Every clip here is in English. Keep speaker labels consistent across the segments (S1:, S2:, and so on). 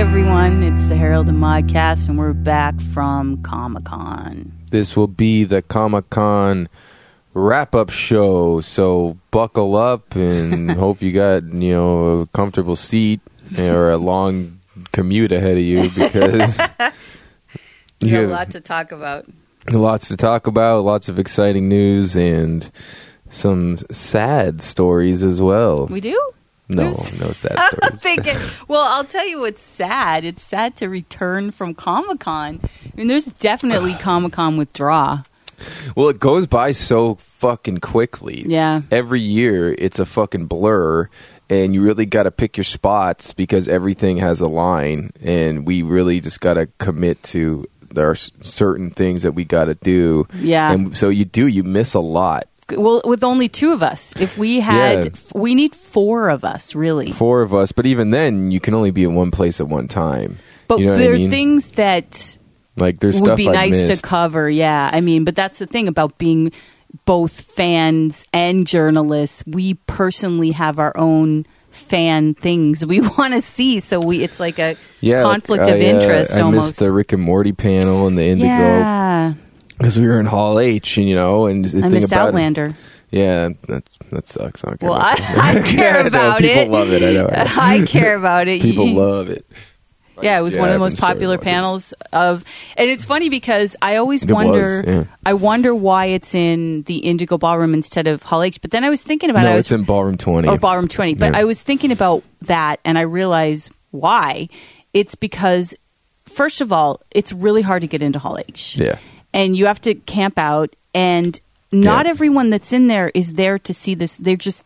S1: everyone. It's the Herald and Modcast, and we're back from Comic Con.
S2: This will be the Comic Con wrap up show, so buckle up and hope you got you know a comfortable seat or a long commute ahead of you because
S1: We got a
S2: Yeah.
S1: lot to talk about.
S2: lots to talk about, lots of exciting news, and some sad stories as well.
S1: We do?
S2: no, no
S1: there's-
S2: sad
S1: I'm
S2: stories.
S1: thinking, well, I'll tell you what's sad. It's sad to return from Comic Con. I mean, there's definitely Comic Con withdraw.
S2: Well, it goes by so fucking quickly.
S1: Yeah.
S2: Every year, it's a fucking blur, and you really got to pick your spots because everything has a line, and we really just got to commit to there are s- certain things that we got to do.
S1: Yeah.
S2: And so you do, you miss a lot.
S1: Well, with only two of us. If we had,
S2: Yeah.
S1: f- we need four of us, really.
S2: Four of us, but even then, you can only be in one place at one time.
S1: But
S2: you know what
S1: there
S2: I mean?
S1: are things that
S2: like there's
S1: would
S2: stuff
S1: be
S2: I
S1: nice
S2: missed.
S1: to cover. Yeah, I mean, but that's the thing about being both fans and journalists. We personally have our own fan things we want to see, so we it's like a
S2: yeah, like,
S1: conflict
S2: I,
S1: of
S2: uh,
S1: interest
S2: I missed
S1: almost.
S2: the Rick and Morty panel and the Indigo
S1: yeah,
S2: because we were in Hall H, and you know, and the
S1: I
S2: thing
S1: missed
S2: about
S1: Outlander.
S2: Yeah, that that sucks. I don't care.
S1: Well, I,
S2: about that.
S1: I care
S2: I know,
S1: about
S2: people
S1: it.
S2: love it. I know. I know.
S1: I care about it.
S2: People love it.
S1: Yeah, it was
S2: Yeah,
S1: one of the
S2: I've
S1: most
S2: been starting
S1: popular
S2: watching it.
S1: panels of, and it's funny because I always
S2: It was,
S1: wonder,
S2: yeah.
S1: I wonder why it's in the Indigo Ballroom instead of Hall H. But then I was thinking about it.
S2: no,
S1: I was
S2: it's in ballroom twenty.
S1: or ballroom 20 but
S2: Yeah.
S1: i was thinking about that and i realized why it's because first of all it's really hard to get into hall h
S2: Yeah.
S1: and you have to camp out and not
S2: Yeah.
S1: everyone that's in there is there to see this they just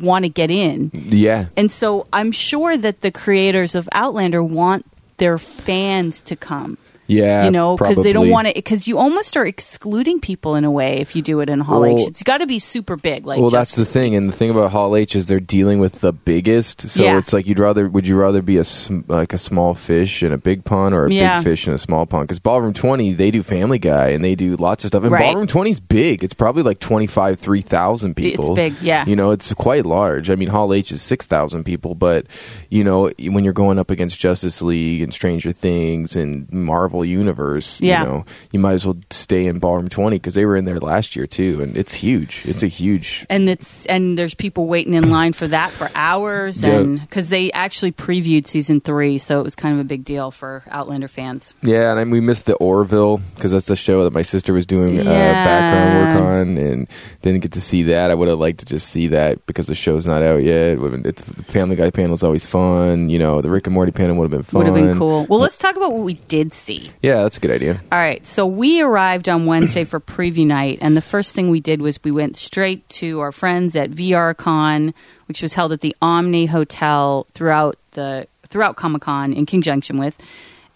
S1: want to get in
S2: Yeah,
S1: and so i'm sure that the creators of outlander want their fans to come
S2: yeah.
S1: you know because they don't
S2: probably.
S1: want to because you almost are excluding people in a way if you do it in hall h
S2: Well-
S1: it's got to be super big like
S2: Well,
S1: just
S2: that's the thing, and the thing about Hall H is they're dealing with the biggest. So
S1: Yeah.
S2: it's like you'd rather would you rather be a sm- like a small fish in a big pond or a
S1: Yeah.
S2: big fish in a small pond? Because Ballroom Twenty they do Family Guy and they do lots of stuff, and
S1: Right.
S2: Ballroom Twenty's big. It's probably like twenty five three thousand people.
S1: big, yeah.
S2: You know, it's quite large. I mean, Hall H is six thousand people, but you know, when you're going up against Justice League and Stranger Things and Marvel Universe,
S1: Yeah.
S2: you know, you might as well stay in Ballroom Twenty because they were in there last year too, and it's huge. It's a huge
S1: and it's and there's people waiting in line for that for hours
S2: Yeah.
S1: and because they actually previewed season three so it was kind of a big deal for outlander fans
S2: Yeah, and I, we missed the Orville because that's the show that my sister was doing uh,
S1: Yeah.
S2: background work on, and didn't get to see that. I would have liked to just see that because the show's not out yet. Would've been- It's, the Family Guy panel is always fun. You know, the Rick and Morty panel would have been fun.
S1: would have been cool well let's talk about what we did see
S2: Yeah, that's a good idea.
S1: all right so we arrived on wednesday for preview night and the first thing we did was we went straight to our friends at vrcon which was held at the omni hotel throughout the throughout comic-con in conjunction with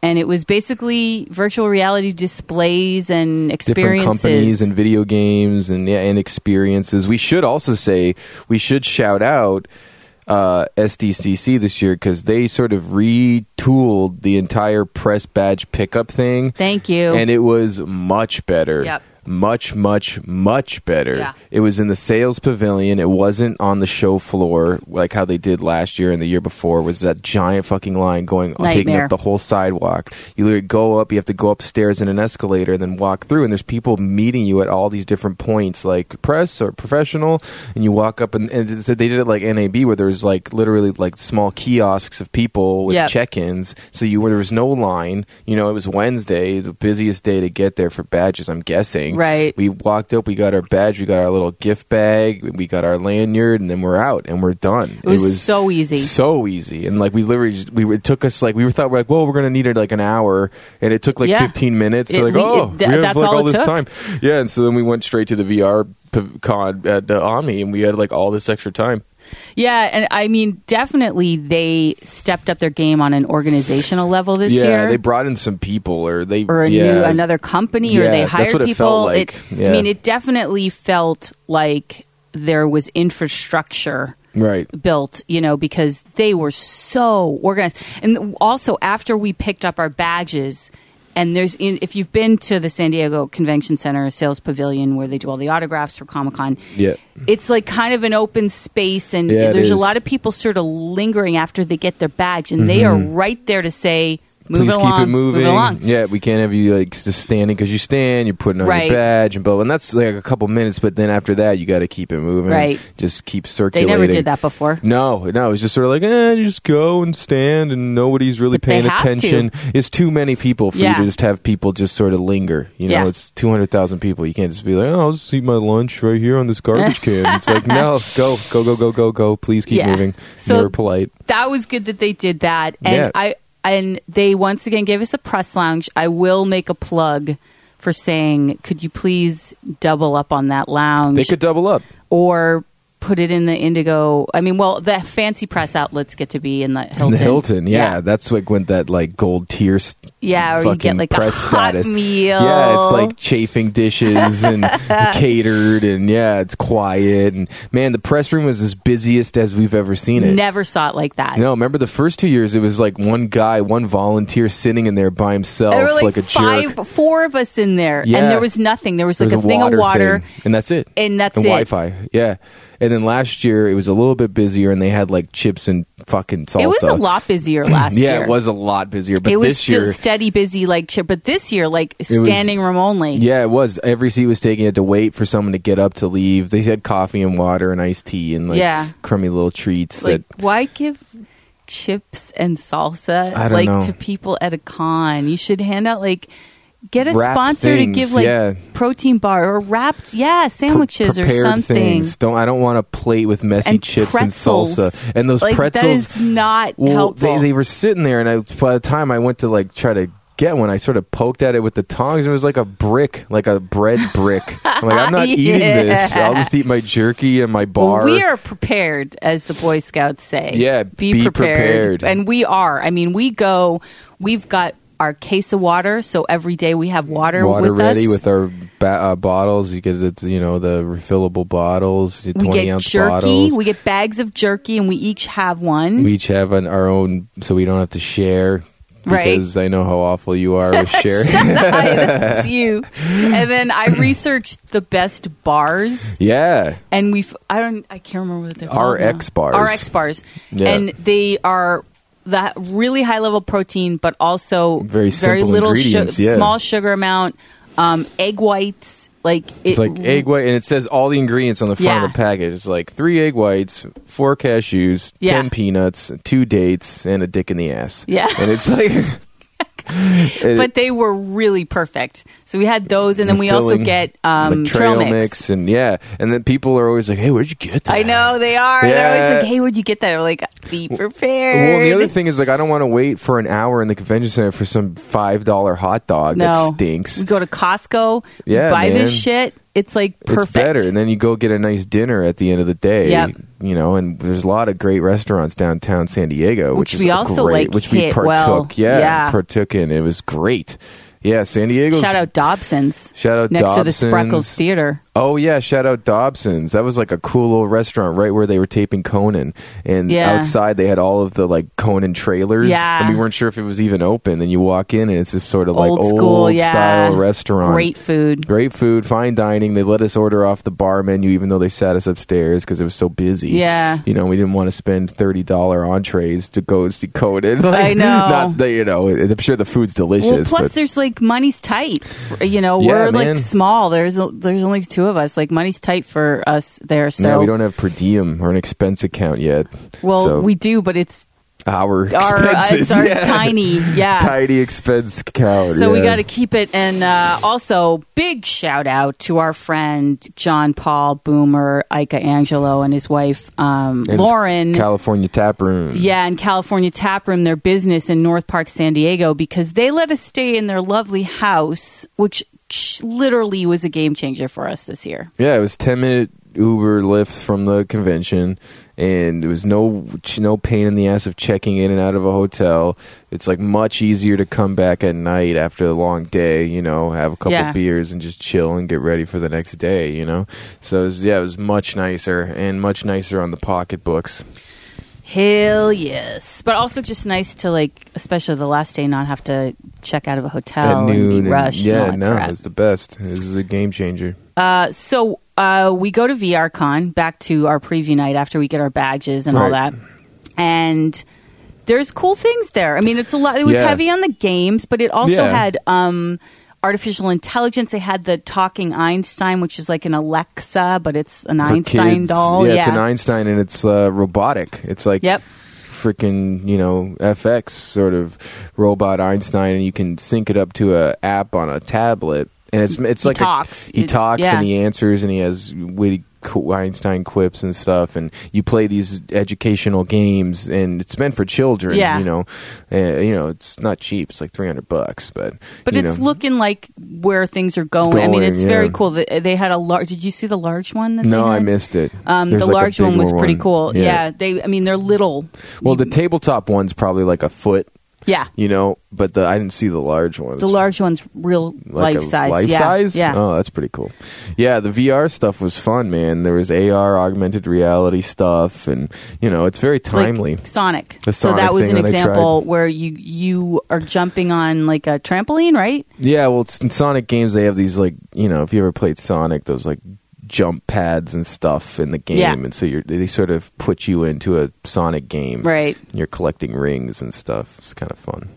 S1: and it was basically virtual reality displays and
S2: different
S1: experiences
S2: companies and video games and yeah, and experiences. We should also say we should shout out uh, SDCC this year because they sort of retooled the entire press badge pickup thing.
S1: Thank you.
S2: And it was much better.
S1: Yep.
S2: Much, much, much better.
S1: Yeah.
S2: It was in the sales pavilion. It wasn't on the show floor like how they did last year and the year before. Was that giant fucking line going taking
S1: Nightmare.
S2: up the whole sidewalk. You literally go up, you have to go upstairs in an escalator and then walk through and there's people meeting you at all these different points like press or professional and you walk up and, and it said they did it like NAB where there was like literally like small kiosks of people with
S1: Yep.
S2: check-ins so you where there was no line, you know, it was Wednesday, the busiest day to get there for badges, I'm guessing.
S1: Right.
S2: We walked up, we got our badge, we got our little gift bag, we got our lanyard and then we're out and we're done.
S1: It was so easy.
S2: So easy. And like we literally just, we were- it took us like we were thought we're like, well, we're gonna need it like an hour and it took like
S1: Yeah.
S2: fifteen minutes. So
S1: It
S2: like,
S1: le-
S2: oh
S1: it- tha-
S2: we have
S1: that's
S2: like
S1: all
S2: all,
S1: it
S2: this
S1: took.
S2: time. Yeah, and so then we went straight to the VR p- con at the Omni and we had like all this extra time.
S1: Yeah, and I mean, definitely they stepped up their game on an organizational level this
S2: yeah,
S1: year.
S2: they brought in some people or they
S1: or a
S2: yeah,
S1: new another company, or
S2: Yeah,
S1: they
S2: that's
S1: hired
S2: what it
S1: people.
S2: felt like.
S1: I
S2: Yeah.
S1: mean, it definitely felt like there was infrastructure
S2: Right.
S1: built, you know, because they were so organized. And also, after we picked up our badges, And there's in, if you've been to the San Diego Convention Center sales pavilion where they do all the autographs for Comic Con,
S2: Yeah.
S1: it's like kind of an open space, and
S2: Yeah, it
S1: there's a
S2: is.
S1: lot of people sort of lingering after they get their badge, and they are right there to say, "Move
S2: Mm-hmm. Please
S1: it along,
S2: keep it moving.
S1: move it along."
S2: Yeah, we can't have you like just standing because you stand. You're putting on
S1: Right.
S2: your badge and blah. And that's like a couple minutes, but then after that, you got to keep it moving.
S1: Right.
S2: Just keep
S1: They
S2: circulating.
S1: never did that before.
S2: No, no, it's just sort of like, eh, you just go and stand, and nobody's really
S1: But they
S2: paying
S1: have to.
S2: attention. It's too many people for
S1: Yeah.
S2: you to just have people just sort of linger. You know,
S1: Yeah.
S2: it's two hundred thousand people. You can't just be like, oh, I'll just eat my lunch right here on this garbage can. It's like, no, go, go, go, go, go, go. Please keep
S1: Yeah.
S2: moving.
S1: So-
S2: You're polite.
S1: that was good that they did that and
S2: Yeah.
S1: i and they once again gave us a press lounge i will make a plug for saying could you please double up on that lounge
S2: They could double up.
S1: or put it in the indigo i mean well the fancy press outlets get to be in the hilton
S2: In the Hilton, yeah, that's like when that like gold tier, s-
S1: Yeah, or you
S2: fucking
S1: get, like, a
S2: press
S1: hot
S2: status.
S1: meal.
S2: Yeah, it's like chafing dishes and catered, and yeah, it's quiet. And man, the press room was as busiest as we've ever seen it.
S1: never saw it like that
S2: No, remember the first two years, it was like one guy, one volunteer sitting in there by himself,
S1: there were like,
S2: a
S1: five
S2: jerk.
S1: four of us in there
S2: Yeah.
S1: and there was nothing there was
S2: There
S1: like
S2: was
S1: a, thing of water
S2: thing, and that's it.
S1: and that's
S2: and
S1: it.
S2: Wi-Fi, yeah. And then last year it was a little bit busier, and they had like chips and fucking salsa.
S1: it was a lot busier last
S2: Yeah,
S1: year
S2: it was a lot busier. But
S1: it was
S2: this
S1: still
S2: year,
S1: steady busy like chip but this year like
S2: was-
S1: standing room only
S2: Yeah, it was. Every seat was taken. You had to wait for someone to get up to leave. They had coffee and water and iced tea and like
S1: Yeah.
S2: crummy little treats.
S1: like
S2: that
S1: why give chips and salsa
S2: I don't
S1: like
S2: know.
S1: to people at a con you should hand out like get a
S2: Wrapped
S1: sponsor
S2: things,
S1: to give like
S2: yeah.
S1: protein bar or wrapped yeah sandwiches or
S2: prepared
S1: something
S2: things. Don't I don't want a plate with messy
S1: and
S2: chips
S1: pretzels
S2: and salsa and those
S1: like, that
S2: pretzels.
S1: is not
S2: well,
S1: helpful
S2: they they were sitting there, and I by the time I went to like try to get one, I sort of poked at it with the tongs. and It was like a brick, like a bread brick. I'm like, I'm not eating this.
S1: Yeah.
S2: I'll just eat my jerky and my bar.
S1: well, we are prepared, as the Boy Scouts say.
S2: Yeah,
S1: be,
S2: be
S1: prepared.
S2: prepared.
S1: and we are. I mean, we go. We've got our case of water, so every day we have water,
S2: water
S1: with
S2: ready
S1: us.
S2: with our ba- uh, bottles. You get it, you know the refillable bottles, the
S1: we
S2: twenty
S1: get
S2: ounce
S1: jerky.
S2: bottles.
S1: We get bags of jerky, and we each have one.
S2: We each have an, our own, so we don't have to share.
S1: Right.
S2: Because I know how awful you are with sharing.
S1: That's you. And then I researched the best bars,
S2: yeah,
S1: and we've I don't I can't remember what they're called.
S2: RX
S1: now.
S2: bars.
S1: RX bars,
S2: Yeah.
S1: and they are. The really high level protein, but also
S2: Very simple
S1: little
S2: ingredients, yeah.
S1: small sugar amount, um, egg whites, like
S2: it's like egg white, and it says all the ingredients on the front
S1: Yeah.
S2: of the package. It's like three egg whites, four cashews,
S1: Yeah.
S2: ten peanuts, two dates, and a dick in the ass.
S1: Yeah.
S2: and it's like, and
S1: But they were really perfect. So we had those, and then we also
S2: filling,
S1: get um,
S2: like trail,
S1: trail mix.
S2: mix, and yeah, and then people are always like, "Hey, where'd you get that?"
S1: I know they are. They're always
S2: Yeah.
S1: like, "Hey, where'd you get that?" We're like, "Be prepared."
S2: Well, the other thing is like I don't want to wait for an hour in the convention center for some five dollar hot dog
S1: no
S2: that stinks.
S1: We go to Costco.
S2: Yeah,
S1: buy this
S2: man.
S1: shit. It's like perfect.
S2: It's better, and then you go get a nice dinner at the end of the day.
S1: Yep.
S2: You know, and there's a lot of great restaurants downtown San Diego,
S1: Which
S2: which, is
S1: we also,
S2: great,
S1: like,
S2: which we
S1: hit
S2: partook.
S1: well.
S2: Yeah,
S1: Yeah.
S2: partook in. It was great. Yeah, San Diego's.
S1: Shout out Dobson's.
S2: Shout out
S1: next to the
S2: Dobson's.
S1: Spreckles Theater.
S2: Oh yeah, shout out Dobson's. That was like a cool little restaurant right where they were taping Conan, and
S1: Yeah.
S2: outside they had all of the like Conan trailers.
S1: Yeah.
S2: and we weren't sure if it was even open. And you walk in, and it's this sort of like
S1: Old school, yeah.
S2: style restaurant.
S1: Great food.
S2: Great food, fine dining. They let us order off the bar menu, even though they sat us upstairs because it was so busy.
S1: Yeah.
S2: you know, we didn't want to spend thirty dollar entrees to go and see Conan. Like,
S1: I know.
S2: Not that you know, I'm sure the food's delicious.
S1: Well, plus
S2: but-
S1: there's like money's tight. for- You know,
S2: Yeah,
S1: we're like
S2: man.
S1: small. There's there's only two of us. Like money's tight for us there. So
S2: yeah, we don't have per diem or an expense account yet.
S1: well,
S2: so.
S1: we do, but it's
S2: our
S1: our uh,
S2: expenses.
S1: it's our
S2: yeah.
S1: tiny. Yeah.
S2: tiny expense count.
S1: So we
S2: yeah.
S1: got to keep it. And uh, also, big shout out to our friend John Paul Boomer, Ica Angelo, and his wife um,
S2: And
S1: Lauren.
S2: California Tap Room.
S1: yeah, and California Tap Room, their business in North Park, San Diego, because they let us stay in their lovely house, which sh- literally was a game changer for us this year.
S2: yeah, it was ten minute Uber lift from the convention, and there was no no pain in the ass of checking in and out of a hotel. It's like much easier to come back at night after a long day, you know, have a couple
S1: Yeah.
S2: beers and just chill and get ready for the next day, you know. So it was, yeah, it was much nicer and much nicer on the pocketbooks.
S1: Hell yes. But also just nice to like, especially the last day, not have to check out of a hotel
S2: at
S1: Oh,
S2: noon.
S1: and be
S2: and-
S1: rushed. and all
S2: yeah,
S1: that
S2: no,
S1: crap.
S2: it's the best. This is a game changer.
S1: Uh, so uh, we go to VRCon back to our preview night after we get our badges and all
S2: Right.
S1: that, and there's cool things there. I mean, it's a lot. It was
S2: Yeah.
S1: heavy on the games, but it also
S2: Yeah.
S1: had um, artificial intelligence. They had the talking Einstein, which is like an Alexa, but it's an
S2: for
S1: Einstein
S2: kids.
S1: doll.
S2: Yeah, it's an Einstein, and it's uh, robotic. It's like
S1: Yep.
S2: freaking you know FX sort of robot Einstein, and you can sync it up to a app on a tablet, and it's it's like a-
S1: talks.
S2: he
S1: It-
S2: talks
S1: yeah.
S2: and he answers, and he has witty. qu- Einstein quips and stuff, and you play these educational games, and it's meant for children.
S1: Yeah.
S2: You know, uh, you know, it's not cheap. It's like three hundred bucks, but
S1: But
S2: you
S1: it's
S2: know.
S1: looking like where things are going. I mean,
S2: Going,
S1: it's very
S2: yeah.
S1: cool. They, they had a large. Did you see the large one? That
S2: No,
S1: they
S2: I
S1: had?
S2: missed it.
S1: Um,
S2: There's
S1: the
S2: like a
S1: large one was
S2: bigger
S1: pretty cool. Yeah.
S2: yeah.
S1: they. I mean, they're little.
S2: Well, the tabletop one's probably like a foot
S1: Yeah,
S2: you know. But the I didn't see the large ones.
S1: The large one's real
S2: Like a
S1: life size.
S2: Life
S1: yeah.
S2: size.
S1: Yeah.
S2: Oh, that's pretty cool. Yeah, the VR stuff was fun, man. There was AR, augmented reality stuff, and you know, it's very
S1: Like
S2: timely.
S1: Sonic.
S2: The
S1: so that
S2: Sonic
S1: was
S2: thing
S1: an
S2: that they
S1: example where you you are jumping on like a trampoline, right?
S2: yeah, well, it's, in Sonic games they have these like you know, if you ever played Sonic, those like jump pads and stuff in the game,
S1: Yeah.
S2: and so you're they sort of put you into a Sonic game,
S1: Right.
S2: And you're collecting rings and stuff. It's kind of fun.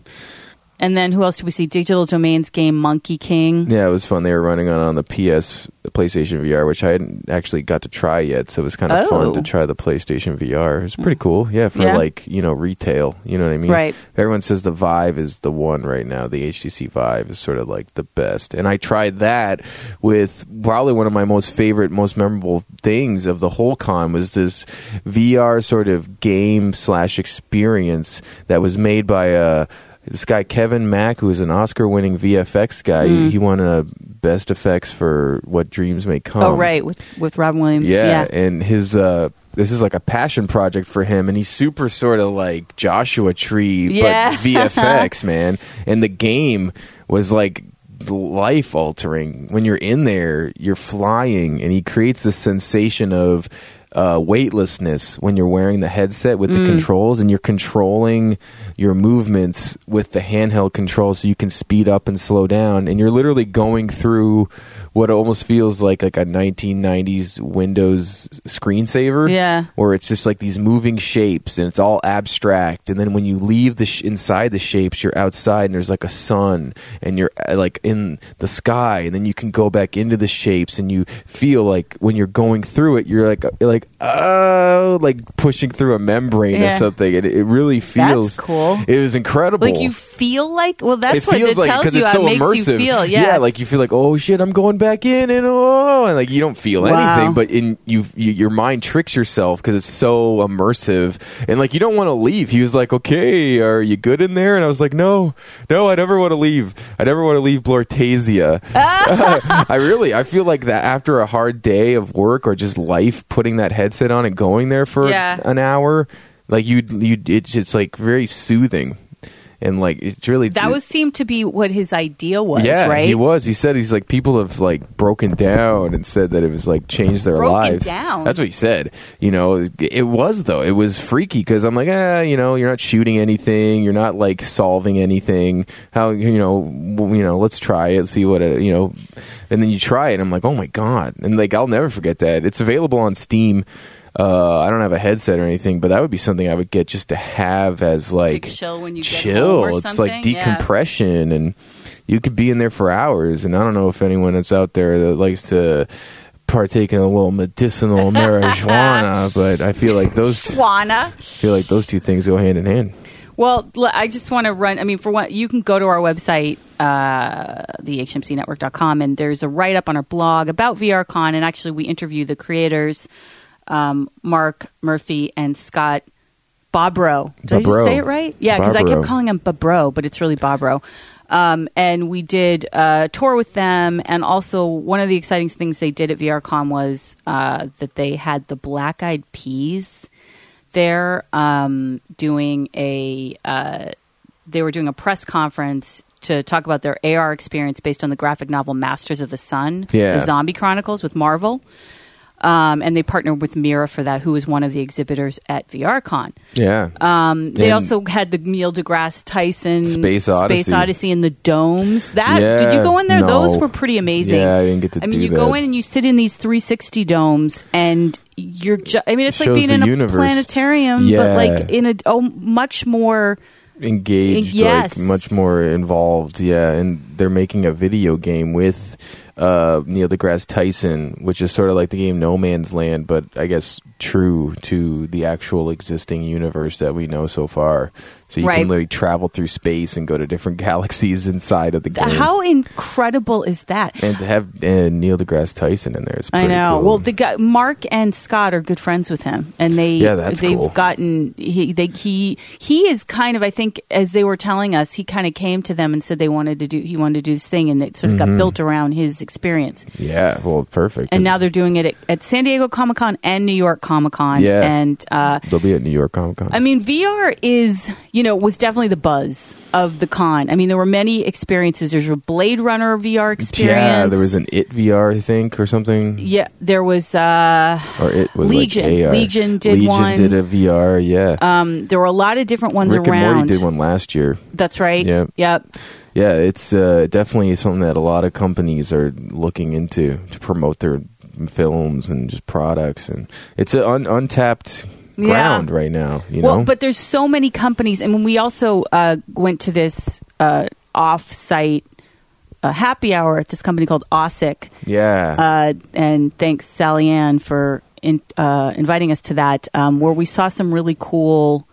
S1: And then who else did we see? Digital Domains game Monkey King.
S2: Yeah, it was fun. They were running on on the PS, the PlayStation VR, which I hadn't actually got to try yet. So it was kind of
S1: Oh.
S2: fun to try the PlayStation VR. It's pretty cool. Yeah, for
S1: Yeah.
S2: like you know retail. You know what I mean?
S1: Right.
S2: Everyone says the Vive is the one right now. The HTC Vive is sort of like the best. And I tried that with probably one of my most favorite, most memorable things of the whole con was this VR sort of game slash experience that was made by a. This guy Kevin Mack, who is an Oscar-winning VFX guy,
S1: Mm-hmm.
S2: he, he won a Best Effects for "What Dreams May Come."
S1: oh, right, with with Robin Williams.
S2: Um, Yeah,
S1: Yeah.
S2: and his uh this is like a passion project for him and he's super sort of like Joshua Tree
S1: Yeah.
S2: but VFX, man. And the game was like life altering. When you're in there, you're flying and he creates this sensation of uh, weightlessness when you're wearing the headset with the controls and you're controlling your movements with the handheld controls so you can speed up and slow down and you're literally going through what almost feels like like a 1990s Windows screensaver
S1: Yeah.
S2: where it's just like these moving shapes and it's all abstract and then when you leave the sh- inside the shapes you're outside and there's like a sun and you're uh, like in the sky and then you can go back into the shapes and you feel like when you're going through it you're like you're like oh like pushing through a membrane
S1: Yeah.
S2: or something and it, it really feels
S1: cool.
S2: it was incredible
S1: Like you feel like well, that's
S2: it
S1: what
S2: feels
S1: it
S2: like
S1: tells
S2: because
S1: you.
S2: it's
S1: how
S2: so
S1: it makes
S2: immersive.
S1: you feel.
S2: like you feel like oh shit, I'm going back in and oh, and like you don't feel
S1: Wow.
S2: anything, but in you, you your mind tricks yourself because it's so immersive and like you don't want to leave. He was like, okay, are you good in there? And I was like, no, no, I never want to leave. I never want to leave Blortasia. I really, I feel like that after a hard day of work or just life, putting that headset on and going there for
S1: Yeah.
S2: an hour, like you, you, it's just like very soothing. And like it's really
S1: that was seemed to be what his idea was,
S2: yeah,
S1: right?
S2: he was. He said he's like people have like broken down and said that it was like changed their
S1: Broken
S2: lives.
S1: down?
S2: That's what he said. You know, it was though. It was freaky because I'm like, ah, you know, you're not shooting anything. You're not like solving anything. How you know, w- you know, let's try it, see what it, you know, and then you try it. And I'm like, oh my god, and like I'll never forget that. It's available on Steam. Uh, I don't have a headset or anything, but that would be something I would get just to have as like
S1: Take a chill when you get
S2: chill.
S1: home or
S2: it's like
S1: something, yeah.
S2: decompression, and you could be in there for hours. And I don't know if anyone that's out there that likes to partake in a little medicinal marijuana, but I feel like those
S1: Juana.
S2: feel like those two things go hand in hand.
S1: Well, l- I just want to run. I mean, for one, you can go to our website, uh, thehmcnetwork.com, and there's a write up on our blog about VRCon. And actually, we interview the creators, um, Mark Murphy and Scott Bobro. Did I just
S2: Bobro.
S1: say it right? Yeah, because I kept
S2: Bobro.
S1: calling him Bobro, but it's really Bobro. Um, and we did a tour with them. And also, one of the exciting things they did at VRCon was uh, that they had the Black Eyed Peas they're um, doing a uh, they were doing a press conference to talk about their AR experience based on the graphic novel Masters of the Sun,
S2: Yeah.
S1: the Zombie Chronicles with Marvel. Um, and they partnered with Mira for that, who was one of the exhibitors at VRCon.
S2: Yeah.
S1: Um, they
S2: And-
S1: also had the Neil deGrasse Tyson
S2: Space Odyssey.
S1: Odyssey and the domes. That did you
S2: Yeah,
S1: go in there? Those
S2: no.
S1: were pretty amazing.
S2: Yeah, I didn't get to
S1: I mean,
S2: do
S1: you go
S2: that.
S1: in and you sit in these 360 domes, and you're. Ju- I mean, it's like
S2: Shows
S1: being
S2: the
S1: in a
S2: universe.
S1: planetarium, but
S2: Yeah.
S1: like in a oh, much more.
S2: engaged,
S1: Yes.
S2: like much more involved. Yeah, and they're making a video game with uh, Neil deGrasse Tyson, which is sort of like the game No Man's Land, but I guess true to the actual existing universe that we know so far. So you
S1: Right.
S2: can literally travel through space and go to different galaxies inside of the game.
S1: How incredible is that?
S2: and to have uh, Neil deGrasse Tyson in there is
S1: I
S2: pretty
S1: know.
S2: cool.
S1: Well, the guy, Mark and Scott are good friends with him, and they
S2: Yeah, that's
S1: they've
S2: cool.
S1: gotten he they he he is kind of I think as they were telling us he kind of came to them and said they wanted to do he wanted to do this thing and it sort of
S2: Mm-hmm.
S1: got built around his experience,
S2: yeah, well, perfect.
S1: and now they're doing it at, at San Diego Comic Con and New York Comic Con,
S2: Yeah.
S1: and uh,
S2: they'll be at New York Comic Con.
S1: I mean, VR is, you know, was definitely the buzz of the con. I mean, there were many experiences. There's a Blade Runner VR experience.
S2: Yeah, there was an It VR, I think, or something.
S1: Yeah, there was. Uh,
S2: or it was
S1: Legion.
S2: Like AR.
S1: Legion did
S2: Legion
S1: one.
S2: did a VR. Yeah,
S1: um, there were a lot of different ones
S2: Rick
S1: around.
S2: and Morty did one last year.
S1: That's right.
S2: Yep.
S1: Yep.
S2: Yeah, it's uh, definitely something that a lot of companies are looking into to promote their films and just products, and it's an un- untapped
S1: Yeah.
S2: ground right now. You
S1: well,
S2: know,
S1: but there's so many companies, and when we also uh, went to this uh, off-site uh, happy hour at this company called Osic,
S2: yeah,
S1: uh, and thanks Sally Ann for in, uh, inviting us to that, um, where we saw some really cool.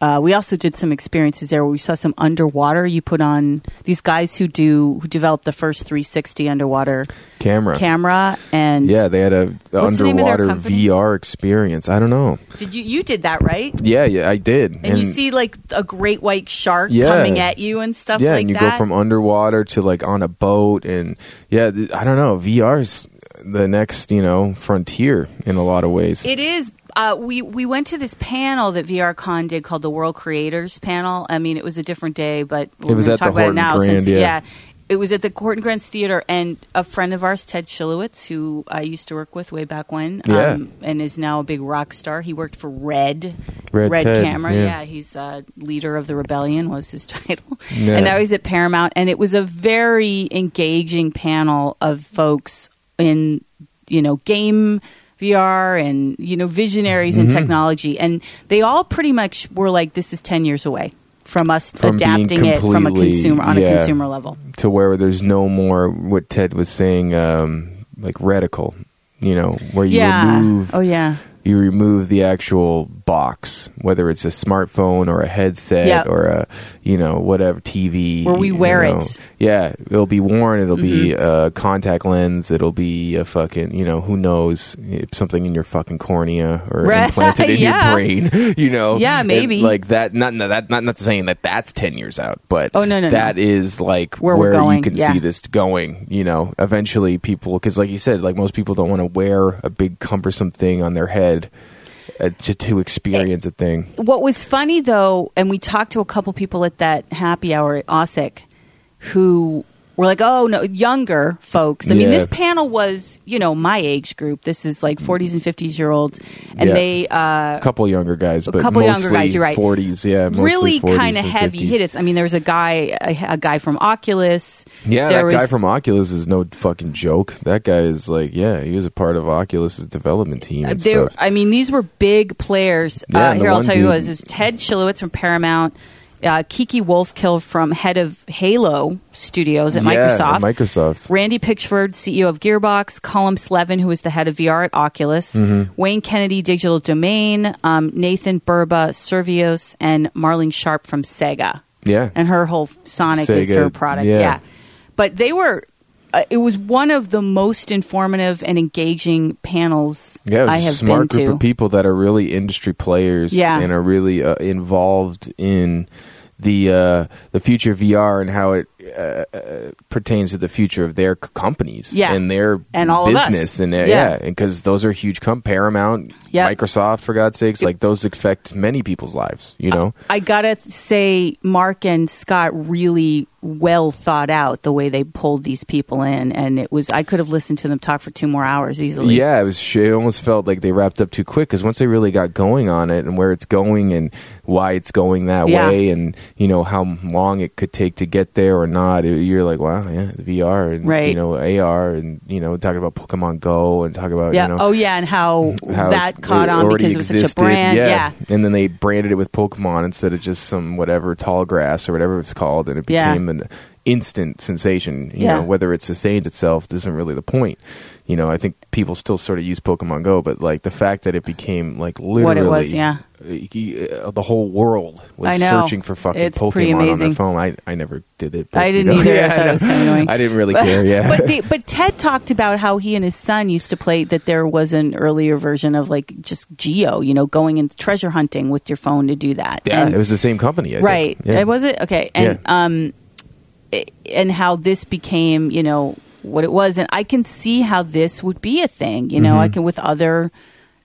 S1: Uh, we also did some experiences there where we saw some underwater. You put on these guys who do who developed the first 360 underwater
S2: camera.
S1: camera, and
S2: yeah, they had a
S1: What's the name of their
S2: underwater
S1: company?
S2: VR experience. I don't know.
S1: did you you did that right?
S2: Yeah, yeah, I did.
S1: and, you see like a great white shark
S2: Yeah.
S1: coming at you and stuff
S2: yeah,
S1: like
S2: and you
S1: that.
S2: go from underwater to like on a boat, and yeah, th- I don't know. VR's the next, you know, frontier in a lot of ways.
S1: it is. Uh, we we went to this panel that VRCon did called the World Creators Panel. I mean, it was a different day, but we're
S2: It was
S1: gonna
S2: at
S1: talk
S2: the
S1: about it
S2: Horton
S1: now.
S2: Grand,
S1: since,
S2: yeah.
S1: it was at the Horton Grants Theater, and a friend of ours, Ted Shilowitz, who I used to work with way back when, um,
S2: Yeah.
S1: and is now a big rock star. He worked for Red,
S2: Red Ted,
S1: Camera.
S2: yeah.
S1: he's uh, leader of the rebellion was his title,
S2: Yeah.
S1: and now he's at Paramount. And it was a very engaging panel of folks in you know game VR and you know visionaries
S2: Mm-hmm.
S1: in technology, and they all pretty much were like, "This is ten years away." From us
S2: From being
S1: adapting it from a
S2: completely-
S1: consumer on a
S2: yeah.
S1: consumer level.
S2: to where there's no more what Ted was saying, um, like reticle. You know, where you
S1: yeah.
S2: remove
S1: oh yeah.
S2: you remove the actual box, whether it's a smartphone or a headset
S1: Yep.
S2: or a you know whatever TV.
S1: Where we
S2: you
S1: wear
S2: know.
S1: it. Mm-hmm.
S2: Yeah, it'll be worn. It'll be a contact lens. It'll be a fucking you know who knows eh, something in your fucking cornea or
S1: Right,
S2: implanted in
S1: yeah.
S2: your brain. You know.
S1: Yeah,
S2: And,
S1: maybe.
S2: like that. Not no, that. Not not saying that that's ten years out, but
S1: Oh, no, no, no.
S2: that is like
S1: Where we're going,
S2: you can
S1: yeah.
S2: see this going. You know, eventually people because like you said, like most people don't want to wear a big cumbersome thing on their head uh, to, to experience a thing.
S1: What was funny though, and we talked to a couple people at that happy hour at OSIC who were like, oh no, younger folks. I mean,
S2: Yeah.
S1: this panel was, you know, my age group. This is like 40s and 50s year olds. And
S2: Yeah.
S1: they uh,
S2: A couple younger guys, but
S1: couple younger
S2: mostly
S1: guys, you're right.
S2: 40s, yeah, mostly
S1: really
S2: 40s
S1: kind of
S2: and
S1: heavy
S2: 50s.
S1: hitters. I mean, there was a guy, a, a guy from Oculus.
S2: Yeah,
S1: there
S2: that
S1: was,
S2: guy from Oculus is no fucking joke. That guy is like, yeah, he was a part of Oculus's development team.
S1: Uh,
S2: And
S1: There,
S2: stuff.
S1: I mean, these were big players.
S2: Yeah,
S1: uh,
S2: and the
S1: here, I'll
S2: one
S1: tell you who it was.
S2: dude-
S1: It was Ted Shilowitz from Paramount, uh, Kiki Wolfkill from head of Halo Studios at
S2: Yeah, at
S1: Microsoft,
S2: Microsoft.
S1: Randy Pitchford, CEO of Gearbox, Colin Slevin, who was the head of VR at Oculus,
S2: Mm-hmm.
S1: Wayne Kennedy, Digital Domain, um, Nathan Burba, Servios, and Marlene Sharp from Sega
S2: Yeah,
S1: and her whole Sonic is
S2: Sega,
S1: her product. Yeah.
S2: yeah.
S1: But they were. Uh, it was one of the most informative and engaging panels
S2: Yeah, it's
S1: I
S2: a
S1: have
S2: smart
S1: been
S2: group
S1: to.
S2: of people that are really industry players
S1: Yeah.
S2: and are really uh, involved in the uh, the future of VR and how it uh, uh, pertains to the future of their c- companies
S1: Yeah.
S2: and their
S1: And all of us.
S2: business and uh,
S1: Yeah.
S2: yeah, because those are huge. Com- Paramount,
S1: Yep.
S2: Microsoft, for God's sakes, like those affect many people's lives.
S1: Uh,
S2: You know,
S1: I gotta say, Mark and Scott really well thought out the way they pulled these people in, and it was I could have listened to them talk for two more hours easily.
S2: Yeah, it was. sh- It almost felt like they wrapped up too quick because once they really got going on it and where it's going and why it's going that
S1: Yeah.
S2: way and you know how long it could take to get there or not, it- you're like, wow, yeah, the VR and
S1: Right.
S2: you know AR and you know talking about Pokemon Go and talking about
S1: yeah.
S2: you know.
S1: oh yeah, and how,
S2: how
S1: that
S2: it's-
S1: caught
S2: it
S1: on
S2: already
S1: because it was such a
S2: existed.
S1: brand. Yeah.
S2: and then they branded it with Pokemon instead of just some whatever tall grass or whatever it's called, and it
S1: Yeah.
S2: became an instant sensation. You
S1: Yeah.
S2: know, whether it sustained itself isn't really the point. You know, I think people still sort of use Pokemon Go, but like the fact that it became like literally
S1: What it was, yeah.
S2: uh, the whole world was
S1: I know.
S2: searching for fucking
S1: It's pretty
S2: Pokemon on their
S1: amazing.
S2: phone. I I never did it. but,
S1: I
S2: you
S1: didn't
S2: know.
S1: either.
S2: Yeah,
S1: I thought
S2: know.
S1: it was kind of annoying.
S2: I didn't really care. Yeah,
S1: but the, but Ted talked about how he and his son used to play that there was an earlier version of like just geo, you know, going and treasure hunting with your phone to do that.
S2: yeah,
S1: And-
S2: it was the same company. I think.
S1: right.
S2: Yeah.
S1: It was it okay, and
S2: Yeah.
S1: um, i- and how this became, you know, what it was, and I can see how this would be a thing, you know,
S2: Mm-hmm.
S1: I can with other.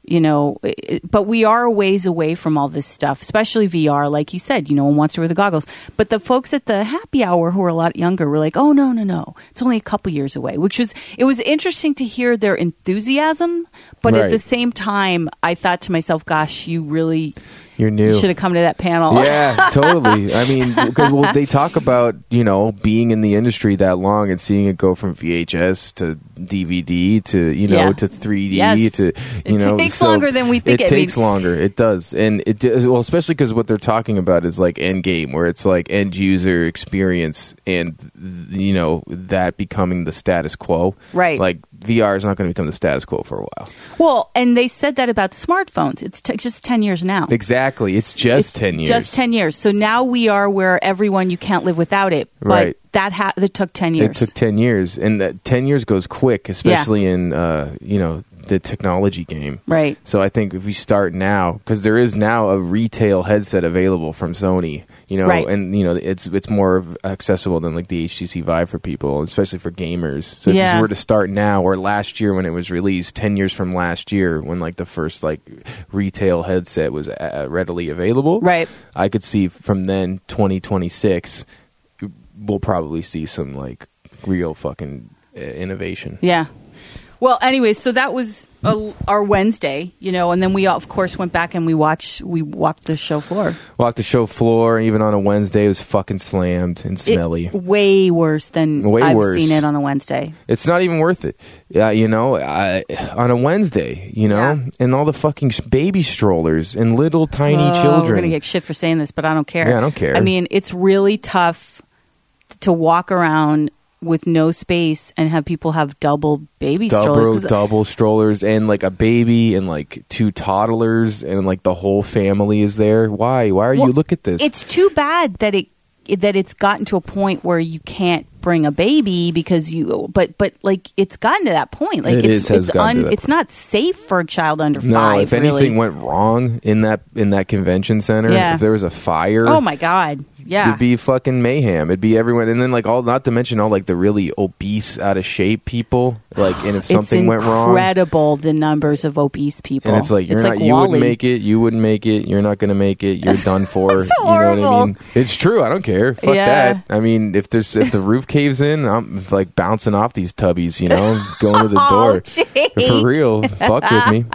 S1: You know, i- i- but we are a ways away from all this stuff, especially VR. Like you said, you know, one wants to wear the goggles. But the folks at the happy hour who are a lot younger were like, "Oh no, no, no! It's only a couple years away." Which was it was interesting to hear their enthusiasm, but at
S2: Right.
S1: the same time, I thought to myself, "Gosh, you really
S2: You're new.
S1: should have come to that panel."
S2: Yeah, totally. I mean, because well, they talk about you know being in the industry that long and seeing it go from VHS to DVD to you know
S1: Yeah.
S2: to 3D
S1: Yes.
S2: to you
S1: It
S2: know.
S1: takes longer than we think
S2: It
S1: it
S2: takes
S1: may-
S2: longer. It does, and it does, well, especially because what they're talking about is like end game, where it's like end user experience, and th- you know that becoming the status quo.
S1: Right.
S2: Like VR is not going to become the status quo for a while.
S1: Well, and they said that about smartphones. It's t- just 10 years now.
S2: Exactly. It's just
S1: It's
S2: ten years.
S1: Just 10 years. So now we are where everyone, you can't live without it. But
S2: Right.
S1: that, ha- that took 10 years.
S2: It took ten years, and that ten years goes quick, especially in uh, you know the technology game.
S1: right.
S2: So I think if we start now, because there is now a retail headset available from Sony, you know,
S1: Right.
S2: and you know it's it's more of- accessible than like the HTC Vive for people, especially for gamers. So if
S1: Yeah.
S2: you were to start now or last year when it was released, ten years from last year when like the first like retail headset was uh, readily available,
S1: Right.
S2: I could see from then 2026, we'll probably see some like real fucking uh, innovation.
S1: Yeah. Well, anyways, so that was uh our Wednesday, you know, and then we, of course, went back and we watched, we walked the show floor.
S2: Walked the show floor, even on a Wednesday, it was fucking slammed and
S1: It-
S2: smelly.
S1: way worse than
S2: Way
S1: I've
S2: worse.
S1: seen it on a Wednesday.
S2: It's not even worth it. Yeah, you know, I, on a Wednesday, you know,
S1: Yeah.
S2: and all the fucking sh- baby strollers and little tiny
S1: Oh, We're
S2: children.
S1: gonna get shit for saying this, but I don't care.
S2: Yeah, I don't care.
S1: I mean, it's really tough t- to walk around with no space and have people have double baby strollers.
S2: double
S1: 'cause-
S2: double strollers and like a baby and like two toddlers and like the whole family is there. Why? Why are
S1: Well,
S2: you look at this?
S1: It's too bad that it that it's gotten to a point where you can't bring a baby because you but but like it's gotten to that point like
S2: It
S1: it's
S2: is- has
S1: it's
S2: gotten to that
S1: it's not safe for a child under
S2: No,
S1: 5
S2: if anything
S1: really.
S2: went wrong in that in that convention center,
S1: Yeah.
S2: if there was a fire,
S1: oh my god yeah
S2: it'd be fucking mayhem. It'd be everyone, and then like all not to mention all like the really obese, out of shape people. Like, and if something went
S1: it's
S2: wrong,
S1: incredible the numbers of obese people.
S2: and it's like you're not, you
S1: Wall-E.
S2: wouldn't make it, you wouldn't make it, you're not gonna make it, you're done for.
S1: so
S2: you know what I
S1: horrible.
S2: mean? It's true. I don't care. Fuck
S1: Yeah.
S2: that. I mean, if there's if the roof caves in, I'm like bouncing off these tubbies, you know, going to the
S1: Oh,
S2: door.
S1: gee.
S2: For real, fuck with me.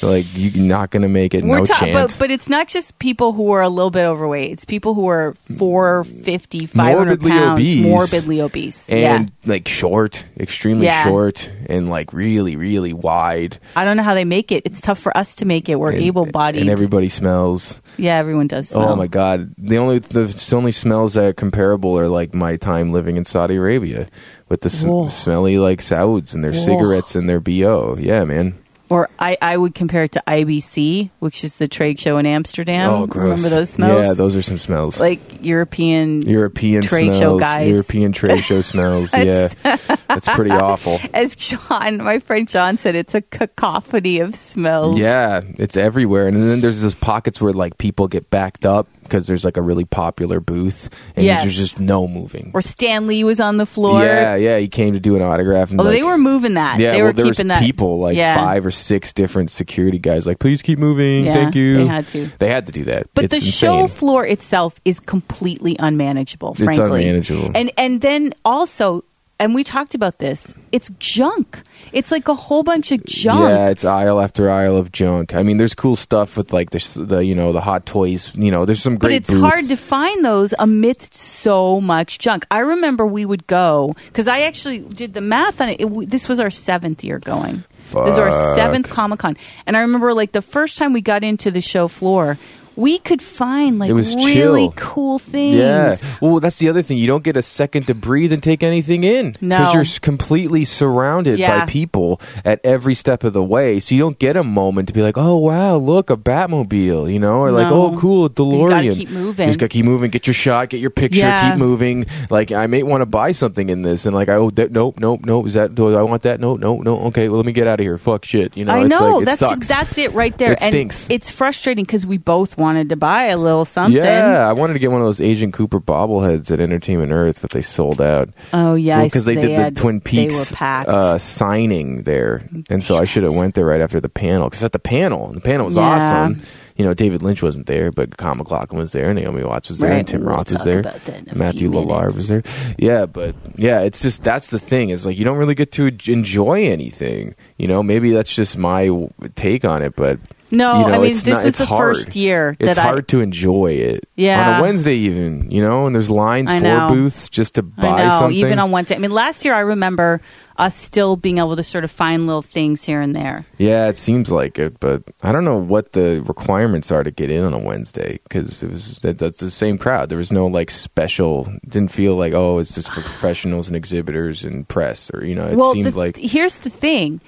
S2: Like you're not gonna make it.
S1: We're
S2: no
S1: ta-
S2: chance.
S1: but but it's not just people who are a little bit overweight. It's people who are 450, 500
S2: Morbidly
S1: pounds,
S2: obese.
S1: morbidly obese.
S2: and
S1: yeah.
S2: like short, extremely
S1: Yeah.
S2: short, and like really, really wide.
S1: I don't know how they make it. It's tough for us to make it. We're
S2: and-
S1: able bodied.
S2: and everybody smells.
S1: yeah, everyone does. Smell.
S2: Oh my god! The only the, only smells that are comparable are like my time living in Saudi Arabia with the
S1: Woah.
S2: sm- smelly like Sauds and their
S1: Woah.
S2: cigarettes and their bo. Yeah, man.
S1: Or I, I would compare it to IBC, which is the trade show in Amsterdam.
S2: oh, gross.
S1: Remember those smells?
S2: Yeah, those are some smells.
S1: like European
S2: European
S1: trade
S2: smells,
S1: show guys.
S2: European trade show smells. Yeah, that's pretty awful.
S1: as John, my friend John said, it's a cacophony of smells.
S2: Yeah, it's everywhere, and then there's those pockets where like people get backed up because there's like a really popular booth and
S1: Yes.
S2: there's just no moving.
S1: Or Stan Lee was on the floor.
S2: Yeah, yeah. He came to do an autograph. And
S1: Although
S2: like,
S1: they were moving that.
S2: Yeah,
S1: they
S2: well,
S1: were
S2: there was
S1: keeping that.
S2: people like
S1: Yeah.
S2: five or six different security guys. Like, please keep moving.
S1: Yeah,
S2: Thank you.
S1: they had to.
S2: They had to do that.
S1: But
S2: It's
S1: the show
S2: insane.
S1: floor itself is completely unmanageable, frankly.
S2: unmanageable.
S1: And and then also and we talked about this. It's junk. It's like a whole bunch of junk.
S2: Yeah, it's aisle after aisle of junk. I mean, there's cool stuff with like the, the you know the hot toys. You know, there's some
S1: but
S2: great.
S1: it's hard to find those amidst so much junk. I remember we would go because I actually did the math on it. it w- this was our seventh year going. This was our
S2: Fuck.
S1: seventh Comic Con, and I remember like the first time we got into the show floor, we could find like
S2: It was
S1: really
S2: chill.
S1: cool things.
S2: Yeah. Well, that's the other thing. You don't get a second to breathe and take anything in
S1: No.
S2: you're s- completely surrounded
S1: Yeah.
S2: by people at every step of the way. So you don't get a moment to be like, "Oh wow, look a Batmobile," you know, or like,
S1: No.
S2: "Oh cool, a
S1: You
S2: DeLorean."
S1: gotta keep moving.
S2: You just gotta keep moving. Get your shot. Get your picture.
S1: Yeah.
S2: Keep moving. Like I may want to buy something in this, and like, "Oh, that, nope, nope, nope. Is that? Do I want that? No, no, no. Okay, well, let me get out of here. Fuck shit. You know,
S1: I
S2: it's
S1: know
S2: like, it
S1: that's
S2: sucks.
S1: that's it right there.
S2: It
S1: and
S2: stinks.
S1: It's frustrating because we both wanted to buy a little something.
S2: Yeah, I wanted to get one of those Agent Cooper bobbleheads at Entertainment Earth, but they sold out.
S1: Oh yeah,
S2: because they, did
S1: had-
S2: the Twin
S1: They were
S2: Peaks
S1: packed.
S2: uh, signing there, and so I should have went there right after the panel because at the panel, the panel was
S1: Yeah.
S2: awesome. You know, David Lynch wasn't there, but Kyle McLaughlin was there, Naomi Watts was there,
S1: Right,
S2: and Tim
S1: we'll
S2: Roth was
S1: talk
S2: there,
S1: about that in a few
S2: Matthew Lallar
S1: minutes.
S2: was there. Yeah, but yeah, it's just that's the thing is like you don't really get to j- enjoy anything. You know, maybe that's just my w- take on it, but
S1: No,
S2: you know,
S1: I mean
S2: it's
S1: this was
S2: not- it's
S1: the
S2: hard.
S1: first year
S2: It's
S1: that
S2: hard
S1: I.
S2: to enjoy it.
S1: Yeah.
S2: on a Wednesday even, you know, and there's lines
S1: I know.
S2: for booths just to buy
S1: I know,
S2: something.
S1: even on Wednesday. I mean, last year I remember us still being able to sort of find little things here and there.
S2: Yeah, it seems like it, but I don't know what the requirements are to get in on a Wednesday because it was that, that's the same crowd. There was no like special. Didn't feel like oh, it's just for professionals and exhibitors and press or you know. It seemed
S1: the-
S2: like
S1: here's the thing: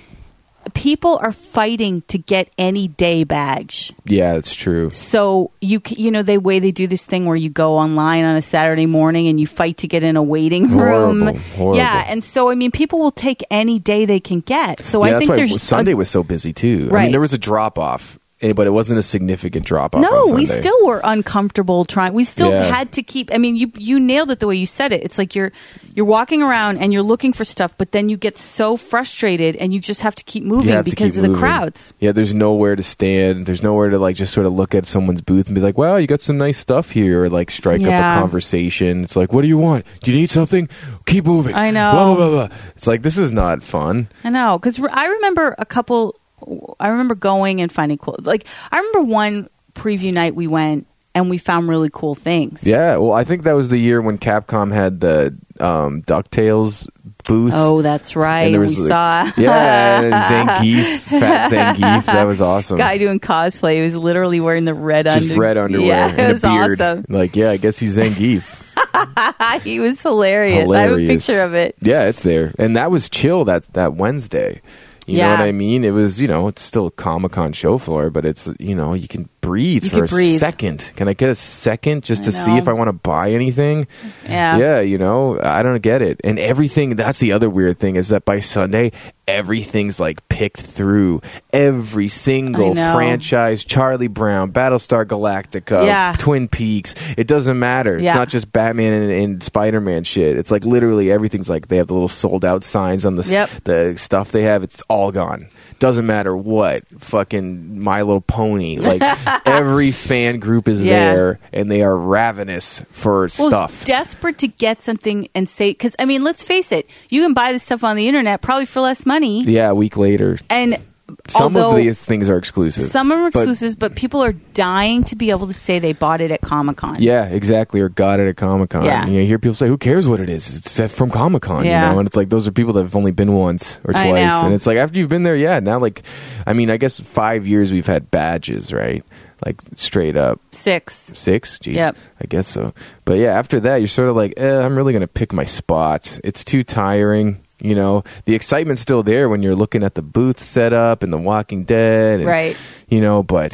S1: people are fighting to get any day badge.
S2: yeah, it's true.
S1: So you c- you know the way they do this thing where you go online on a Saturday morning and you fight to get in a waiting room.
S2: Horrible, horrible.
S1: Yeah, and so I mean, people will take any day they can get. So
S2: yeah,
S1: I
S2: that's
S1: think
S2: why
S1: there's
S2: Sunday was so busy too. I
S1: Right.
S2: mean, there was a drop off, but it wasn't a significant drop off.
S1: No, we still were uncomfortable trying. We still
S2: Yeah.
S1: had to keep. I mean, you you nailed it the way you said it. It's like you're you're walking around and you're looking for stuff, but then you get so frustrated and you just have to keep
S2: You
S1: moving
S2: have to
S1: because
S2: keep
S1: of the
S2: moving.
S1: crowds.
S2: Yeah, there's nowhere to stand. There's nowhere to like just sort of look at someone's booth and be like, "Wow, you got some nice stuff here," or like strike up
S1: Yeah.
S2: a conversation. It's like, "What do you want? Do you need something? Keep moving."
S1: I know.
S2: Blah blah blah. blah. It's like this is not fun.
S1: I know because I remember a couple. I remember going and finding cool. Like I remember one preview night we went and we found really cool things.
S2: Yeah. Well, I think that was the year when Capcom had the um, Ducktales booth.
S1: Oh, that's right.
S2: And there
S1: We
S2: was, like-
S1: saw
S2: Yeah, and Zangief, fat Zangief. That was awesome.
S1: guy doing cosplay. He was literally wearing the red
S2: just
S1: under-
S2: red underwear
S1: Yeah,
S2: and
S1: it was
S2: a beard.
S1: awesome.
S2: Like, yeah, I guess he's Zangief.
S1: he was hilarious. I have a
S2: Hilarious.
S1: picture of it.
S2: Yeah, it's there. And that was chill that that Wednesday. You
S1: Yeah.
S2: know what I mean? It was, you know, it's still a Comic Con show floor, but it's, you know, you can breathe
S1: You
S2: for
S1: can
S2: a
S1: breathe.
S2: second. Can I get a second just to
S1: I
S2: see if
S1: know.
S2: I want to buy anything?
S1: Yeah.
S2: Yeah, you know, I don't get it. And everything, that's the other weird thing is that by Sunday, everything's like picked through. Every single
S1: know.
S2: franchise Charlie Brown, Battlestar Galactica,
S1: Yeah.
S2: Twin Peaks. It doesn't matter.
S1: Yeah.
S2: It's not just Batman and, and Spider Man shit. It's like literally everything's like they have the little sold out signs on the, s-
S1: Yep.
S2: the stuff they have. It's all gone. Doesn't matter what. Fucking My Little Pony. Like every fan group is
S1: Yeah.
S2: there and they are ravenous for
S1: Well,
S2: stuff.
S1: desperate to get something and say because I mean, let's face it, you can buy this stuff on the internet probably for less money.
S2: Yeah, a week later.
S1: And
S2: Some
S1: although
S2: of these things are exclusive.
S1: some are
S2: But-
S1: exclusives, but, people are dying to be able to say they bought it at Comic Con.
S2: yeah, exactly. Or got it at Comic Con.
S1: Yeah.
S2: You, know, you hear people say, "Who cares what it is? It's set from Comic Con."
S1: Yeah.
S2: You know, and it's like those are people that have only been once or
S1: I
S2: twice,
S1: know.
S2: and it's like after you've been there, yeah. Now, like, I mean, I guess five years we've had badges, right? Like straight up
S1: Six.
S2: six. Jeez,
S1: Yep.
S2: I guess so. But yeah, after that, you're sort of like, eh, I'm really going to pick my spots. It's too tiring. You know, the excitement's still there when you're looking at the booth setup and The Walking Dead. and-
S1: Right.
S2: You know, but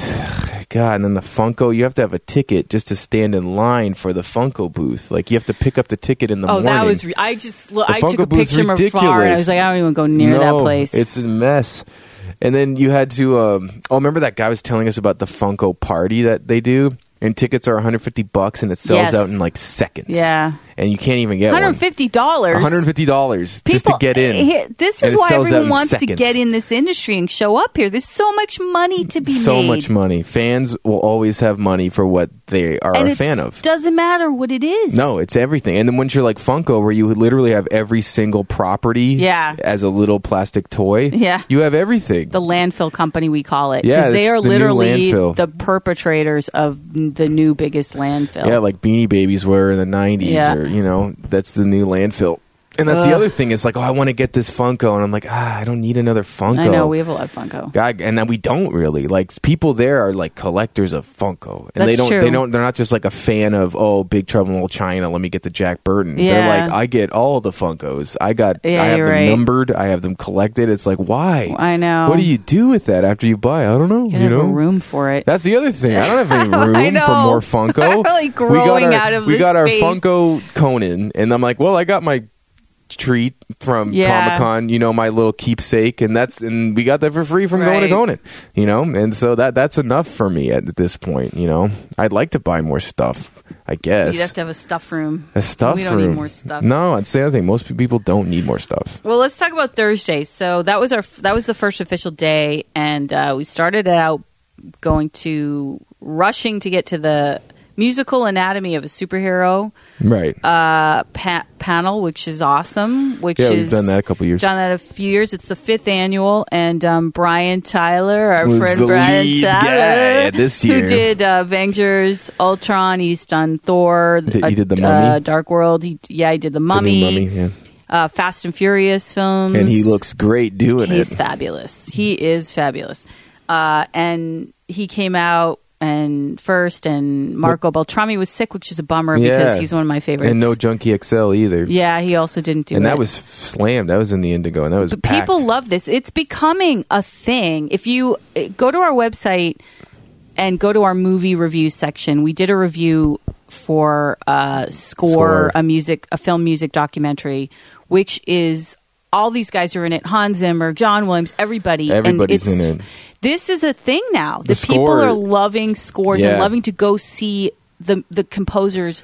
S2: God, and then the Funko, you have to have a ticket just to stand in line for the Funko booth. Like, you have to pick up the ticket in the
S1: Oh,
S2: morning.
S1: that was. Re- I just. Look,
S2: The
S1: I took
S2: Funko
S1: a
S2: booth's
S1: picture from afar, and I
S2: ridiculous.
S1: was like, I don't even go near
S2: no,
S1: that place.
S2: It's a mess. And then you had to. Um, oh, remember that guy was telling us about the Funko party that they do. and tickets are 150 bucks and it sells
S1: Yes.
S2: out in like seconds.
S1: Yeah.
S2: And you can't even get one.
S1: $150. $150
S2: $150 just to get
S1: eh,
S2: in.
S1: This
S2: And
S1: is
S2: it
S1: why
S2: sells out
S1: everyone
S2: in
S1: wants to
S2: seconds.
S1: get in this industry and show up here. There's so much money to be
S2: so
S1: made.
S2: much money. Fans will always have money for what they are
S1: and
S2: a
S1: it
S2: fan of.
S1: doesn't matter what it is.
S2: No, it's everything. And then once you're like Funko, where you literally have every single property
S1: Yeah.
S2: as a little plastic toy,
S1: Yeah.
S2: you have everything.
S1: The landfill company, we call it.
S2: Yeah,
S1: Because they
S2: it's
S1: are
S2: the new
S1: literally
S2: landfill.
S1: the perpetrators of the new biggest landfill.
S2: yeah, like Beanie Babies were in the 90s,
S1: Yeah.
S2: or, you know, that's the new landfill. And that's the
S1: Ugh.
S2: other thing is like, oh, I want to get this Funko. And I'm like, ah, I don't need another Funko.
S1: I know, we have a lot of Funko.
S2: God, and then we don't really like people there are like collectors of Funko, and they
S1: That's
S2: don't
S1: true.
S2: they don't they're not just like a fan of oh Big Trouble in Little China. Let me get the Jack Burton.
S1: Yeah.
S2: They're like I get all the Funkos. I got
S1: Yeah,
S2: I have
S1: you're
S2: them
S1: right.
S2: numbered. I have them collected. It's like why
S1: I know.
S2: What do you do with that after you buy? I don't know.
S1: You
S2: you
S1: have
S2: know.
S1: a room for it.
S2: That's the other thing. I don't have any
S1: I
S2: room for
S1: know.
S2: more Funko.
S1: Like
S2: we got
S1: growing
S2: our,
S1: out of
S2: we
S1: this
S2: got our
S1: space.
S2: Funko Conan, and I'm like, well, I got my treat from
S1: Yeah.
S2: Comic Con, you know, my little keepsake, and that's and we got that for free from going to
S1: Right.
S2: Conan, you know, and so that that's enough for me at this point, you know. I'd like to buy more stuff, I guess.
S1: You'd have to have a stuff room.
S2: a stuff
S1: We don't
S2: room.
S1: need more stuff.
S2: No, that's the other thing. Most people don't need more stuff.
S1: Well, let's talk about Thursday. So that was our that was the first official day, and uh, we started out going to rushing to get to the musical anatomy of a superhero
S2: Right.
S1: uh, pa- panel, which is awesome. Which
S2: Yeah,
S1: is
S2: we've done that a couple years.
S1: Done that a few years. It's the fifth annual, and um, Brian Tyler, our
S2: Was
S1: friend
S2: the
S1: Brian
S2: lead
S1: Tyler,
S2: guy this
S1: who
S2: year.
S1: did uh, Avengers, Ultron, he's done Thor.
S2: Did- he did The
S1: Uh,
S2: Mummy?
S1: Dark World. He, yeah, he did the
S2: The
S1: Mummy.
S2: new mummy, yeah.
S1: Uh, Fast and Furious films,
S2: And he looks great doing
S1: He's
S2: it.
S1: fabulous. He is fabulous. Uh, and he came out and first, and Marco Beltrami was sick, which is a bummer because
S2: Yeah.
S1: he's one of my favorites.
S2: And no Junkie XL either.
S1: yeah, he also didn't do
S2: and
S1: it.
S2: that was slammed. That was in the Indigo, and that was
S1: But people
S2: packed.
S1: love this. It's becoming a thing. If you uh, go to our website and go to our movie review section, we did a review for uh, score,
S2: Score.
S1: a music, a film music documentary, which is all these guys are in it: Hans Zimmer, John Williams, everybody.
S2: Everybody's
S1: and it's,
S2: in it.
S1: This is a thing now. The, people
S2: score-
S1: are loving scores and
S2: Yeah.
S1: loving to go see the the composers.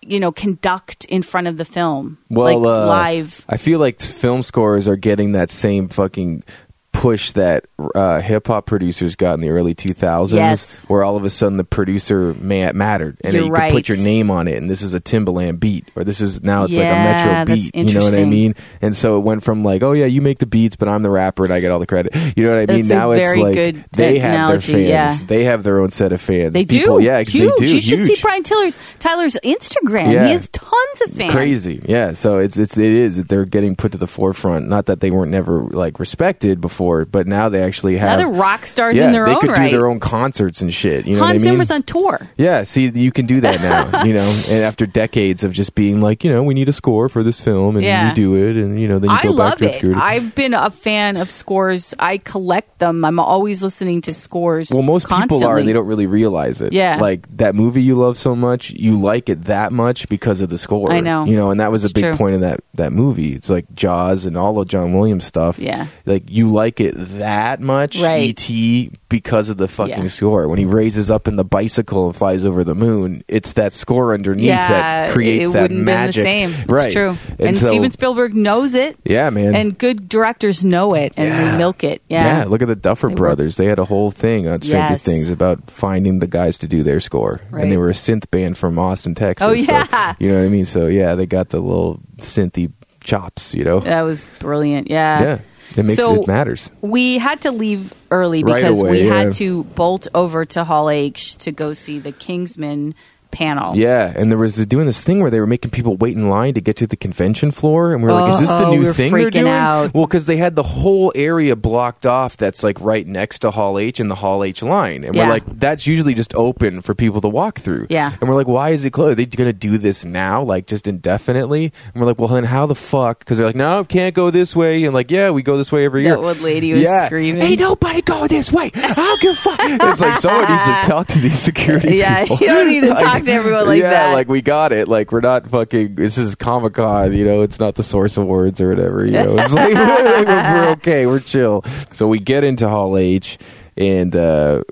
S1: You know, conduct in front of the film,
S2: well
S1: like
S2: uh,
S1: live.
S2: I feel like film scores are getting that same fucking push that uh, hip hop producers got in the early 2000s,
S1: Yes.
S2: where all of a sudden the producer ma- mattered, and
S1: You're
S2: you could put
S1: right.
S2: your name on it, and this is a Timbaland beat, or this is now it's
S1: Yeah,
S2: like a Metro
S1: that's
S2: beat. You know what I
S1: interesting.
S2: mean? And so it went from like, oh yeah, you make the beats, but I'm the rapper and I get all the credit. You know what I mean?
S1: That's a
S2: now it's
S1: very
S2: like
S1: good
S2: they have
S1: analogy,
S2: their fans.
S1: yeah.
S2: They have their own set of fans.
S1: They
S2: People-
S1: do.
S2: Yeah,
S1: huge.
S2: they do.
S1: You should
S2: huge.
S1: see Brian Tyler's Tyler's Instagram.
S2: Yeah.
S1: He has tons of fans.
S2: crazy yeah so it's it's it is that they're getting put to the forefront not that they weren't never like respected before but now they actually
S1: Now
S2: have
S1: they're rock stars
S2: yeah
S1: in their
S2: they
S1: own
S2: could
S1: right.
S2: do their own concerts and shit you know
S1: Hans
S2: what i mean
S1: Zimmer's on tour.
S2: yeah see you can do that now you know and after decades of just being like you know we need a score for this film and
S1: Yeah.
S2: you do it and you know then you
S1: I
S2: go back
S1: love
S2: to
S1: it.
S2: obscurity.
S1: I've been a fan of scores. I collect them. I'm always listening to scores.
S2: Well, most
S1: constantly.
S2: people are, and they don't really realize it.
S1: Yeah.
S2: like that movie you love so much, you like it that much because of the score.
S1: I know.
S2: you know, and that was a
S1: It's
S2: big
S1: true.
S2: point in that that movie. It's like Jaws and all of John Williams stuff.
S1: Yeah.
S2: like you like it that much,
S1: Right.
S2: E.T. because of the fucking
S1: Yeah.
S2: score. When he raises up in the bicycle and flies over the moon, it's that score underneath
S1: Yeah,
S2: that creates
S1: it
S2: that
S1: wouldn't
S2: magic.
S1: been the same.
S2: Right,
S1: It's true. And,
S2: so-
S1: Steven Spielberg knows it.
S2: Yeah, man.
S1: And good directors know it, and
S2: Yeah.
S1: they milk it.
S2: Yeah.
S1: Yeah.
S2: look at the Duffer
S1: They were-
S2: Brothers. They had a whole thing on Stranger
S1: Yes.
S2: Things about finding the guys to do their score,
S1: Right.
S2: and they were a synth band from Austin, Texas.
S1: Oh,
S2: so-
S1: yeah.
S2: you know what I mean. So yeah, they got the little synthy chops. You know,
S1: That was brilliant.
S2: yeah, it makes
S1: So-
S2: it matters.
S1: We had to leave early
S2: Right
S1: because
S2: away,
S1: we
S2: yeah.
S1: had to bolt over to Hall H to go see the Kingsman panel.
S2: Yeah, and there was they're doing this thing where they were making people wait in line to get to the convention floor, and we were like, "Is this the
S1: Oh,
S2: new
S1: we were
S2: thing they're
S1: freaking
S2: doing?"
S1: out.
S2: Well, because they had the whole area blocked off that's like right next to Hall H and the Hall H line, and
S1: Yeah.
S2: we're like, "That's usually just open for people to walk through."
S1: Yeah.
S2: and we're like, "Why is it closed? Are they going to do this now, like just indefinitely?" And we're like, "Well, then how the fuck?" Because they're like, "No, can't go this way," and like, "Yeah, we go this way every year."
S1: That one lady was
S2: yeah.
S1: screaming.
S2: "Hey, nobody go this way! I don't give a fuck." it's like someone needs to talk to these security.
S1: Yeah,
S2: people.
S1: you don't need to talk to everyone like
S2: yeah,
S1: that.
S2: like we got it. Like we're not fucking. This is Comic Con. You know, it's not the source of words or whatever. You know, it's like we're, we're okay. We're chill. So we get into Hall H, and uh,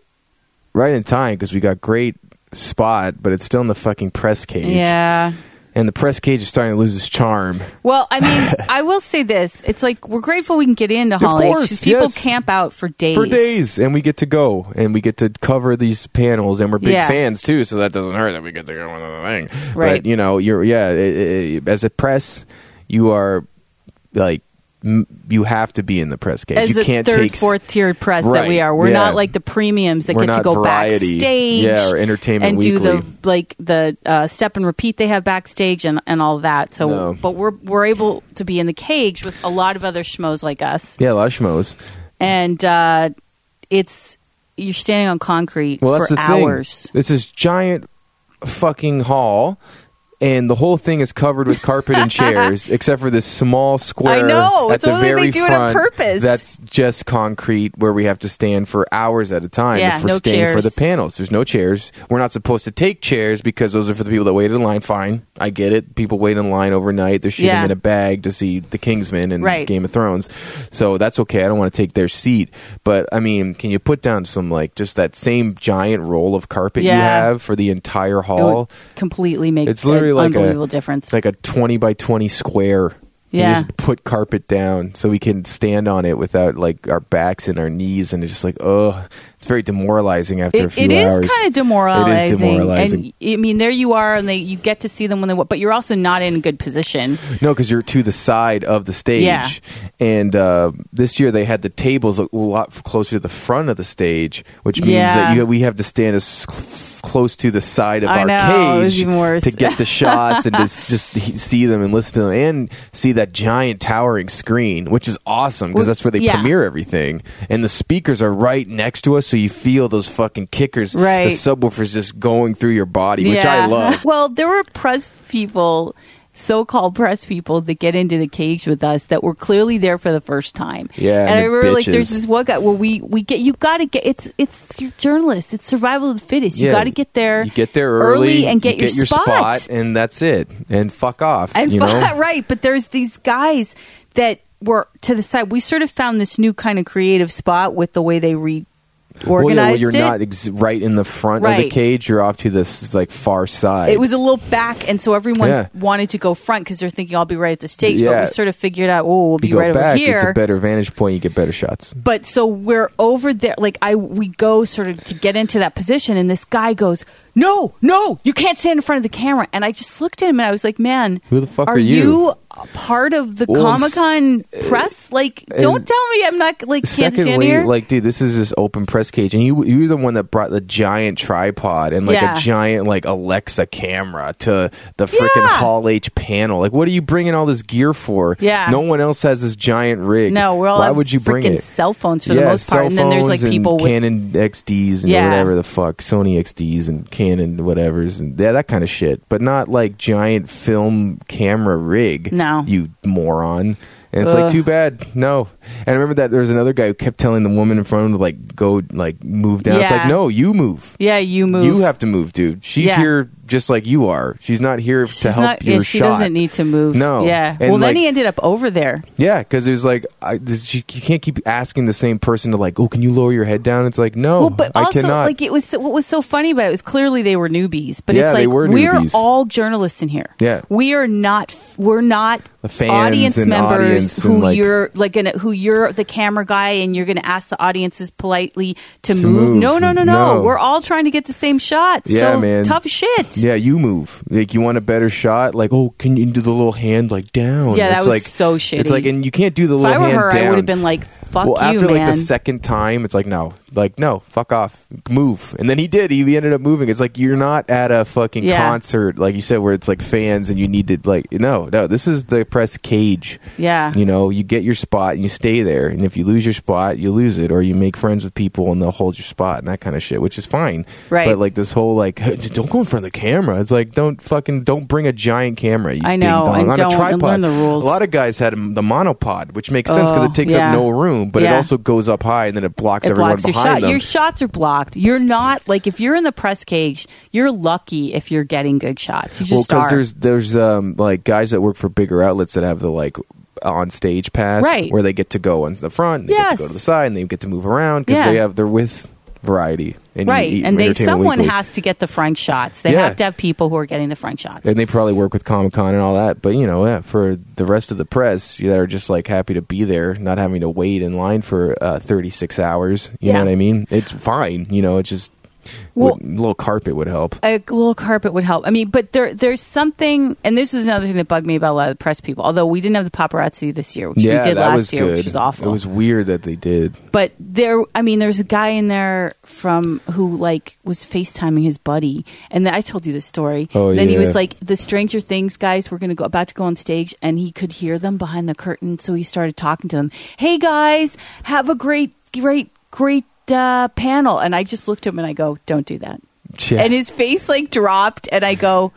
S2: right in time because we got great spot, but it's still in the fucking press cage.
S1: Yeah.
S2: And the press cage is starting to lose its charm.
S1: Well, I mean, I will say this. It's like we're grateful we can get into Hall H.
S2: course,
S1: People
S2: yes.
S1: camp out for days.
S2: For days, and we get to go, and we get to cover these panels, and we're big
S1: Yeah.
S2: fans too, so that doesn't hurt that we get to go on the thing.
S1: Right.
S2: But you know, you're yeah, i- i- as a press, you are like m- you have to be in the press cage.
S1: As
S2: you
S1: the
S2: can't
S1: third,
S2: take s-
S1: fourth tier press that
S2: Right,
S1: we are, we're
S2: yeah.
S1: not like the premiums that
S2: We're
S1: get to
S2: not
S1: go
S2: Variety,
S1: backstage,
S2: yeah, or Entertainment
S1: and do
S2: Weekly.
S1: the like the uh, step and repeat they have backstage and, and all that. So,
S2: No.
S1: but we're we're able to be in the cage with a lot of other schmoes like us,
S2: Yeah, a lot of schmoes.
S1: and uh, it's you're standing on concrete
S2: Well,
S1: for
S2: that's the
S1: hours.
S2: thing. This is giant fucking hall, and the whole thing is covered with carpet and chairs, except for this small square.
S1: I know.
S2: at
S1: It's
S2: the
S1: only they
S2: very
S1: do it on
S2: front
S1: purpose.
S2: That's just concrete, where we have to stand for hours at a time
S1: Yeah,
S2: if we're
S1: no
S2: staying for
S1: chairs.
S2: the panels. There's no chairs. We're not supposed to take chairs because those are for the people that waited in line. Fine, I get it. People wait in line overnight. They're shooting
S1: Yeah.
S2: in a bag to see The Kingsman and
S1: Right.
S2: Game of Thrones, so that's okay. I don't want to take their seat, but I mean, can you put down some like just that same giant roll of carpet you
S1: Yeah.
S2: have for the entire
S1: It would
S2: hall?
S1: completely make
S2: It's literally
S1: an
S2: like a-
S1: unbelievable difference.
S2: It's like a twenty by twenty square. Can you
S1: Yeah.
S2: just put carpet down so we can stand on it without like our backs and our knees, and it's just like oh, it's very demoralizing after a
S1: It,
S2: few
S1: it is
S2: hours.
S1: kind of demoralizing.
S2: It is demoralizing.
S1: And I mean, there you are, and they you get to see them when they wa- but you're also not in a good position.
S2: No, because you're to the side of the stage.
S1: Yeah.
S2: And uh, this year they had the tables a lot closer to the front of the stage, which means
S1: Yeah.
S2: that you, we have to stand as cl- close to the side of
S1: I
S2: our
S1: know, it was
S2: cage
S1: even worse.
S2: to get the shots and just just he- see them and listen to them and see that giant towering screen, which is awesome
S1: Well,
S2: because that's where they
S1: yeah.
S2: premiere everything. And the speakers are right next to us, so you feel those fucking kickers,
S1: Right.
S2: the subwoofers just going through your body, which I
S1: Yeah.
S2: love.
S1: Well, there were press people, so-called press people, that get into the cage with us that were clearly there for the first time. and,
S2: Yeah, and
S1: I
S2: they're
S1: remember like there's
S2: bitches.
S1: this one guy where we we get you got to get it's it's your journalists, it's survival of the fittest. You
S2: Yeah,
S1: got to get there,
S2: You get there
S1: early,
S2: early,
S1: and get,
S2: you
S1: your, spot.
S2: and that's it. And fuck off.
S1: And
S2: you know?
S1: right, but there's these guys that were to the side. We sort of found this new kind of creative spot with the way they reorganized
S2: Well, Oh, yeah, well, you're
S1: it.
S2: not ex- right in the front of the
S1: Right.
S2: cage. You're off to this like far side.
S1: it was a little back, and so everyone
S2: Yeah.
S1: wanted to go front because they're thinking I'll be right at the stage. But
S2: Yeah.
S1: we sort of figured out, oh, we'll
S2: you
S1: be
S2: go
S1: right
S2: back.
S1: over here.
S2: It's a better vantage point. You get better shots.
S1: but so we're over there like i we go sort of to get into that position and this guy goes no no you can't stand in front of the camera and i just looked at him and i was like man
S2: Who the fuck
S1: are
S2: are you?"
S1: a part of the
S2: Well, and s- uh,
S1: comic-con press like don't tell me i'm not like can't stand
S2: Secondly,
S1: here
S2: like dude, this is this open press cage, and you you were the one that brought the giant tripod and like
S1: Yeah.
S2: a giant like Alexa camera to the freaking
S1: Yeah.
S2: Hall H panel. Like, what are you bringing all this gear for?
S1: Yeah.
S2: no one else has this giant rig.
S1: no we're all
S2: why
S1: have
S2: would you bring
S1: freaking
S2: it?
S1: cell phones for the
S2: yeah,
S1: most part
S2: cell
S1: and then there's like
S2: phones and
S1: people with
S2: Canon XDs and
S1: Yeah.
S2: whatever the fuck, Sony XDs and Canon whatever's and yeah, that kind of shit. But not like giant film camera rig.
S1: No.
S2: you moron. And it's
S1: Ugh.
S2: like too bad. No, and I remember that there was another guy who kept telling the woman in front of him to like go like move down. It's
S1: Yeah.
S2: like no, you move.
S1: yeah you move
S2: You have to move, dude. She's
S1: Yeah.
S2: here just like you are. She's not here to
S1: She's
S2: help
S1: not,
S2: your
S1: yeah, she
S2: shot.
S1: doesn't need to move
S2: No.
S1: yeah
S2: And,
S1: well then
S2: like-
S1: he ended up over there
S2: Yeah, because it was like I, this, you, you can't keep asking the same person to like, oh, can you lower your head down? It's like, no,
S1: Well, but
S2: Oh, I
S1: also,
S2: cannot.
S1: like it was so- what was so funny about it was clearly they were newbies, but it's
S2: Yeah,
S1: like
S2: they were
S1: we're
S2: newbies.
S1: all journalists in here.
S2: Yeah.
S1: we are not. We're not
S2: The fans
S1: audience
S2: and
S1: members
S2: audience
S1: who
S2: and, like-
S1: you're like gonna who you're the camera guy and you're gonna ask the audiences politely to, move.
S2: move.
S1: No, no, no, no,
S2: No.
S1: We're all trying to get the same shots.
S2: Yeah,
S1: so
S2: man.
S1: tough shit.
S2: yeah, you move. Like you want a better shot. Like, oh, can you do the little hand like down?
S1: Yeah, that
S2: it's
S1: was
S2: like,
S1: so
S2: It's
S1: shitty.
S2: like, and you can't do the
S1: if
S2: little
S1: I were
S2: hand
S1: her,
S2: down.
S1: I would have been like, "Fuck
S2: well,
S1: you,
S2: after
S1: man."
S2: like the second time, it's like no, like no, fuck off, move. And then he did. He ended up moving. It's like you're not at a fucking
S1: Yeah.
S2: concert, like you said, where it's like fans and you need to like no, no. This is the press cage.
S1: Yeah.
S2: you know, you get your spot and you stay there. And if you lose your spot, you lose it, or you make friends with people and they'll hold your spot and that kind of shit, which is fine.
S1: Right.
S2: But like this whole like don't go in front of the camera. It's like don't fucking don't bring a giant camera. You
S1: I know,
S2: ding-dong,
S1: and
S2: on
S1: don't-
S2: a
S1: and
S2: tripod.
S1: learn the rules.
S2: A lot of guys had the monopod, which makes sense because
S1: Oh,
S2: it takes
S1: yeah.
S2: up no room, but
S1: Yeah.
S2: it also goes up high and then it blocks
S1: it
S2: everyone
S1: blocks your
S2: behind
S1: shot.
S2: them.
S1: Your shots are blocked. You're not like if you're in the press cage, you're lucky if you're getting good shots. You
S2: well,
S1: just
S2: because
S1: are.
S2: there's there's um like guys that work for bigger outlets that have the like on stage pass,
S1: Right.
S2: Where they get to go on the front, they get
S1: Yes.
S2: to go to the side, and they get to move around because
S1: Yeah.
S2: they have they're with variety. And you
S1: right.
S2: eat
S1: and they
S2: e- Entertainment
S1: someone
S2: Weekly.
S1: has to get the Frank shots. They
S2: Yeah.
S1: have to have people who are getting the Frank shots.
S2: and they probably work with Comic Con and all that. But you know, yeah, for the rest of the press, you know, are just like happy to be there, not having to wait in line for uh, thirty six hours. You know
S1: Yeah.
S2: what I mean? It's fine. You know, it just
S1: Well-
S2: would- a little carpet would help.
S1: a little carpet would help. I mean, but there there's something, and this was another thing that bugged me about a lot of the press people. Although we didn't have the paparazzi this year, which
S2: yeah,
S1: we did
S2: that
S1: last
S2: was
S1: year,
S2: good.
S1: which was awful.
S2: It was weird that they did.
S1: but there, I mean, there's a guy in there from who like was FaceTiming his buddy, and then I told you this story.
S2: Oh,
S1: then he
S2: yeah.
S1: was like, the Stranger Things guys were going to go about to go on stage, and he could hear them behind the curtain, so he started talking to them. Hey guys, have a great, great, great uh, panel. And I just looked at him and I go, don't do that
S2: Yeah.
S1: and his face like dropped and i go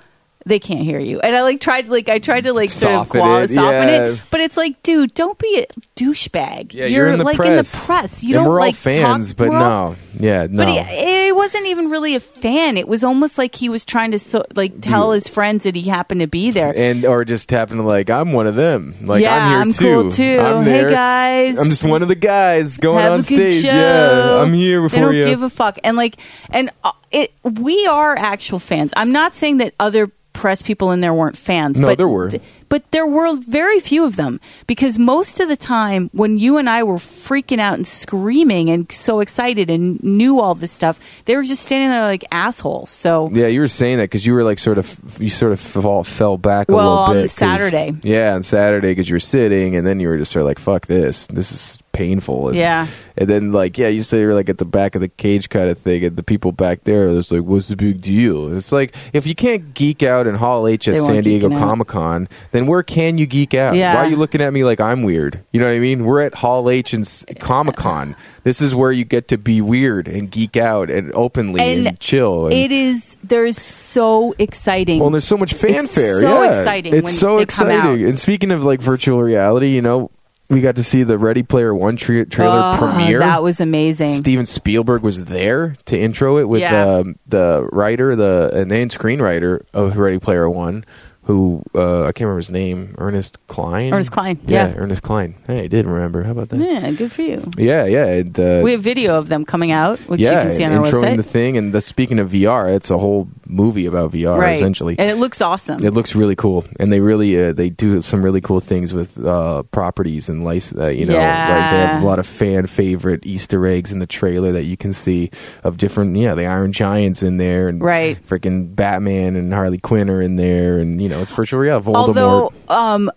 S1: they can't hear you and i like tried like i tried to like sort
S2: Soften
S1: of qual-
S2: it,
S1: soften
S2: yeah.
S1: it but it's like dude don't be a douchebag
S2: yeah, you're, in the
S1: like
S2: press.
S1: in the press you
S2: and
S1: don't
S2: we're all
S1: like
S2: fans,
S1: talk-
S2: but
S1: we're all-
S2: no, yeah, no.
S1: but he, it wasn't even really a fan it was almost like he was trying to so, like
S2: Mm.
S1: tell his friends that he happened to be there
S2: and or just happen to like I'm one of them. Like
S1: Yeah,
S2: I'm here
S1: I'm
S2: too.
S1: cool, too.
S2: I'm
S1: Hey,
S2: there.
S1: guys.
S2: I'm just one of the guys going
S1: Have
S2: on
S1: a good
S2: stage.
S1: show.
S2: Yeah, I'm here
S1: They
S2: before
S1: don't
S2: you.
S1: give a fuck. And like, and uh, it, we are actual fans. I'm not saying that other press people in there weren't fans.
S2: No,
S1: but
S2: there were.
S1: but there were very few of them because most of the time when you and I were freaking out and screaming and so excited and knew all this stuff, they were just standing there like assholes. So
S2: Yeah, you were saying that because you were like sort of you sort of fall, fell back a
S1: Well,
S2: little
S1: on
S2: bit.
S1: the
S2: 'cause-
S1: Saturday.
S2: Yeah, on Saturday because you were sitting, and then you were just sort of like, "Fuck this, this is painful." And,
S1: Yeah.
S2: and then like yeah, you say you're like at the back of the cage kind of thing, and the people back there are just like, "What's the big deal?" And it's like if you can't geek out and Hall H at
S1: They weren't
S2: San Diego
S1: geeking out.
S2: Comic Con, then where can you geek out?
S1: Yeah.
S2: Why are you looking at me like I'm weird? You know what I mean? We're at Hall H and Comic Con. This is where you get to be weird and geek out and openly and,
S1: And
S2: chill. And
S1: it is. There's so exciting.
S2: well, and there's so much fanfare.
S1: It's so
S2: yeah.
S1: exciting
S2: It's
S1: when
S2: so
S1: they come
S2: exciting.
S1: out.
S2: And speaking of like virtual reality, you know, we got to see the Ready Player One tra- trailer
S1: Oh,
S2: premiere.
S1: That was amazing.
S2: Steven Spielberg was there to intro it with
S1: Yeah.
S2: um, the writer, the and then screenwriter of Ready Player One, who uh, I can't remember his name, Ernest Klein.
S1: Ernest Cline, yeah.
S2: Ernest Klein. Hey, I did remember. How about that?
S1: yeah, good for you.
S2: Yeah, yeah. and, uh,
S1: We have video of them coming out, which
S2: yeah,
S1: you can see on our
S2: introing
S1: website.
S2: the thing, and the, speaking of VR, it's a whole movie about VR
S1: right.
S2: essentially.
S1: And it looks awesome.
S2: It looks really cool, and they really uh, they do some really cool things with uh, properties and license. Uh, you know, like they have a
S1: Yeah.
S2: lot of fan favorite Easter eggs in the trailer that you can see of different. Yeah, the Iron Giants in there, and
S1: Right.
S2: freaking Batman and Harley Quinn are in there, and you know it's for sure. Yeah, Voldemort.
S1: Although, um,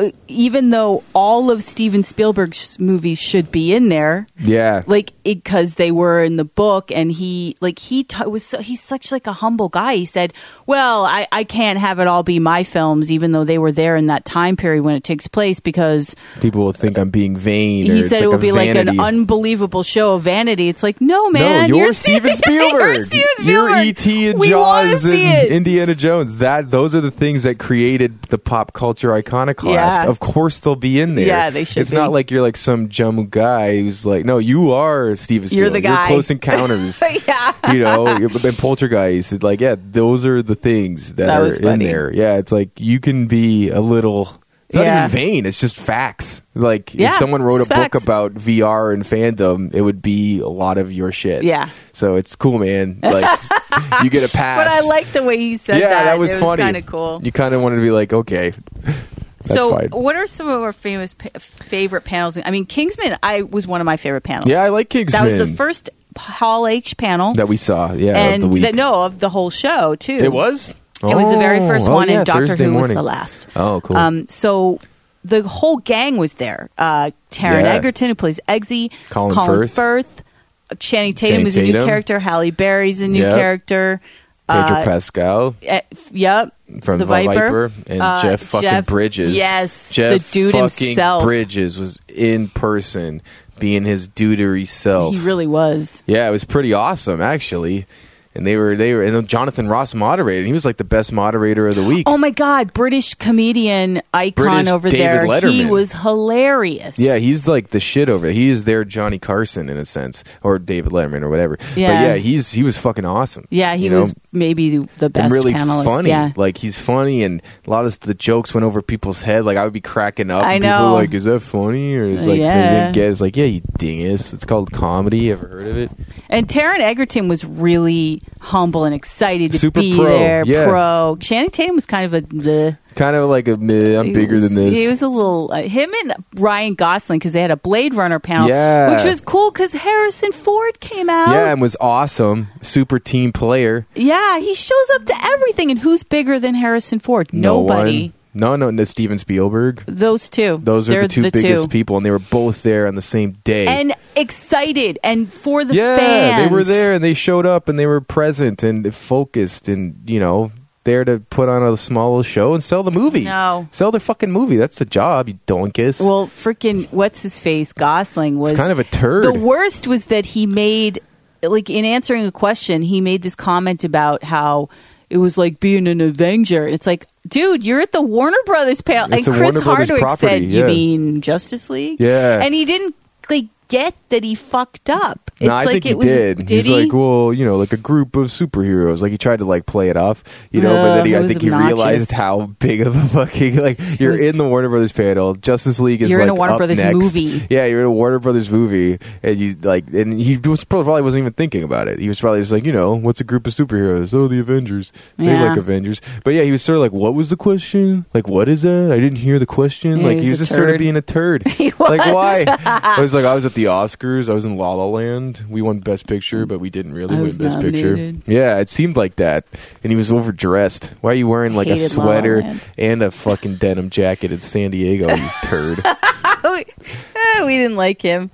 S1: uh, even though all of Steven Spielberg's movies should be in there,
S2: yeah,
S1: like because they were in the book, and he like he t- was so, he's such like a humble guy. He said, "Well, I I can't have it all be my films, even though they were there in that time period when it takes place, because
S2: people will think I'm being vain. or
S1: he
S2: it's
S1: said
S2: like
S1: it
S2: a
S1: would be like
S2: vanity.
S1: an unbelievable show of vanity. It's like, no, man,
S2: no, you're,
S1: Steven-
S2: Steven
S1: you're
S2: Spielberg.
S1: Steven
S2: You're
S1: Spielberg.
S2: E.T. and
S1: we wanna
S2: Jaws and
S1: see it.
S2: Indiana Jones. That those are the things that created the pop culture iconoclast.
S1: Yeah.
S2: Of course, they'll be in there.
S1: Yeah, they should
S2: It's not
S1: be.
S2: like you're like some jumbo guy who's like, no, you are Steven Spielberg.
S1: You're the guy.
S2: Close Encounters.
S1: yeah.
S2: you know, and Poltergeist. Like, yeah, those are the things that,
S1: That
S2: are
S1: was
S2: in
S1: funny.
S2: there. Yeah, it's like you can be a little. It's not
S1: Yeah.
S2: even vain. It's just facts. Like
S1: Yeah,
S2: if someone wrote a
S1: it's
S2: book
S1: facts.
S2: about VR and fandom, it would be a lot of your shit.
S1: Yeah.
S2: So it's cool, man. Like you get a pass.
S1: But I like the way he said
S2: yeah,
S1: that.
S2: that, was
S1: it
S2: funny.
S1: kind of cool.
S2: You kind of wanted to be like, okay, that's
S1: so,
S2: fine.
S1: what are some of our famous pa- favorite panels? I mean, Kingsman. I was one of my favorite panels.
S2: Yeah, I like
S1: That was the
S2: Kingsman.
S1: first Hall H panel,
S2: that we saw. Yeah, of
S1: and
S2: the week.
S1: that, no, of the whole show too.
S2: it was. Oh,
S1: It was the very first
S2: one,
S1: one, and Doctor Who was the last.
S2: Oh, cool.
S1: Um, so the whole gang was there. Uh, Taryn
S2: Yeah.
S1: Egerton, who plays Eggsy,
S2: Colin Firth.
S1: Channing Tatum
S2: Channing
S1: is a new
S2: Tatum.
S1: character, Halle Berry's a new
S2: Yep.
S1: character.
S2: Pedro
S1: uh,
S2: Pascal.
S1: eh, f- yep,
S2: from
S1: the
S2: the Viper, and
S1: Uh,
S2: Jeff fucking Bridges.
S1: Yes,
S2: Jeff
S1: the dude
S2: fucking
S1: himself.
S2: Bridges was in person being his dudery self.
S1: He really was.
S2: yeah, it was pretty awesome actually. and they were they were and then Jonathan Ross moderated. He was like the best moderator of the week.
S1: Oh my God, British comedian icon
S2: British
S1: over
S2: David
S1: there. He
S2: Letterman.
S1: was hilarious.
S2: Yeah, he's like the shit over there. He is their Johnny Carson in a sense, or David Letterman or whatever.
S1: Yeah.
S2: But yeah, he's he was fucking awesome.
S1: Yeah, he
S2: you know?
S1: was maybe the- the best
S2: and really
S1: panelist.
S2: funny.
S1: Yeah.
S2: Like he's funny, and a lot of the jokes went over people's head. Like I would be cracking up.
S1: I
S2: and
S1: know.
S2: People were like, is that funny? Or is like,
S1: Yeah.
S2: yeah. it's like, yeah, you dingus. It's called comedy. Ever heard of it?
S1: And Taryn Egerton was really humble and excited to
S2: Super
S1: be
S2: pro,
S1: there.
S2: yeah.
S1: Pro. Channing Tatum was kind of a the.
S2: Kind of like a meh, I'm bigger than this.
S1: He was a little uh, him and Ryan Gosling because they had a Blade Runner panel,
S2: Yeah.
S1: which was cool because Harrison Ford came out.
S2: yeah, and was awesome. Super team player.
S1: Yeah, he shows up to everything. And who's bigger than Harrison Ford?
S2: No
S1: Nobody.
S2: one- No, no, no. Steven Spielberg.
S1: Those two.
S2: Those are
S1: They're
S2: the two biggest people, and they were both there on the same day.
S1: And excited and for the
S2: yeah,
S1: fans.
S2: they were there and they showed up and they were present and focused and you know there to put on a small little show and sell the movie.
S1: No.
S2: sell their fucking movie. That's the job, you donkus.
S1: Well, freaking what's his face? Gosling was
S2: it's kind of a turd.
S1: The worst was that he made, like, in answering a question, he made this comment about how it was like being an Avenger. And it's like, dude, you're at the Warner Brothers panel.
S2: It's
S1: and
S2: a
S1: Chris
S2: Warner Brothers
S1: Hardwick
S2: property,
S1: said,
S2: yeah.
S1: you mean Justice League?
S2: Yeah.
S1: And he didn't, like, get that he fucked up.
S2: no, I
S1: like
S2: think
S1: it
S2: he
S1: was,
S2: did. He's
S1: he?
S2: like, well, you know, like a group of superheroes. Like he tried to like play it off, you know,
S1: Ugh,
S2: but then he,
S1: it
S2: I
S1: was
S2: think he
S1: obnoxious.
S2: realized how big of a fucking like you're
S1: was-
S2: in the Warner Brothers panel. Justice League is
S1: You're in
S2: like
S1: a Warner
S2: up
S1: Brothers
S2: next.
S1: movie.
S2: Yeah, you're in a Warner Brothers movie, and you like, and he was probably wasn't even thinking about it. He was probably just like, you know, what's a group of superheroes? Oh, the Avengers. They
S1: Yeah.
S2: like Avengers, but yeah, he was sort of like, what was the question? Like, what is that? I didn't hear the question.
S1: Yeah,
S2: like,
S1: he's
S2: he was
S1: a
S2: just sort
S1: turd.
S2: of being a turd.
S1: He
S2: Like,
S1: was.
S2: why? I was like, I was at the Oscars. I was in La La Land. We won Best Picture, but we didn't really
S1: I
S2: win
S1: was
S2: Best
S1: nominated.
S2: Picture. Yeah, it seemed like that. And he was overdressed. Why are you wearing like a
S1: Hated La La
S2: sweater
S1: Land.
S2: and a fucking denim jacket in San Diego? You turd.
S1: Eh, we didn't like him.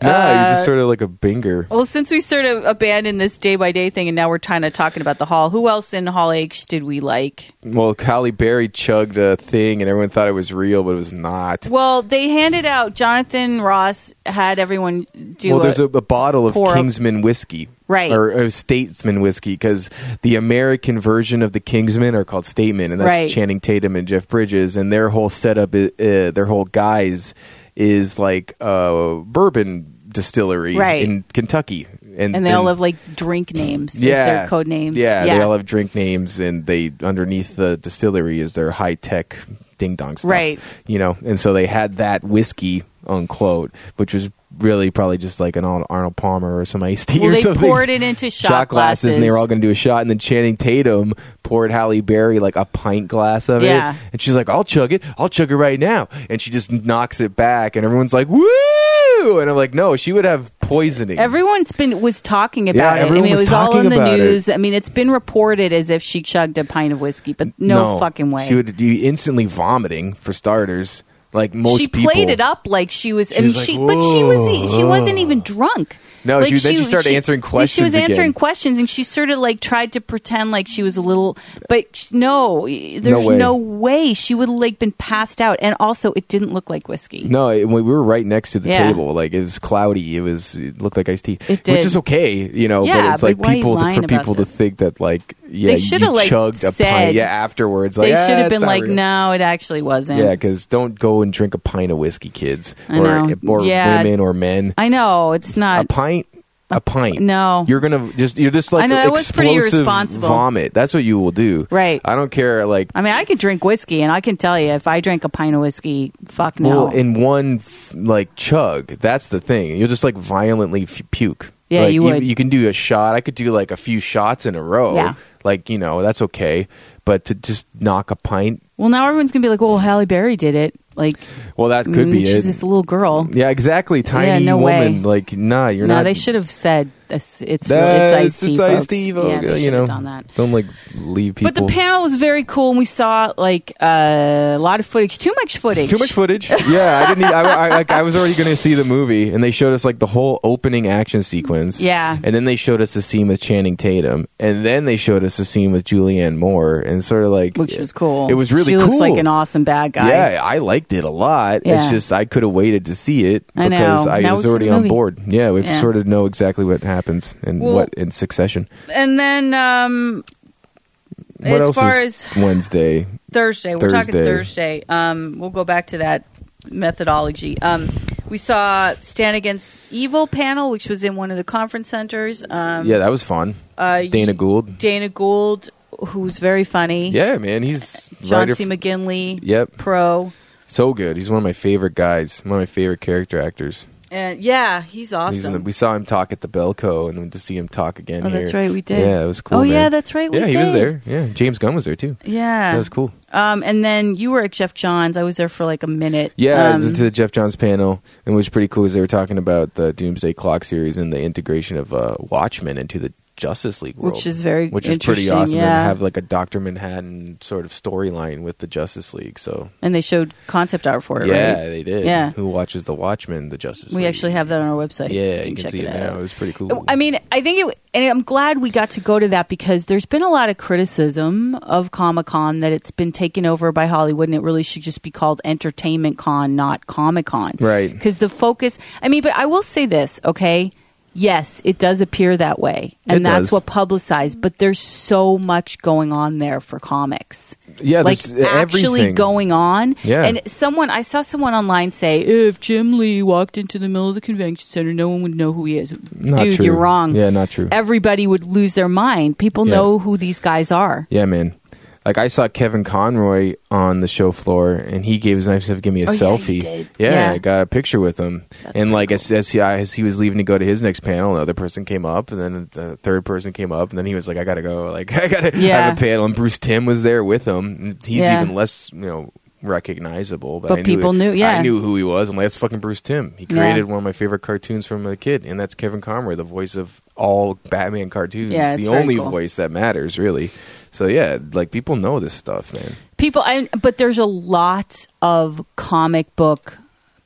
S2: No, he was
S1: Uh,
S2: just sort of like a binger.
S1: Well, since we sort of abandoned this day by day thing and now we're kind of talking about the hall, who else in Hall H did we like?
S2: Well, Halle Berry chugged a thing, and everyone thought it was real, but it was not.
S1: Well, they handed out. Jonathan Ross had everyone do.
S2: well, there's a,
S1: a,
S2: a bottle of
S1: pour up-
S2: Kingsman whiskey.
S1: Right.
S2: Or, or Statesman whiskey, because the American version of the Kingsman are called Stateman, and that's
S1: Right.
S2: Channing Tatum and Jeff Bridges, and their whole setup, i- uh, their whole guise is like a bourbon distillery
S1: Right.
S2: in Kentucky. And,
S1: and they all have like drink names. as
S2: yeah,
S1: their code names.
S2: Yeah, they all have drink names, and they underneath the distillery is their high tech ding dong stuff,
S1: Right.
S2: You know, and so they had that whiskey, unquote, which was really probably just like an Arnold Arnold Palmer or some iced tea
S1: well,
S2: or
S1: they
S2: something.
S1: poured it into shot,
S2: glasses, and they were all going to do a shot, and then Channing Tatum poured Halle Berry like a pint glass of
S1: Yeah.
S2: it, and she's like, "I'll chug it, I'll chug it right now," and she just knocks it back, and everyone's like, "Woo!" And I'm like, "No, she would have poisoning."
S1: Everyone's been was talking about it. I
S2: everyone
S1: mean, it
S2: was
S1: was all
S2: talking
S1: in the
S2: about it.
S1: news. I mean, it's been reported as if she chugged a pint of whiskey, but no, fucking way.
S2: She would be instantly vomiting for starters. Like most
S1: she
S2: people,
S1: played it up like she was, and
S2: was like,
S1: she, but she was, e, she wasn't even drunk.
S2: No,
S1: Like,
S2: she- then she started answering
S1: She was
S2: questions again.
S1: answering questions, and she sort of like tried to pretend like she was a little, but sh- no, y- there's no way,
S2: way.
S1: she would have like been passed out, and also it didn't look like whiskey.
S2: No, it, we were right next to the
S1: Yeah.
S2: table. Like it was cloudy. It was it looked like iced tea,
S1: It did.
S2: which is okay, you know.
S1: Yeah,
S2: but it's
S1: but
S2: like
S1: why are you
S2: people to,
S1: lying
S2: for
S1: about
S2: people
S1: this?
S2: to think that like yeah,
S1: shoulda,
S2: you
S1: like,
S2: chugged a
S1: said-
S2: pint. Yeah, afterwards, like
S1: they
S2: "Ah,
S1: should have
S2: it's
S1: been
S2: not
S1: like,
S2: real."
S1: no, it actually wasn't.
S2: Yeah, because don't go and drink a pint of whiskey, kids,
S1: I
S2: or
S1: know.
S2: or
S1: Yeah.
S2: women or men.
S1: I know it's
S2: a
S1: not.
S2: pint. A pint.
S1: no.
S2: you're gonna just you're just like
S1: I know, that was pretty
S2: explosive
S1: irresponsible.
S2: vomit. That's what you will do.
S1: Right.
S2: I don't care. Like
S1: I mean, I could drink whiskey, and I can tell you, if I drank a pint of whiskey, fuck no.
S2: Well, in one f- like chug, that's the thing. You'll just like violently f- puke.
S1: Yeah,
S2: Like,
S1: you would.
S2: You can do a shot. I could do like a few shots in a row.
S1: Yeah.
S2: Like you know that's okay, but to just knock a pint,
S1: well, now everyone's gonna be like, "Well, Halle Berry did it." Like,
S2: well, that could
S1: mm,
S2: be
S1: she's
S2: it.
S1: this little girl.
S2: yeah, exactly. Tiny
S1: no
S2: woman.
S1: way.
S2: Like nah, you're
S1: no,
S2: not.
S1: they should have said it's it's, really, it's
S2: That's-
S1: iced tea.
S2: it's
S1: folks.
S2: iced tea,
S1: yeah,
S2: folks.
S1: they
S2: you
S1: should
S2: know,
S1: have done that.
S2: don't like leave people.
S1: But the panel was very cool, and we saw like uh, a lot of footage. Too much footage.
S2: Too much footage. Yeah, I didn't. Need, I, I, like, I was already going to see the movie, and they showed us like the whole opening action sequence.
S1: Yeah.
S2: and then they showed us the scene with Channing Tatum, and then they showed us the scene with Julianne Moore, and sort of like
S1: which was cool.
S2: It was
S1: She
S2: really cool.
S1: looks like an awesome bad guy.
S2: yeah, I liked it a lot.
S1: Yeah.
S2: It's just I could have waited to see it
S1: I know.
S2: because I
S1: Now
S2: was
S1: we've seen
S2: already
S1: the
S2: on
S1: movie.
S2: board. Yeah, we
S1: Yeah.
S2: sort of know exactly what happens and
S1: Well-
S2: what in succession.
S1: And then um,
S2: What
S1: As
S2: else
S1: far
S2: is Wednesday?
S1: Thursday. We're talking
S2: Thursday.
S1: Thursday. Um, we'll go back to that methodology. Um, we saw Stand Against Evil panel, which was in one of the conference centers. Um,
S2: yeah, that was fun.
S1: uh,
S2: Dana Gould.
S1: Dana Gould, who's very funny.
S2: Yeah, man, he's
S1: John
S2: right
S1: C.
S2: af-
S1: McGinley.
S2: Yep.
S1: Pro.
S2: so good. He's one of my favorite guys. One of my favorite character actors.
S1: And yeah, he's awesome.
S2: He's in the, we saw him talk at the Belco, and to see him talk again.
S1: Oh,
S2: here.
S1: that's right, we did.
S2: Yeah, it was cool.
S1: Oh,
S2: man.
S1: yeah, that's right, we
S2: Yeah, he was
S1: did.
S2: there. Yeah, James Gunn was there too.
S1: yeah.
S2: That was cool.
S1: Um, and then you were at Jeff Johns. I was there for like a minute.
S2: Yeah,
S1: Um,
S2: to the Jeff Johns panel, and what was pretty cool is they were talking about the Doomsday Clock series and the integration of uh, Watchmen into the Justice League world,
S1: Which is very
S2: which is pretty
S1: interesting,
S2: awesome.
S1: yeah.
S2: And have like a Doctor Manhattan sort of storyline with the Justice League. So
S1: and they showed concept art for it.
S2: yeah,
S1: right?
S2: they did.
S1: Yeah.
S2: who watches the Watchmen? The Justice.
S1: we
S2: League.
S1: actually have that on our website.
S2: Yeah,
S1: can
S2: you can
S1: check
S2: see it,
S1: out.
S2: now. It was pretty cool.
S1: I mean, I think it, and I'm glad we got to go to that because there's been a lot of criticism of Comic Con that it's been taken over by Hollywood and it really should just be called Entertainment Con, not Comic Con.
S2: Right.
S1: Because the focus, I mean, but I will say this, okay? Yes, it does appear that way. And
S2: It
S1: that's
S2: does.
S1: what publicized, but there's so much going on there for comics.
S2: yeah,
S1: like
S2: there's uh,
S1: actually
S2: everything.
S1: going on.
S2: Yeah.
S1: And someone I saw someone online say, if Jim Lee walked into the middle of the convention center, no one would know who he is.
S2: Not
S1: Dude,
S2: true.
S1: you're wrong.
S2: Yeah, not true.
S1: Everybody would lose their mind. People
S2: Yeah.
S1: know who these guys are.
S2: Yeah, man. Like I saw Kevin Conroy on the show floor, and he gave his knife to give me a
S1: Oh, yeah,
S2: selfie.
S1: you did.
S2: Yeah,
S1: Yeah.
S2: I got a picture with him. and like as, as, he, as he was leaving to go to his next panel, another person came up, and then the third person came up, and then he was like, "I gotta go. Like I gotta
S1: Yeah.
S2: have a panel." And Bruce Tim was there with him. And he's
S1: Yeah.
S2: even less, you know. Recognizable, but,
S1: But
S2: I
S1: people knew, yeah.
S2: I knew who he was. I'm like, that's fucking Bruce Tim. He
S1: Yeah.
S2: created one of my favorite cartoons from a kid, and that's Kevin Conroy, the voice of all Batman cartoons.
S1: Yeah, it's
S2: the
S1: very
S2: only
S1: cool.
S2: voice that matters, really. So yeah, like people know this stuff, man.
S1: People I, but there's a lot of comic book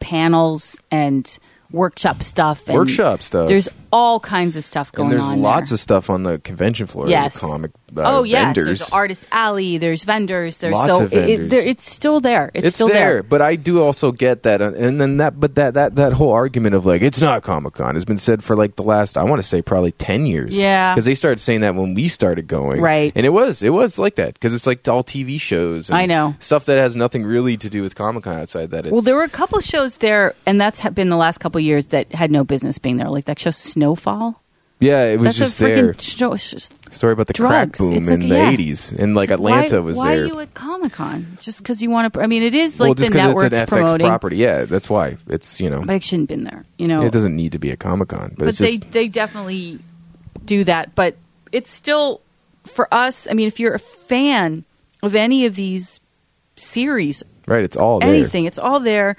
S1: panels and workshop stuff and
S2: Workshop stuff.
S1: There's all kinds of stuff going
S2: and there's
S1: on.
S2: lots
S1: there.
S2: of stuff on the convention floor.
S1: Yes.
S2: the comic. Uh,
S1: Oh yes,
S2: vendors.
S1: there's artist alley, there's vendors, there's
S2: Lots
S1: so
S2: of
S1: it- It,
S2: vendors.
S1: there, it's still there. It's,
S2: It's
S1: still
S2: there, but I do also get that, uh, and then that, but that that that whole argument of like it's not Comic Con has been said for like the last I want to say probably ten years,
S1: Yeah.
S2: because they started saying that when we started going,
S1: Right.
S2: and it was it was like that because it's like all TV shows, and
S1: I know.
S2: stuff that has nothing really to do with Comic Con outside that. It's,
S1: Well, there were a couple shows there, and that's ha- been the last couple years that had no business being there. Like that show Snowfall.
S2: yeah, it was
S1: That's
S2: just
S1: a freaking
S2: there.
S1: show. it's just-
S2: story about the
S1: Drugs.
S2: crack boom
S1: It's
S2: in
S1: like-
S2: the
S1: yeah.
S2: 80s and like atlanta
S1: why,
S2: was
S1: why
S2: there
S1: are you at Comic Con? Just because you want to? I mean, it is like
S2: well
S1: the
S2: just
S1: network's
S2: it's an fx
S1: promoting,
S2: property yeah that's why it's you know
S1: but it shouldn't been there. You know,
S2: it doesn't need to be a comic-con but,
S1: but
S2: it's just
S1: they they definitely do that. But it's still for us. I mean, if you're a fan of any of these series
S2: right it's all there
S1: anything. It's all there.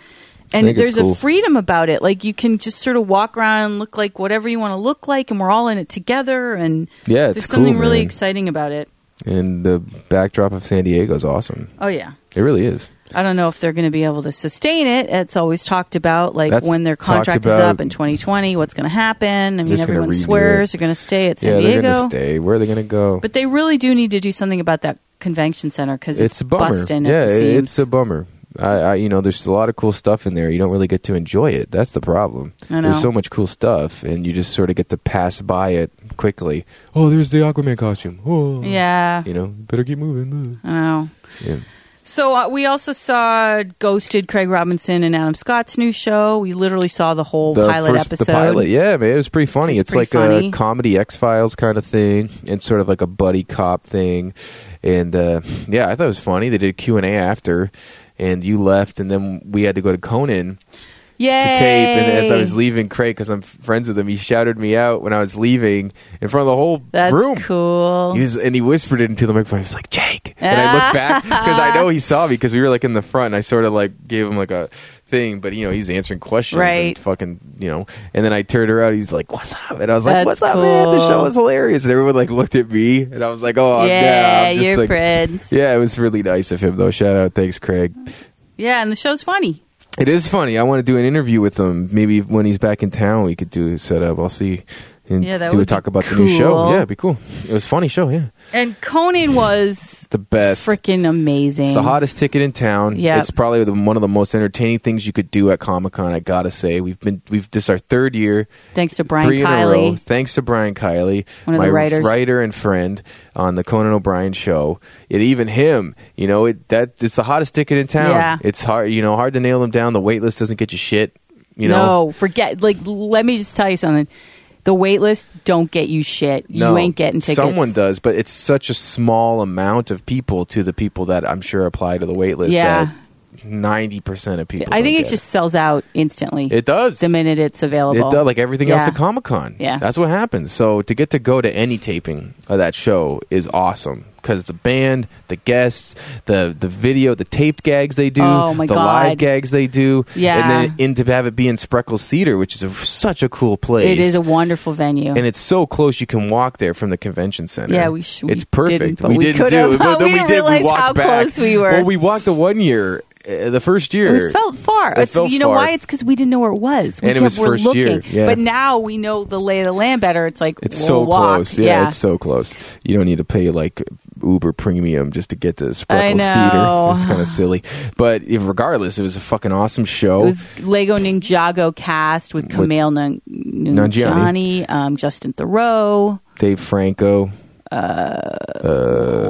S1: And
S2: think it's
S1: there's a
S2: cool.
S1: freedom about it. Like you can just sort of walk around and look like whatever you want to look like and we're all in it together and
S2: Yeah, it's
S1: there's something
S2: cool,
S1: really
S2: man.
S1: exciting about it.
S2: and the backdrop of san diego is awesome
S1: Oh yeah.
S2: it really is
S1: I don't know if they're going to be able to sustain it. It's always talked about like
S2: That's
S1: when their
S2: talked
S1: contract is
S2: about.
S1: up in 2020, what's going to happen? I mean,
S2: just gonna
S1: everyone
S2: redo
S1: swears
S2: it.
S1: they're going to stay at
S2: yeah
S1: San
S2: they're
S1: Diego.
S2: gonna stay where are they gonna go
S1: But they really do need to do something about that convention center cuz it's,
S2: it's a bummer
S1: busting
S2: yeah
S1: at the
S2: it-
S1: seams.
S2: it's a bummer I, I you know there's a lot of cool stuff in there you don't really get to enjoy it that's the problem
S1: I know.
S2: there's so much cool stuff and you just sort of get to pass by it quickly oh there's the aquaman costume oh
S1: yeah.
S2: you know better keep moving, move.
S1: I know.
S2: yeah
S1: So uh, we also saw Ghosted, Craig Robinson, and Adam Scott's new show. We literally saw the whole pilot episode.
S2: The pilot, yeah, man, it was pretty funny.
S1: It's
S2: It's,
S1: pretty
S2: like
S1: funny.
S2: a comedy X Files kind of thing, and sort of like a buddy cop thing. And uh, yeah, I thought it was funny. They did Q and A Q&A after, and you left, and then we had to go to Conan
S1: Yay!
S2: to tape. And as I was leaving, Craig, because I'm f- friends with him, he shouted me out when I was leaving in front of the whole
S1: That's
S2: room.
S1: cool.
S2: He was, and he whispered it into the microphone. He was like, "Jake," and I looked back because I know he saw me because we were like in the front. And I sort of like gave him like a thing, but you know he's answering questions,
S1: Right.
S2: And fucking, you know. And then I turned around. He's like, "What's up?" And I was like,
S1: That's
S2: "What's up, man?
S1: cool.
S2: The show was hilarious." And everyone like looked at me, and I was like, "Oh, I'm-
S1: yeah,
S2: yeah, I'm just,
S1: you're
S2: like-
S1: Prince. Yeah.
S2: Yeah, it was really nice of him though. Shout out, thanks, Craig.
S1: and the show's funny.
S2: It is funny. I want to do an interview with him. Maybe when he's back in town, we could do set up. I'll see and
S1: Yeah, that
S2: do a
S1: would be
S2: talk about the new show.
S1: cool.
S2: Yeah, it'd be cool. It was a funny show. Yeah,
S1: And Conan was
S2: the best.
S1: freaking amazing.
S2: It's the hottest ticket in town.
S1: Yep.
S2: it's probably the, one of the most entertaining things you could do at Comic Con. I gotta say, we've been we've this is our third year,
S1: Thanks to Brian
S2: three in a row.
S1: Kiley.
S2: Thanks to Brian Kiley,
S1: One of
S2: my
S1: the writers.
S2: writer and friend on the Conan O'Brien show, and even him. You know, it that it's the hottest ticket in town.
S1: Yeah.
S2: it's hard. You know, hard to nail them down. The wait list doesn't get you shit. You know,
S1: no, forget. Like, let me just tell you something. The wait list don't get you shit.
S2: No,
S1: you ain't getting tickets.
S2: Someone does, but it's such a small amount of people to the people that I'm sure apply to the wait list.
S1: Yeah.
S2: ninety percent of people.
S1: I
S2: don't
S1: think
S2: get
S1: it just sells out instantly
S2: It does.
S1: the minute it's available.
S2: It does, like everything else
S1: Yeah.
S2: at Comic Con.
S1: Yeah.
S2: that's what happens. So to get to go to any taping of that show is awesome because the band, the guests, the the video, the taped gags they do,
S1: Oh, my
S2: the
S1: God.
S2: live gags they do,
S1: Yeah.
S2: and then into have it be in Spreckles Theater, which is a, such a cool place.
S1: It is a wonderful venue.
S2: and it's so close you can walk there from the convention center.
S1: Yeah, we sh- we
S2: It's perfect.
S1: didn't, but
S2: we,
S1: we
S2: didn't
S1: could
S2: do
S1: have.
S2: it, but then
S1: We didn't
S2: we, did. We
S1: realize
S2: walked
S1: how
S2: back.
S1: close we were.
S2: Well, we walked the one year, uh, the first year.
S1: We felt far.
S2: It
S1: It's-
S2: felt
S1: you know
S2: far.
S1: why? It's because we didn't know where it was. We
S2: And it
S1: kept-
S2: was
S1: we're
S2: first
S1: looking.
S2: year, yeah.
S1: But now we know the lay of the land better. It's like
S2: It's
S1: we'll
S2: so
S1: walk.
S2: close. Yeah, it's so close. You don't need to pay like Uber premium just to get to Spreckles
S1: know.
S2: Theater. It's kind of silly. But if, regardless, it was a fucking awesome show.
S1: it was Lego Ninjago cast with Camille Nun-
S2: Nanjiani.
S1: Nanjiani, um, Justin Thoreau,
S2: Dave Franco, Uh,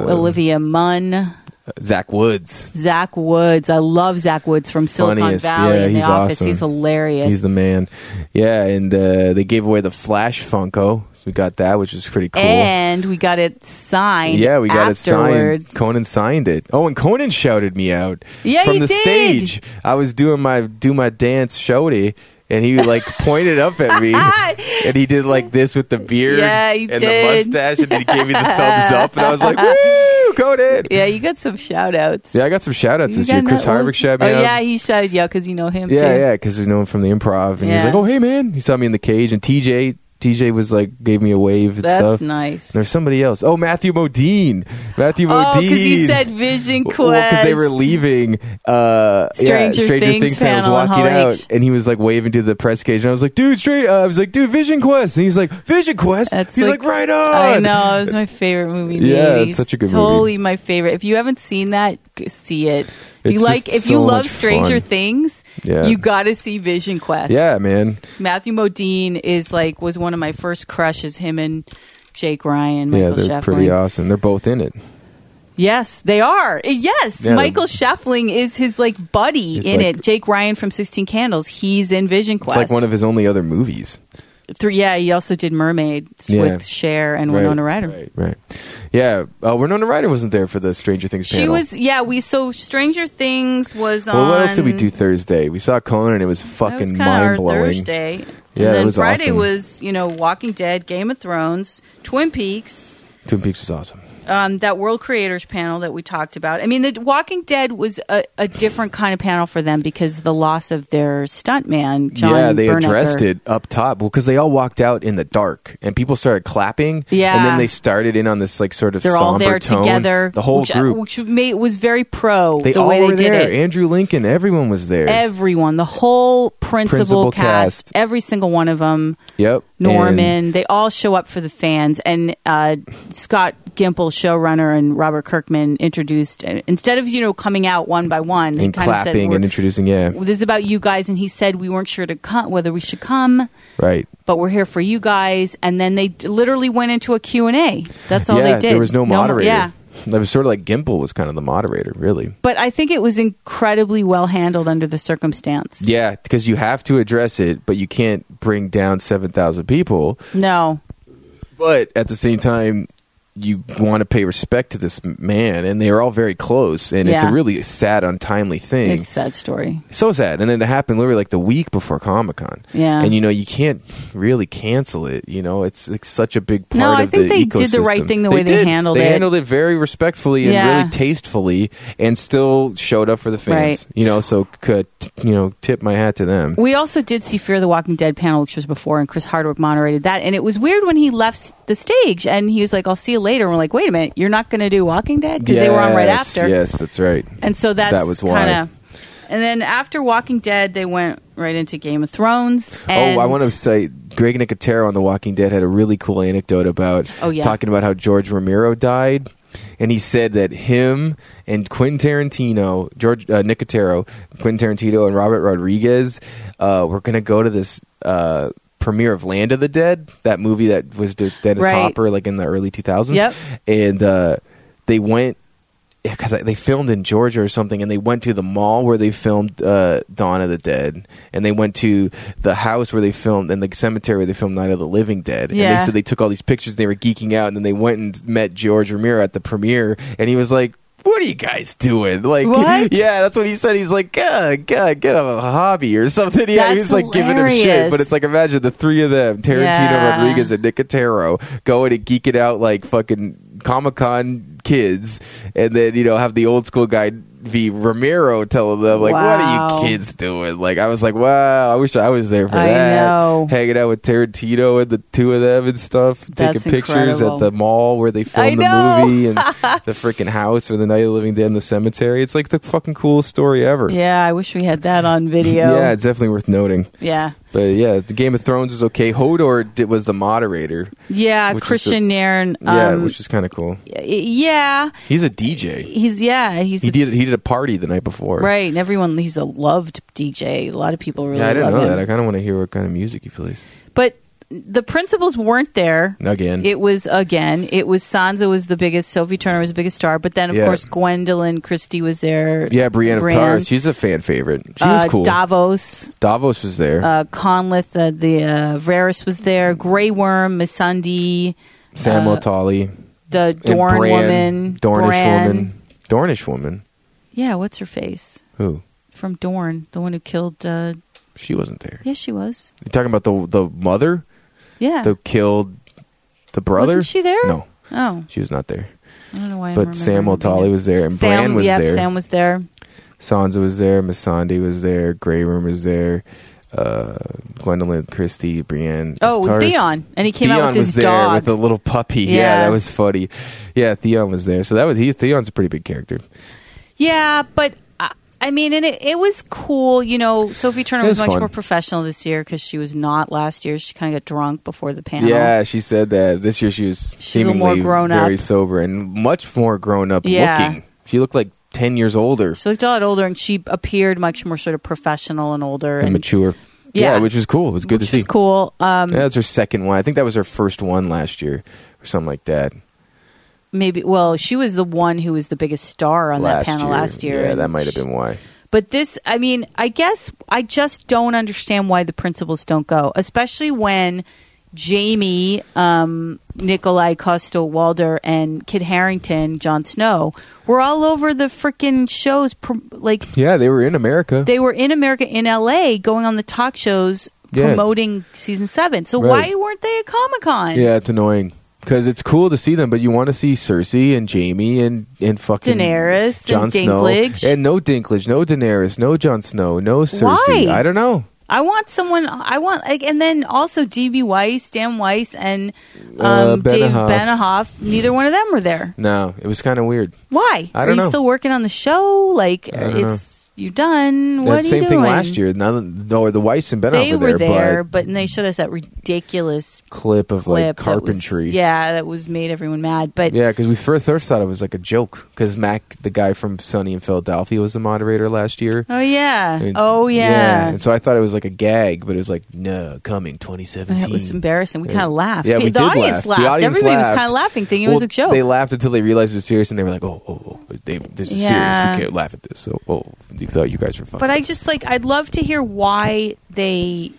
S1: Olivia Munn,
S2: Zach Woods.
S1: Zach Woods. I love Zach Woods from Silicon
S2: Funniest.
S1: Valley
S2: Yeah,
S1: in the
S2: he's
S1: office.
S2: awesome.
S1: He's hilarious.
S2: He's the man. Yeah, and uh, they gave away the Flash Funko. So we got that, which is pretty cool.
S1: And we got it signed.
S2: yeah, we got
S1: afterward.
S2: it signed. Conan signed it. Oh, and Conan shouted me out
S1: Yeah,
S2: from
S1: he
S2: the
S1: did.
S2: stage. I was doing my do my dance shouty, and he like pointed up at me, and he did like this with the beard
S1: Yeah, he did.
S2: and the mustache, and he gave me the thumbs up, and I was like, "Woo, Conan!"
S1: Yeah, you got some shout outs.
S2: Yeah, I got some shout outs
S1: You
S2: this year.
S1: got
S2: Chris
S1: that
S2: Harvick
S1: was-
S2: shouted
S1: Oh
S2: me out.
S1: yeah, he shouted yeah because you know him
S2: Yeah,
S1: too.
S2: yeah, because we know him from the improv, and he was
S1: Yeah.
S2: like, "Oh, hey, man!" He saw me in the cage, and TJ, TJ was like, gave me a wave and
S1: That's
S2: stuff.
S1: nice.
S2: There's somebody else. Oh, Matthew Modine. Matthew
S1: Oh,
S2: Modine.
S1: because you said Vision Quest.
S2: Well, they were leaving uh,
S1: Stranger
S2: yeah, Stranger
S1: Things
S2: Things fan was
S1: panel in
S2: walking
S1: Hall
S2: out,
S1: H.
S2: and he was like waving to the press cage, and I was like, "Dude, straight." Uh, I was like, "Dude, Vision Quest," and he's like, "Vision Quest."
S1: That's
S2: he's like,
S1: like-
S2: "Right on."
S1: I know it was my favorite movie. In the
S2: Yeah,
S1: 80s.
S2: it's such a good
S1: totally
S2: movie.
S1: my favorite. If you haven't seen that, g- see it. If
S2: It's
S1: you like,
S2: just
S1: if you
S2: so
S1: love
S2: much
S1: Stranger
S2: fun.
S1: Things,
S2: Yeah.
S1: you got to see Vision Quest.
S2: Yeah, man.
S1: Matthew Modine is like was one of my first crushes. Him and Jake Ryan, Michael
S2: yeah, they're
S1: Shefflin.
S2: pretty awesome. They're both in it.
S1: Yes, they are. Eh, Yes,
S2: Yeah,
S1: Michael
S2: the-
S1: Sheffling is his like buddy
S2: He's
S1: in
S2: like-
S1: it. Jake Ryan from Sixteen Candles. He's in Vision
S2: It's
S1: Quest.
S2: like one of his only other movies.
S1: three. Yeah, he also did Mermaids
S2: Yeah.
S1: with Cher and
S2: Right,
S1: Winona Ryder.
S2: Right. right. Yeah. Uh, Winona Ryder wasn't there for the Stranger Things
S1: She
S2: panel.
S1: was. Yeah, we. So Stranger Things was on.
S2: Well, what else did we do Thursday? We saw Conan. and It was
S1: That was
S2: fucking
S1: kind of our
S2: mind blowing.
S1: Thursday. And
S2: Yeah, it
S1: then
S2: was
S1: Friday
S2: awesome.
S1: was you know Walking Dead, Game of Thrones, Twin Peaks.
S2: Twin Peaks was awesome.
S1: um, that World Creators panel that we talked about. I mean, the Walking Dead was a, a different kind of panel for them because the loss of their stuntman, John.
S2: yeah, they
S1: Bernecker.
S2: addressed it up top. Well, because they all walked out in the dark, and people started clapping.
S1: Yeah.
S2: and then they started in on this like sort of
S1: They're
S2: somber
S1: all there
S2: tone.
S1: together.
S2: The whole
S1: which, uh,
S2: group.
S1: which made, was very pro
S2: they
S1: the
S2: all
S1: way
S2: were
S1: they did
S2: there.
S1: it.
S2: Andrew Lincoln, everyone was there.
S1: Everyone, the whole principal,
S2: Principal cast.
S1: every single one of them,
S2: yep,
S1: Norman,
S2: And
S1: they all show up for the fans. And uh, Scott Gimple, showrunner, and Robert Kirkman introduced uh, instead of you know coming out one by one they
S2: and
S1: kind of said,
S2: clapping
S1: "We're-
S2: and introducing, yeah,
S1: well, this is about you guys and he said we weren't sure to come whether we should come
S2: right.
S1: but we're here for you guys and then they d- literally went into a q&a that's all
S2: yeah,
S1: they did
S2: there was no moderator.
S1: yeah
S2: It was sort of like Gimple was kind of the moderator, really.
S1: but i think it was incredibly well handled under the circumstance
S2: Yeah, because you have to address it, but you can't bring down seven thousand people.
S1: no
S2: But at the same time, you want to pay respect to this man, and they are all very close, and it's a
S1: Yeah.
S2: really sad, untimely thing.
S1: it's a sad story
S2: so sad, and then it happened literally like the week before Comic Con.
S1: Yeah.
S2: and you know you can't really cancel it. You know, it's, it's such a big part.
S1: No, I
S2: of
S1: think
S2: the
S1: they did the right
S2: ecosystem.
S1: thing the way they
S2: did.
S1: handled
S2: They
S1: it.
S2: handled it very respectfully and
S1: Yeah.
S2: really tastefully, and still showed up for the fans.
S1: Right.
S2: You know, so could you know tip my hat to them.
S1: we also did see Fear the Walking Dead panel, which was before, and Chris Hardwick moderated that. And it was weird when he left s- the stage and he was like, I'll see you later. And we're like, wait a minute, you're not going to do Walking Dead? Because they were on right
S2: Yes,
S1: after.
S2: Yes, that's right.
S1: And so that's
S2: That was why.
S1: kind of And then after Walking Dead, they went right into Game of Thrones. And
S2: oh, I want to say Greg Nicotero on The Walking Dead had a really cool anecdote about
S1: Oh, yeah.
S2: talking about how George Romero died. And he said that him and Quentin Tarantino, George uh, Nicotero, Quentin Tarantino, and Robert Rodriguez uh, were going to go to this uh, premiere of Land of the Dead, that movie that was with Dennis
S1: Right.
S2: Hopper, like in the early 2000s.
S1: Yep.
S2: And uh, they went because they filmed in Georgia or something, and they went to the mall where they filmed uh, Dawn of the Dead, and they went to the house where they filmed and the cemetery where they filmed Night of the Living Dead. And they
S1: Yeah.
S2: said they took all these pictures, and they were geeking out, and then they went and met George Romero at the premiere, and he was like. What are you guys doing? Like,
S1: What?
S2: yeah, that's what he said. He's like, God, God, get a hobby or something. Yeah, he was
S1: That's
S2: like giving him shit.
S1: hilarious.
S2: But it's like, imagine the three of them, Tarantino,
S1: Yeah.
S2: Rodriguez, and Nicotero, going and geek it out like fucking Comic Con kids, and then you know have the old school guy V Ramiro telling them like,
S1: Wow.
S2: "What are you kids doing?" Like, I was like, "Wow, I wish I was there for
S1: I
S2: that."
S1: know.
S2: Hanging out with Tarantino and the two of them and stuff,
S1: That's
S2: taking pictures
S1: incredible.
S2: at the mall where they
S1: I
S2: filmed the
S1: know.
S2: movie and the freaking house for the Night of the Living Dead and the cemetery. It's like the fucking coolest story ever.
S1: yeah, I wish we had that on video.
S2: Yeah, it's definitely worth noting.
S1: yeah.
S2: But yeah, the Game of Thrones is okay. Hodor did, was the moderator.
S1: Yeah,
S2: Which is
S1: Christian Nairn. Um,
S2: Yeah, which is kind of cool.
S1: y- yeah,
S2: He's a DJ.
S1: he's yeah, he's
S2: He
S1: a-
S2: did he did a party the night before.
S1: right. And everyone, he's a loved DJ. A lot of people really
S2: Yeah, I didn't
S1: love
S2: know
S1: him.
S2: that. I kind of want to hear what kind of music he plays.
S1: but the principals weren't there.
S2: Again,
S1: It was again. It was Sansa was the biggest. Sophie Turner was the biggest star. But then, of
S2: Yeah.
S1: course, Gwendolyn Christie was there.
S2: yeah, Brienne of
S1: Bran,
S2: Tarth. She's a fan favorite. She was
S1: uh,
S2: cool.
S1: Davos,
S2: Davos was there.
S1: uh, Conleth, uh, the uh, Varys was there. Grey Worm, Missandei,
S2: Sam
S1: uh,
S2: O'Tolly,
S1: the
S2: and
S1: Dorn
S2: Bran,
S1: woman,
S2: Dornish
S1: Bran.
S2: woman, Dornish woman.
S1: Yeah, what's her face
S2: Who?
S1: from Dorn? The one who killed. Uh,
S2: She wasn't there.
S1: yes, she was.
S2: You're talking about the the mother
S1: Yeah.
S2: who killed the brother.
S1: Wasn't she there?
S2: No,
S1: oh,
S2: she was not there.
S1: I don't know why. I'm
S2: But Sam
S1: remembering her being
S2: O'Tolly
S1: there.
S2: was there, and
S1: Sam,
S2: Bran was
S1: yep,
S2: there.
S1: Sam was there.
S2: Sansa was there, Missandei was there, Grey Room was there, uh, Gwendolyn Christie, Brienne.
S1: Oh,
S2: of Tarth.
S1: Theon, and he came
S2: Theon
S1: out with his
S2: was there
S1: dog.
S2: with a little puppy. Yeah.
S1: Yeah.
S2: that was funny. Yeah, Theon was there. So that was he. Theon's a pretty big character.
S1: Yeah, but I, I mean, and it, it was cool. You know, Sophie Turner
S2: It
S1: was,
S2: was
S1: much
S2: fun.
S1: more professional this year because she was not last year. She kind of got drunk before the panel.
S2: Yeah, she said that this year she was
S1: She's a little more
S2: seemingly
S1: grown up.
S2: very sober and much more grown up
S1: Yeah.
S2: looking. She looked like ten years older
S1: She looked a lot older, and she appeared much more sort of professional and older,
S2: and
S1: and,
S2: mature.
S1: Yeah.
S2: which was cool. It was good
S1: which
S2: to see.
S1: was cool. Um,
S2: Yeah, that's her second one. I think that was her first one last year or something like that.
S1: Maybe well, she was the one who was the biggest star on that panel last year.
S2: Yeah,
S1: and
S2: that might have
S1: she-
S2: been why.
S1: But this, I mean, I guess I just don't understand why the principals don't go, especially when Jamie, um, Nikolai Costo Walder, and Kid Harrington, Jon Snow, were all over the freaking shows. pr- Like
S2: Yeah, they were in America.
S1: they were in America, in LA, going on the talk shows
S2: Yeah.
S1: promoting season seven. So
S2: Right.
S1: why weren't they at Comic Con?
S2: yeah, it's annoying because it's cool to see them, but you want to see Cersei and Jamie and and fucking
S1: Daenerys
S2: Jon
S1: and
S2: Snow
S1: Dinklage.
S2: and no Dinklage, no Daenerys, no Jon Snow, no
S1: Why?
S2: Cersei. I don't know.
S1: I want someone. I want like, and then also DB Weiss, Dan Weiss, and um,
S2: Uh,
S1: Dave
S2: Benioff.
S1: Benahoff. Neither one of them were there.
S2: No, it was kind of weird.
S1: Why?
S2: I don't
S1: Are you
S2: know.
S1: still working on the show? Like
S2: don't
S1: it's you're done.
S2: that
S1: What are
S2: same
S1: you
S2: thing
S1: doing?
S2: last year. None, no, or the Weiss and Benoff
S1: They
S2: were there, but
S1: but, and they showed us that ridiculous
S2: clip of
S1: clip. that
S2: like
S1: was-
S2: carpentry.
S1: yeah, that was made everyone mad. But
S2: Yeah, because we first, first thought it was like a joke because Mac, the guy from Sunny in Philadelphia, was the moderator last year.
S1: oh yeah,
S2: And-
S1: oh yeah.
S2: And so I thought it was like a gag, but it was like, no, coming 2017.
S1: That was embarrassing. We
S2: Yeah.
S1: kind of laughed.
S2: Yeah, we
S1: the
S2: did laugh.
S1: audience
S2: The
S1: laughed.
S2: audience
S1: Everybody
S2: laughed.
S1: was kind of laughing, thinking it
S2: Well,
S1: was a joke.
S2: They laughed until they realized it was serious, and they were like, "Oh, oh, oh they, this is
S1: Yeah.
S2: serious. We can't laugh at this." So, oh, they thought you guys were fun.
S1: But I just like I'd love to hear why they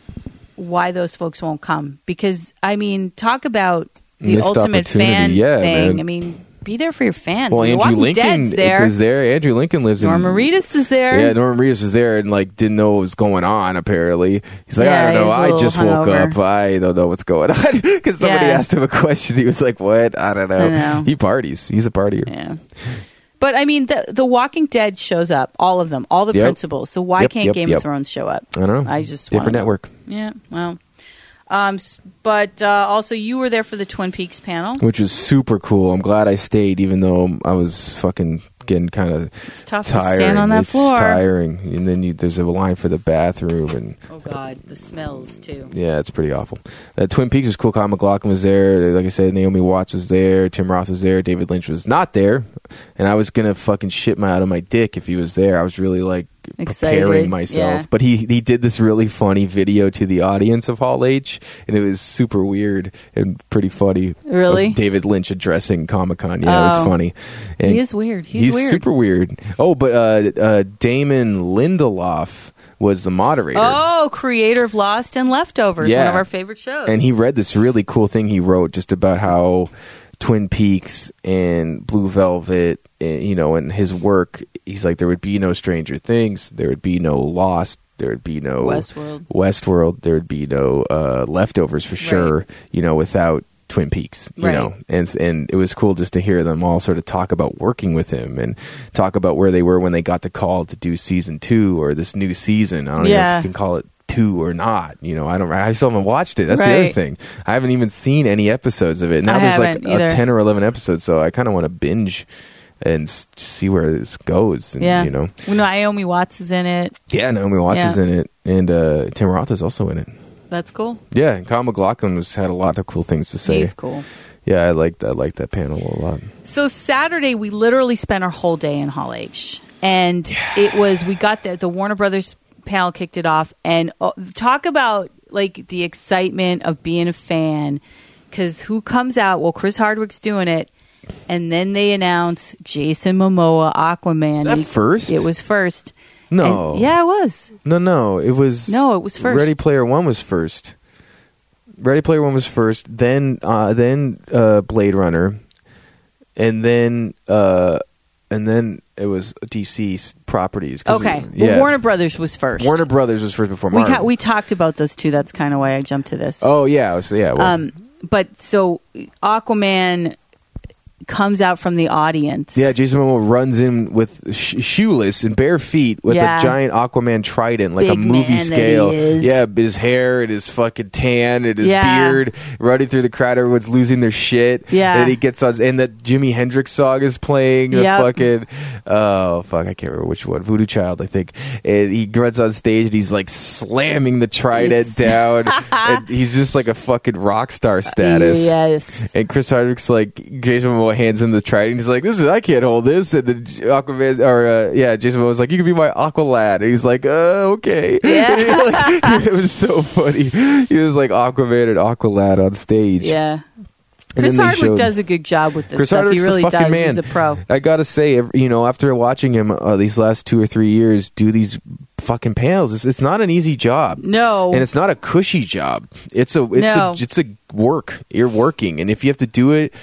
S1: why those folks won't come because I mean talk about the
S2: Missed
S1: ultimate fan
S2: opportunity. Yeah,
S1: thing.
S2: man.
S1: I mean be there for your fans.
S2: well,
S1: I mean,
S2: Andrew
S1: Walking
S2: Lincoln
S1: Dead's there.
S2: is there. Andrew Lincoln lives
S1: Norma
S2: in
S1: Reedus is there.
S2: Yeah, Norman Reedus was there and like didn't know what was going on. Apparently, he's like,
S1: Yeah,
S2: I don't
S1: he
S2: know.
S1: was a
S2: I
S1: little
S2: just woke
S1: hungover.
S2: up. I don't know what's going on because somebody
S1: Yeah.
S2: asked him a question. He was like, "What? I don't know."
S1: I know.
S2: He parties. He's a partier.
S1: Yeah. But I mean the the Walking Dead shows up, all of them, all the
S2: Yep.
S1: principals. So why
S2: Yep,
S1: can't
S2: yep,
S1: Game
S2: yep.
S1: of Thrones show up?
S2: I don't know.
S1: I just
S2: different
S1: wanna-
S2: network,
S1: Yeah, well. Um s- but uh, also you were there for the Twin Peaks panel.
S2: which is super cool. I'm glad I stayed, even though I was fucking getting kind of
S1: It's tough to
S2: tiring.
S1: stand on that
S2: it's
S1: floor.
S2: tiring, and then you, there's a line for the bathroom, and
S1: Oh God, the smells too.
S2: yeah, it's pretty awful. Uh, Twin Peaks was cool. Kyle McLaughlin was there. Like I said, Naomi Watts was there. Tim Roth was there. David Lynch was not there, and I was gonna fucking shit my out of my dick if he was there. I was really like
S1: Excited,
S2: preparing myself,
S1: yeah.
S2: but he he did this really funny video to the audience of Hall H, and it was super weird and pretty funny.
S1: Really?
S2: Of David Lynch addressing Comic Con. Yeah, it was
S1: Oh.
S2: funny. And
S1: he is weird. He's, weird.
S2: super weird. Oh, but uh, uh, Damon Lindelof was the moderator.
S1: Oh, creator of Lost and Leftovers, one
S2: Yeah.
S1: of our favorite shows.
S2: And he read this really cool thing he wrote just about how Twin Peaks and Blue Velvet, eh, you know, and his work. He's like, there would be no Stranger Things, there would be no Lost, there would be no
S1: Westworld.
S2: Westworld, there would be no uh, leftovers for sure. You know, without. Twin Peaks, you
S1: Right.
S2: know, and and it was cool just to hear them all sort of talk about working with him and talk about where they were when they got the call to do season two or this new season. I don't know
S1: Yeah.
S2: if you can call it two or not. You know, I don't. I still haven't watched it. That's the other
S1: Right.
S2: thing. I haven't even seen any episodes of it. Now
S1: I
S2: there's like
S1: haven't either.
S2: a ten or eleven episodes, so I kind of want to binge and s- see where this goes. And,
S1: yeah,
S2: you know,
S1: Well, Naomi Watts is in it.
S2: yeah. Naomi Watts
S1: Yeah.
S2: is in it, and uh, Tim Roth is also in it.
S1: That's cool.
S2: Yeah, and Kyle McLaughlin was had a lot of cool things to say.
S1: He's cool.
S2: Yeah, I liked I liked that panel a lot.
S1: So Saturday, we literally spent our whole day in Hall H, and it was we got there. The Warner Brothers panel kicked it off, and uh, talk about like the excitement of being a fan, because who comes out? Well, Chris Hardwick's doing it, and then they announce Jason Momoa Aquaman.
S2: that
S1: He-
S2: first?
S1: It was first.
S2: No.
S1: And- yeah, it was.
S2: No, no, it was
S1: No, it was first.
S2: Ready Player One was first. Ready Player One was first. Then, uh, then uh, Blade Runner, and then uh, and then it was DC's properties. 'cause
S1: Okay,
S2: it-
S1: well,
S2: yeah.
S1: Warner Brothers was first.
S2: Warner Brothers was first before
S1: we
S2: Marvel.
S1: ca- we talked about those two. That's kind of why I jumped to this.
S2: oh yeah, so, yeah. Well,
S1: Um, but so Aquaman comes out from the audience.
S2: yeah, Jason Momoa runs in with sh- shoeless and bare feet with
S1: Yeah.
S2: a giant Aquaman trident, like a
S1: Big
S2: movie
S1: man that
S2: scale.
S1: he is.
S2: Yeah, his hair, it is fucking tan, it is
S1: Yeah.
S2: beard, running through the crowd. Everyone's losing their shit.
S1: Yeah.
S2: and he gets on, and that Jimi Hendrix song is playing. The
S1: Yep.
S2: fucking oh fuck, I can't remember which one. Voodoo Child, I think. And he runs on stage and he's like slamming the trident
S1: It's- Uh,
S2: down, and he's just like a fucking rock star status.
S1: Yes.
S2: And Chris Hardwick's like Jason Momoa hands him the trident. He's like, "This is I can't hold this." And then J- Aquaman or uh, yeah, Jason Momoa's like, "You can be my Aqua Lad." And he's like, "Uh, okay."
S1: Yeah.
S2: And he, like- it was so funny. He was like Aquaman and Aqua Lad on stage.
S1: Yeah.
S2: And
S1: Chris
S2: then they
S1: Hardwick
S2: showed-
S1: does a good job with this
S2: Chris
S1: stuff.
S2: Hardwick's
S1: he really
S2: the
S1: does.
S2: fucking man.
S1: He's a pro.
S2: I gotta say, ev- you know, after watching him uh, these last two or three years do these fucking panels, it's, it's not an easy job.
S1: No.
S2: and it's not a cushy job. It's a it's
S1: No.
S2: a it's a work. You're working, and if you have to do it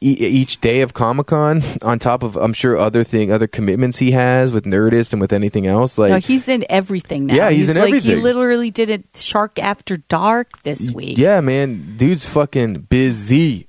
S2: e- each day of Comic Con, on top of I'm sure other thing, other commitments he has with Nerdist and with anything else, like
S1: no, he's in everything now.
S2: Yeah, he's in
S1: like, He
S2: everything.
S1: literally did it Shark After Dark this week.
S2: Yeah, man, dude's fucking busy.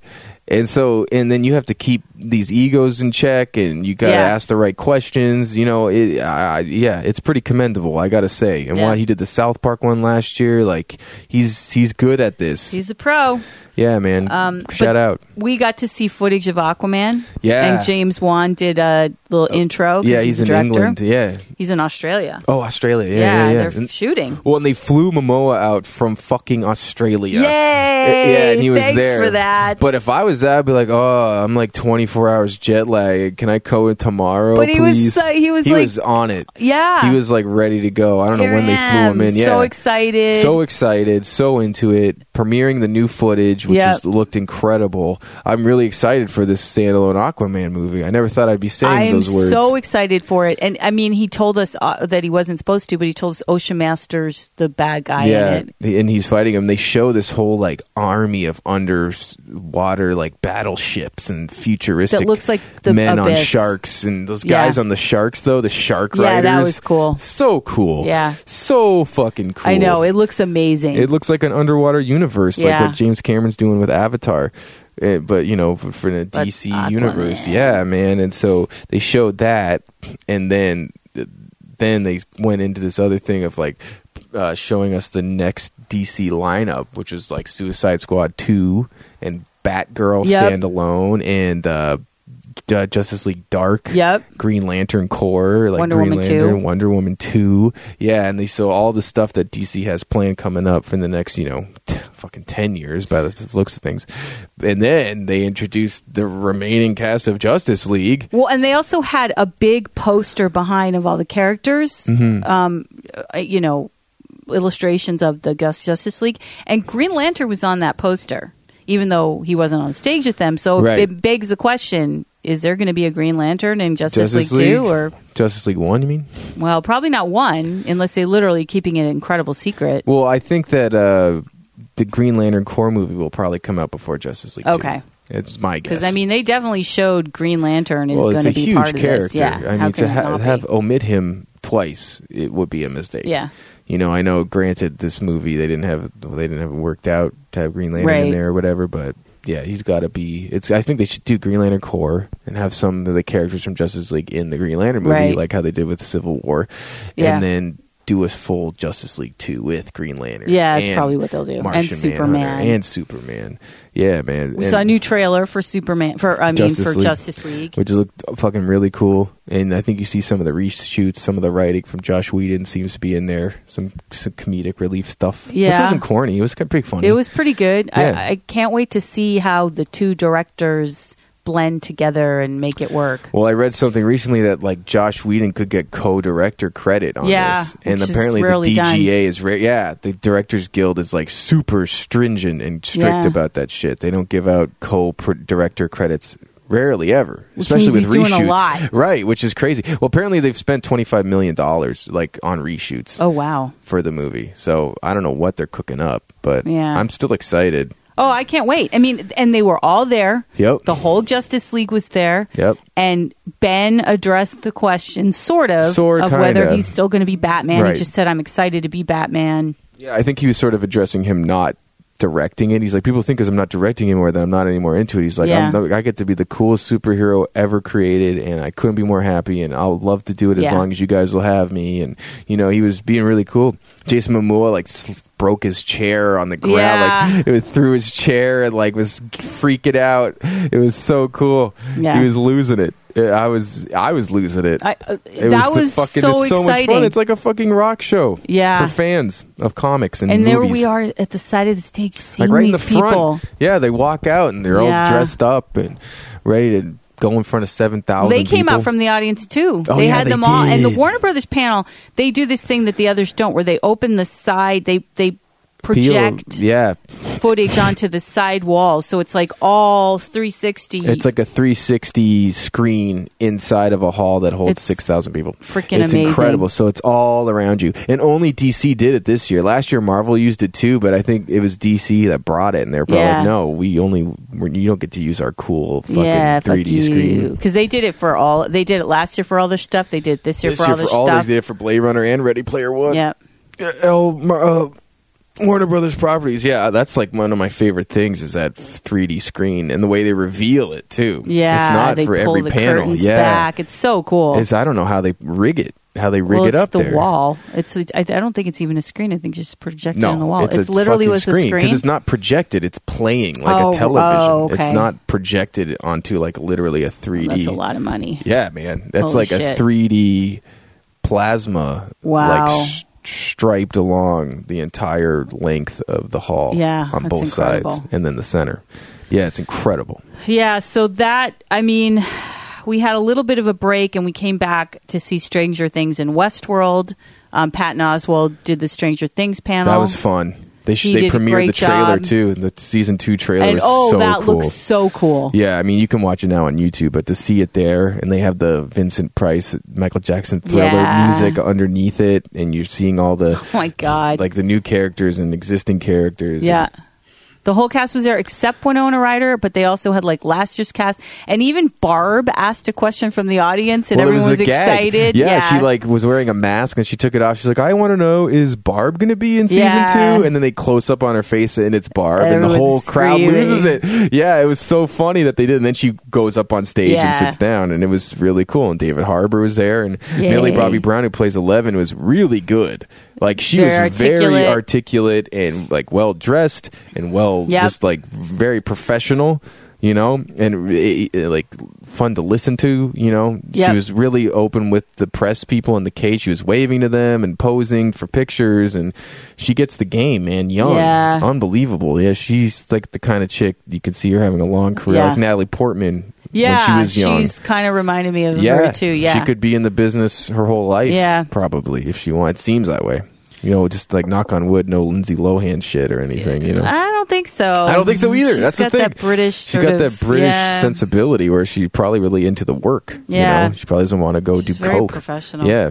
S2: And so, and then you have to keep these egos in check, and you gotta
S1: Yeah.
S2: ask the right questions. You know, it, I, I- yeah, it's pretty commendable, I gotta say. And
S1: Yeah.
S2: why he did the South Park one last year, like he's he's good at this.
S1: He's a pro.
S2: yeah, man.
S1: Um, but
S2: Shout out.
S1: We got to see footage of Aquaman.
S2: Yeah. Oh,
S1: And James Wan did a little intro. 'cause
S2: Yeah,
S1: he's,
S2: he's
S1: a
S2: in
S1: director.
S2: England. Yeah.
S1: He's in Australia.
S2: Oh, Australia. Yeah, yeah, yeah.
S1: they're
S2: And-
S1: shooting.
S2: well, and they flew Momoa out from fucking Australia.
S1: Yay!
S2: yeah, and he was
S1: Thanks
S2: there
S1: for that.
S2: But if I was that, I'd be like, oh, I'm like 24 hours jet lag. Can I go in tomorrow?
S1: But he was
S2: please?
S1: so- he was
S2: he
S1: like-
S2: was on it.
S1: yeah,
S2: He was like ready to go. I don't know
S1: Here
S2: when they
S1: I
S2: flew
S1: am,
S2: him in. Yeah,
S1: so excited.
S2: so excited, so into it. Premiering the new footage, which
S1: Yep.
S2: is, looked incredible. I'm really excited for this standalone Aquaman movie. I never thought I'd be saying
S1: I am
S2: those words.
S1: so excited for it. And I mean, he told us uh, that he wasn't supposed to, but he told us Ocean Masters the bad guy
S2: yeah,
S1: in it.
S2: he- and he's fighting him. They show this whole like army of underwater like battleships and futuristic
S1: That looks like the
S2: men on
S1: Abyss.
S2: sharks and those
S1: Yeah.
S2: guys on the sharks though the shark
S1: Yeah,
S2: riders.
S1: that was cool.
S2: So cool.
S1: Yeah.
S2: so fucking cool.
S1: I know it looks amazing.
S2: It looks like an underwater universe,
S1: Yeah.
S2: like what James Cameron's doing with Avatar. Uh, but you know, for, for the
S1: But
S2: DC
S1: Aquaman.
S2: universe, yeah, man. And so they showed that, and then then they went into this other thing of like uh, showing us the next DC lineup, which is like Suicide Squad two and Batgirl
S1: Yep.
S2: standalone and uh, uh, Justice League Dark,
S1: Yep.
S2: Green Lantern Corps, like
S1: Wonder
S2: Green
S1: Woman 2.
S2: Lantern, Wonder Woman two, yeah, and they so all the stuff that DC has planned coming up for the next you know t- fucking ten years by the looks of things, and then they introduced the remaining cast of Justice League,
S1: Well, and they also had a big poster behind of all the characters,
S2: Mm-hmm.
S1: um, uh, you know, illustrations of the Gus Justice League, and Green Lantern was on that poster, even though he wasn't on stage with them. So
S2: Right.
S1: it begs the question: Is there going to be a Green Lantern in Justice,
S2: Justice
S1: League,
S2: League,
S1: Two, or
S2: Justice League One, you mean?
S1: well, probably not one, unless they literally keeping it an incredible secret.
S2: Well, I think that uh, the Green Lantern Corps movie will probably come out before Justice League. 2.
S1: Okay.
S2: it's my guess.
S1: Because I mean, they definitely showed Green Lantern is
S2: well,
S1: going
S2: it's a
S1: to be
S2: huge
S1: part of
S2: character.
S1: this. Yeah,
S2: I
S1: How
S2: mean,
S1: can
S2: to
S1: it
S2: ha-
S1: not be?
S2: have omit him twice, it would be a mistake.
S1: Yeah.
S2: You know, I know. Granted, this movie they didn't have well, they didn't have it worked out to have Green Lantern
S1: Right.
S2: in there or whatever, but yeah, he's got to be. It's. I think they should do Green Lantern Corps and have some of the characters from Justice League in the Green Lantern movie,
S1: Right.
S2: like how they did with Civil War,
S1: Yeah.
S2: and then do a full Justice League two with Green Lantern.
S1: Yeah, that's
S2: and
S1: probably what they'll do. And
S2: Martian
S1: Superman.
S2: Manhunter and Superman. Yeah, man.
S1: We
S2: And-
S1: saw a new trailer for Superman for I mean
S2: Justice
S1: for
S2: League.
S1: Justice League.
S2: which looked fucking really cool. And I think you see some of the reshoots, some of the writing from Josh Whedon seems to be in there. Some, some comedic relief stuff.
S1: Yeah.
S2: which wasn't corny. It was kind of pretty funny.
S1: It was pretty good.
S2: Yeah.
S1: I, I can't wait to see how the two directors blend together and make it work.
S2: Well, I read something recently that like Josh Whedon could get co-director credit on
S1: Yeah,
S2: this, and
S1: which is
S2: apparently the
S1: rarely
S2: DGA
S1: done.
S2: is ra- yeah, the Directors Guild is like super stringent and strict
S1: Yeah.
S2: about that shit. They don't give out co-director credits rarely ever,
S1: Which
S2: especially
S1: means
S2: with
S1: he's
S2: reshoots.
S1: doing a lot.
S2: Right, which is crazy. Well, apparently they've spent twenty five million dollars like on reshoots
S1: Oh wow.
S2: for the movie, so I don't know what they're cooking up, but
S1: Yeah.
S2: I'm still excited.
S1: Oh, I can't wait. I mean, and they were all there.
S2: Yep.
S1: The whole Justice League was there.
S2: Yep.
S1: And Ben addressed the question, sort of,
S2: Sort
S1: of whether
S2: kinda.
S1: he's still going to be Batman.
S2: Right.
S1: He just said, "I'm excited to be Batman."
S2: Yeah, I think he was sort of addressing him not directing it. He's like, people think because I'm not directing anymore that I'm not anymore into it. He's like,
S1: Yeah.
S2: I'm no, I get to be the coolest superhero ever created, and I couldn't be more happy, and I'll love to do it as
S1: Yeah.
S2: long as you guys will have me. And you know, he was being really cool. Jason Momoa like s- broke his chair on the ground,
S1: Yeah.
S2: like it was through his chair, and like was freaking out. It was so cool.
S1: Yeah.
S2: He was losing it. I was, I was losing it.
S1: I, uh,
S2: It
S1: that
S2: the
S1: was,
S2: fucking,
S1: so
S2: it's so much
S1: exciting.
S2: fun. It's like a fucking rock show.
S1: Yeah.
S2: For fans of comics and,
S1: and there
S2: movies.
S1: we are at the side of the stage, seeing
S2: Like right in
S1: these
S2: the
S1: people.
S2: front. Yeah, they walk out and they're
S1: Yeah.
S2: all dressed up and ready to go in front of 7,000
S1: They came out
S2: people.
S1: from the audience too.
S2: Oh,
S1: they
S2: yeah,
S1: had
S2: they
S1: them all, and the
S2: did.
S1: Warner Brothers panel. They do this thing that the others don't, where they open the side. They they
S2: Peel-
S1: project
S2: Yeah.
S1: footage onto the side wall, so it's like all 360.
S2: It's like a 360 screen inside of a hall that holds
S1: It's
S2: 6,000 people.
S1: freaking
S2: it's
S1: amazing.
S2: incredible. So it's all around you. And only DC did it this year. Last year Marvel used it too, but I think it was DC that brought it and they're probably
S1: Yeah.
S2: like, "No, we only we're, you don't get to use our cool fucking
S1: yeah,
S2: 3D screen."
S1: because they did it for all. They did it last year for all their stuff. They did it this year
S2: This
S1: for
S2: year
S1: all their
S2: for all
S1: stuff.
S2: they did for Blade Runner and Ready Player One.
S1: yeah,
S2: Uh, L, Mar- uh, Warner Brothers properties. Yeah, that's like one of my favorite things is that 3D screen and the way they reveal it too.
S1: yeah.
S2: it's not
S1: they
S2: for
S1: pull
S2: every
S1: the
S2: panel.
S1: curtains
S2: Yeah,
S1: back. It's so cool.
S2: it's I don't know how they rig it, how they rig
S1: Oh. well,
S2: it
S1: it's
S2: up
S1: the
S2: there.
S1: wall. It's I, I don't think it's even a screen. I think it's just projected
S2: No,
S1: on the wall.
S2: it's, a
S1: literally
S2: fucking
S1: was
S2: screen,
S1: a
S2: 'cause
S1: screen.
S2: It's not projected; it's playing like
S1: Oh,
S2: a television.
S1: oh, okay.
S2: It's not projected onto like literally a 3D.
S1: That's a lot of money.
S2: Yeah, man, that's
S1: Holy
S2: like
S1: shit.
S2: a 3D plasma,
S1: Wow.
S2: like s- striped along the entire length of the hall.
S1: Yeah,
S2: on
S1: that's
S2: both
S1: incredible.
S2: sides, and then the center. Yeah, it's incredible.
S1: Yeah, so that I mean, we had a little bit of a break, and we came back to see Stranger Things in Westworld. Um, Patton Oswald did the Stranger Things panel.
S2: That was fun. They sh-
S1: He
S2: they
S1: did a
S2: premiered
S1: great
S2: the trailer
S1: job.
S2: too. The season two trailer
S1: and
S2: is
S1: oh,
S2: so
S1: that
S2: cool.
S1: looks so cool.
S2: Yeah, I mean you can watch it now on YouTube, but to see it there and they have the Vincent Price, Michael Jackson thriller
S1: Yeah.
S2: music underneath it, and you're seeing all the
S1: Oh my god.
S2: like the new characters and existing characters.
S1: yeah.
S2: And-
S1: The whole cast was there except Winona Ryder, but they also had like last year's cast, and even Barb asked a question from the audience, and
S2: Well, it
S1: everyone was,
S2: a gag.
S1: excited.
S2: Yeah, she like was wearing a mask and she took it off. She's like, I want to know, is Barb going to be in season
S1: Yeah.
S2: two? And then they close up on her face and it's Barb, and the
S1: Everyone's
S2: whole crowd
S1: screaming.
S2: loses it. Yeah, it was so funny that they did. And then she goes up on stage and
S1: Yeah.
S2: sits down, and it was really cool. And David Harbour was there, and Millie
S1: Yay.
S2: Bobby Brown, who plays Eleven, was really good. Like she
S1: Very
S2: was very
S1: articulate.
S2: articulate and like well dressed and well
S1: Yep.
S2: just like very professional. you know, and it, it, like fun to listen to, you know.
S1: Yep.
S2: She was really open with the press people in the cage. She was waving to them and posing for pictures, and she gets the game, man. Young,
S1: Yeah.
S2: unbelievable. Yeah, she's like the kind of chick you can see her having a long career,
S1: Yeah.
S2: like Natalie Portman.
S1: Yeah,
S2: when she was young.
S1: she's kind of reminded me of
S2: yeah,
S1: her too. Yeah,
S2: she could be in the business her whole life.
S1: Yeah.
S2: probably if she wants. It seems that way. You know, just like knock on wood, no Lindsay Lohan shit or anything. You know,
S1: I don't think so.
S2: I don't think so either.
S1: She's
S2: That's
S1: got
S2: the thing.
S1: that British.
S2: She
S1: sort
S2: got
S1: of-
S2: that British
S1: yeah.
S2: sensibility where she's probably really into the work.
S1: Yeah.
S2: you know? she probably doesn't want to go
S1: She's
S2: do
S1: very
S2: coke.
S1: professional.
S2: Yeah,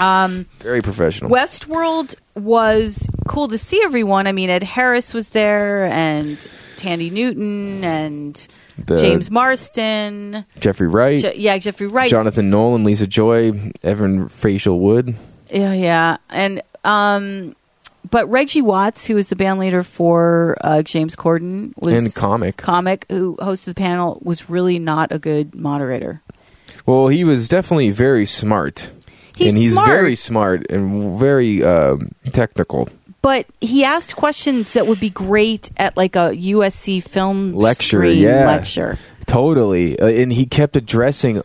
S1: Um,
S2: very professional.
S1: Westworld was cool to see everyone. I mean, Ed Harris was there, and Tandy Newton, and
S2: The-
S1: James Marston.
S2: Jeffrey Wright,
S1: Je- yeah, Jeffrey Wright.
S2: Jonathan Nolan, Lisa Joy, Evan Facial Wood.
S1: yeah, yeah, and um, but Reggie Watts, who was the band leader for uh, James Corden, was
S2: And comic.
S1: comic who hosted the panel was really not a good moderator.
S2: Well, he was definitely very smart.
S1: He's
S2: and he's
S1: smart.
S2: very smart and very um, technical.
S1: But he asked questions that would be great at like a USC film
S2: Lecture,
S1: screen
S2: yeah.
S1: lecture.
S2: Totally. Uh, and he kept addressing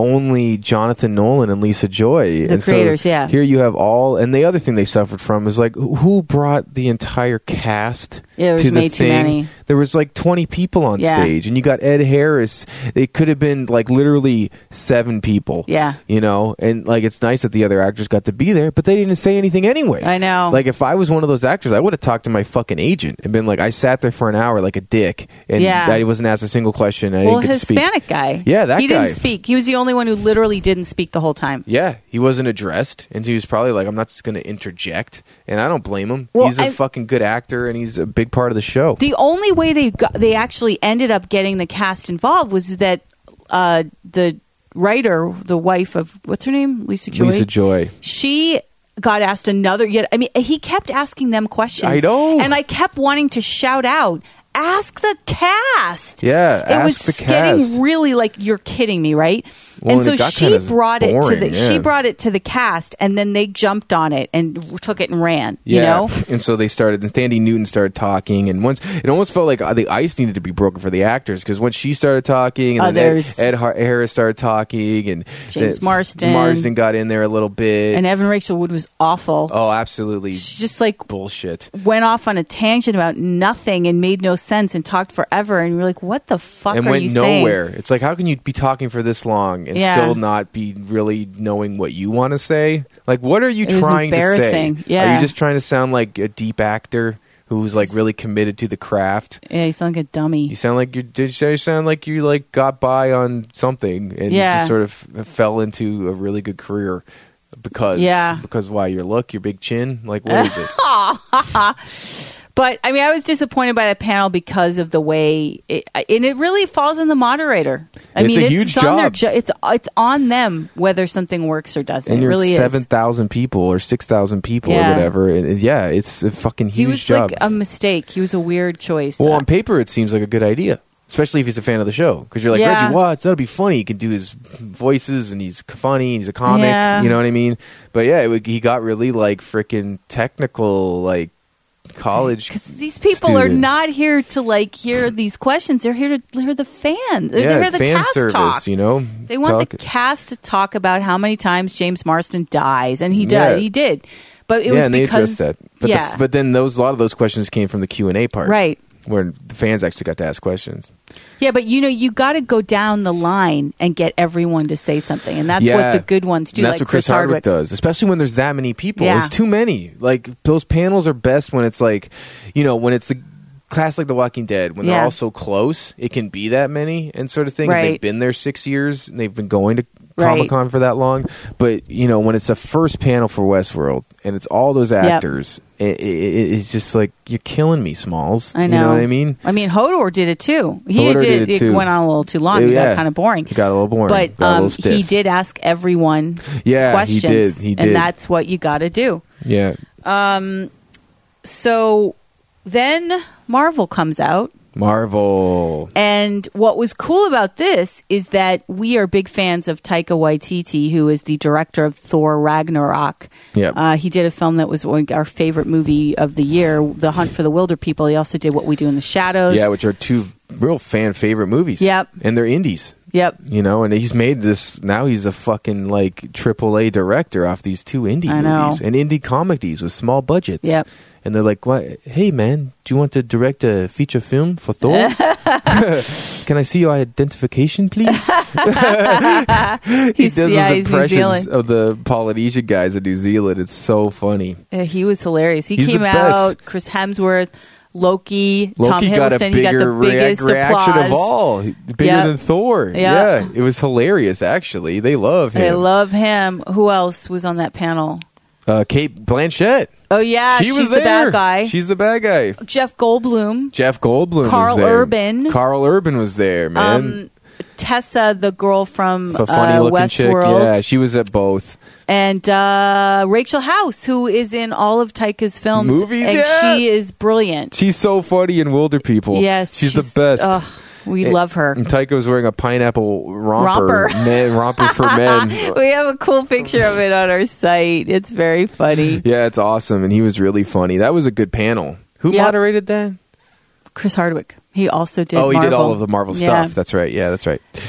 S2: only Jonathan Nolan and Lisa Joy.
S1: The
S2: and so
S1: creators, yeah.
S2: Here you have all. And the other thing they suffered from is like, wh- who brought the entire cast
S1: Yeah, there was
S2: to the
S1: way too
S2: thing?
S1: many.
S2: There was like 20 people on
S1: Yeah.
S2: stage. And you got Ed Harris. It could have been like literally seven people.
S1: Yeah.
S2: You know? And like, it's nice that the other actors got to be there, but they didn't say anything anyway.
S1: I know.
S2: Like, if I was one of those actors, I would have talked to my fucking agent and been like, I sat there for an hour like a dick. And
S1: Yeah.
S2: I wasn't asked a single question. I
S1: Well,
S2: didn't get to speak.
S1: Hispanic guy.
S2: Yeah, that
S1: he
S2: guy.
S1: didn't speak. He was the only one who literally didn't speak the whole time.
S2: Yeah, he wasn't addressed, and he was probably like, "I'm not just going to interject," and I don't blame him.
S1: Well,
S2: he's a
S1: I-
S2: fucking good actor, and he's a big part of the show.
S1: The only way they got, they actually ended up getting the cast involved was that uh, the writer, the wife of what's her name, Lisa Joy.
S2: Lisa Joy.
S1: She got asked another. Yet I mean, he kept asking them questions.
S2: I know.
S1: and I kept wanting to shout out. Ask the cast.
S2: Yeah,
S1: it
S2: ask
S1: was
S2: the cast.
S1: getting really like you're kidding me, right?
S2: Well,
S1: and
S2: and
S1: so
S2: it got
S1: she
S2: kinda
S1: brought it to
S2: boring,
S1: the
S2: yeah.
S1: she brought it to the cast, and then they jumped on it and took it and ran. You
S2: Yeah.
S1: know,
S2: And so they started, and Sandy Newton started talking, and once it almost felt like uh, the ice needed to be broken for the actors because once she started talking, and
S1: Others.
S2: then Ed, Ed Har- Harris started talking, and
S1: James
S2: uh,
S1: Marsden.
S2: Marsden got in there a little bit.
S1: and Evan Rachel Wood was awful.
S2: oh, absolutely
S1: She just like
S2: bullshit.
S1: went off on a tangent about nothing and made no sense and talked forever. And you're like, what the fuck
S2: and
S1: are
S2: went
S1: you
S2: nowhere.
S1: saying?
S2: It's like how can you be talking for this long and
S1: Yeah.
S2: still not be really knowing what you want to say? Like, what are you
S1: It was
S2: trying to say?
S1: embarrassing. Yeah.
S2: Are you just trying to sound like a deep actor who's like really committed to the craft?
S1: Yeah, you sound like a
S2: You
S1: dummy.
S2: sound like you did. You sound like you like got by on something and
S1: Yeah.
S2: you just sort of f- fell into a really good career because
S1: Yeah.
S2: because why your look, your big chin, like what is it?
S1: But I mean, I was disappointed by the panel because of the way, it, and it really falls on the moderator. I
S2: It's
S1: mean,
S2: a
S1: it's,
S2: huge
S1: it's on their
S2: job.
S1: ju- it's it's on them whether something works or doesn't.
S2: And
S1: it
S2: you're
S1: really
S2: seven
S1: is.
S2: thousand people or six thousand people
S1: Yeah.
S2: or whatever. And, and yeah, it's a fucking huge
S1: He was
S2: job.
S1: like a mistake. He was a weird choice.
S2: Well,
S1: Uh,
S2: on paper, it seems like a good idea, especially if he's a fan of the show, because you're like
S1: Yeah.
S2: Reggie Watts. That'll be funny. He can do his voices, and he's funny. And he's a comic.
S1: Yeah.
S2: You know what I mean? But yeah, it, would- he got really like freaking technical, like college.
S1: because these people are
S2: Student.
S1: not here to like hear these questions. They're here to hear the fan. They're,
S2: yeah,
S1: they're here to
S2: fan
S1: cast
S2: service.
S1: talk.
S2: You know,
S1: They want the
S2: Talk-
S1: cast to talk about how many times James Marston dies, and he did.
S2: Yeah.
S1: He did, but it
S2: yeah,
S1: was
S2: and
S1: because
S2: they addressed that. But the-
S1: yeah,
S2: but then those a lot of those questions came from the Q and A part,
S1: Right.
S2: Where the fans actually got to ask questions.
S1: yeah, but you know, you got to go down the line and get everyone to say something, and that's what
S2: Yeah.
S1: the good ones do.
S2: And that's
S1: like
S2: what Chris, Hardwick, does, especially when there's that many people.
S1: Yeah.
S2: There's too many. Like those panels are best when it's like, you know, when it's the class like The Walking Dead, when
S1: Yeah.
S2: they're all so close, it can be that many and sort of thing. And
S1: Right.
S2: They've been there six years and they've been going to
S1: Right.
S2: Comic Con for that long. But you know, when it's the first panel for Westworld and it's all those actors, it, it, it's just like you're killing me, Smalls.
S1: I know.
S2: You know what I mean?
S1: I mean, Hodor did it too. He
S2: Hodor
S1: did,
S2: did it, too.
S1: went on a little too long.
S2: Yeah,
S1: It
S2: yeah.
S1: got kind of boring.
S2: It got a little boring.
S1: But
S2: Got a
S1: um,
S2: little stiff.
S1: he did ask everyone
S2: Yeah, he
S1: questions,
S2: did. He did.
S1: and that's what you got to do.
S2: Yeah.
S1: So then Marvel comes out.
S2: Marvel.
S1: And what was cool about this is that we are big fans of Taika Waititi, who is the director of Thor Ragnarok.
S2: Yep.
S1: Uh, he did a film that was one- our favorite movie of the year, The Hunt for the Wilder People. He also did What We Do in the Shadows.
S2: Yeah, which are two real fan favorite movies.
S1: Yep.
S2: And they're indies.
S1: Yep.
S2: You know, and he's made this. Now he's a fucking like triple A director off these two indie
S1: I know.
S2: movies and indie comedies with small budgets.
S1: Yep.
S2: And they're like, "What? Hey, man, do you want to direct a feature film for Thor? Can I see your identification, please?" he
S1: He's-
S2: does
S1: yeah,
S2: his
S1: he's New
S2: impressions
S1: Zealand.
S2: of the Polynesian guys in New Zealand. It's so funny.
S1: Uh, he was hilarious. He
S2: He's
S1: came
S2: the best.
S1: out, Chris Hemsworth, Loki, Tom
S2: Loki got a
S1: Hiddleston. he got
S2: bigger
S1: the biggest
S2: reac- reaction
S1: applause.
S2: of all, He- bigger
S1: Yep.
S2: than Thor. Yeah, it was hilarious. Actually, they love him.
S1: I love him. Who else was on that panel?
S2: uh, Kate Blanchett.
S1: Oh yeah,
S2: she
S1: she's
S2: was
S1: the
S2: there.
S1: bad guy.
S2: She's the bad guy.
S1: Jeff Goldblum,
S2: Jeff Goldblum.
S1: Carl
S2: was there.
S1: Urban.
S2: Carl Urban was there, man.
S1: um, Tessa, the girl from
S2: a funny
S1: uh,
S2: looking chick.
S1: Westworld,
S2: Yeah, she was at both.
S1: and uh, Rachel House, who is in all of Taika's films,
S2: Movies,
S1: and
S2: yeah.
S1: she is brilliant.
S2: She's so funny in Wilder People.
S1: yes,
S2: she's, the best.
S1: ugh, we love her.
S2: And Tycho was wearing a pineapple romper,
S1: Romper.
S2: men, romper for men.
S1: We have a cool picture of it on our site. It's very funny.
S2: Yeah, it's awesome, and he was really funny. That was a good panel. Who
S1: Yep.
S2: moderated that?
S1: Chris Hardwick. He also did.
S2: oh, he did
S1: Marvel.
S2: all of the Marvel
S1: Yeah.
S2: stuff. That's right. Yeah, that's right. yeah,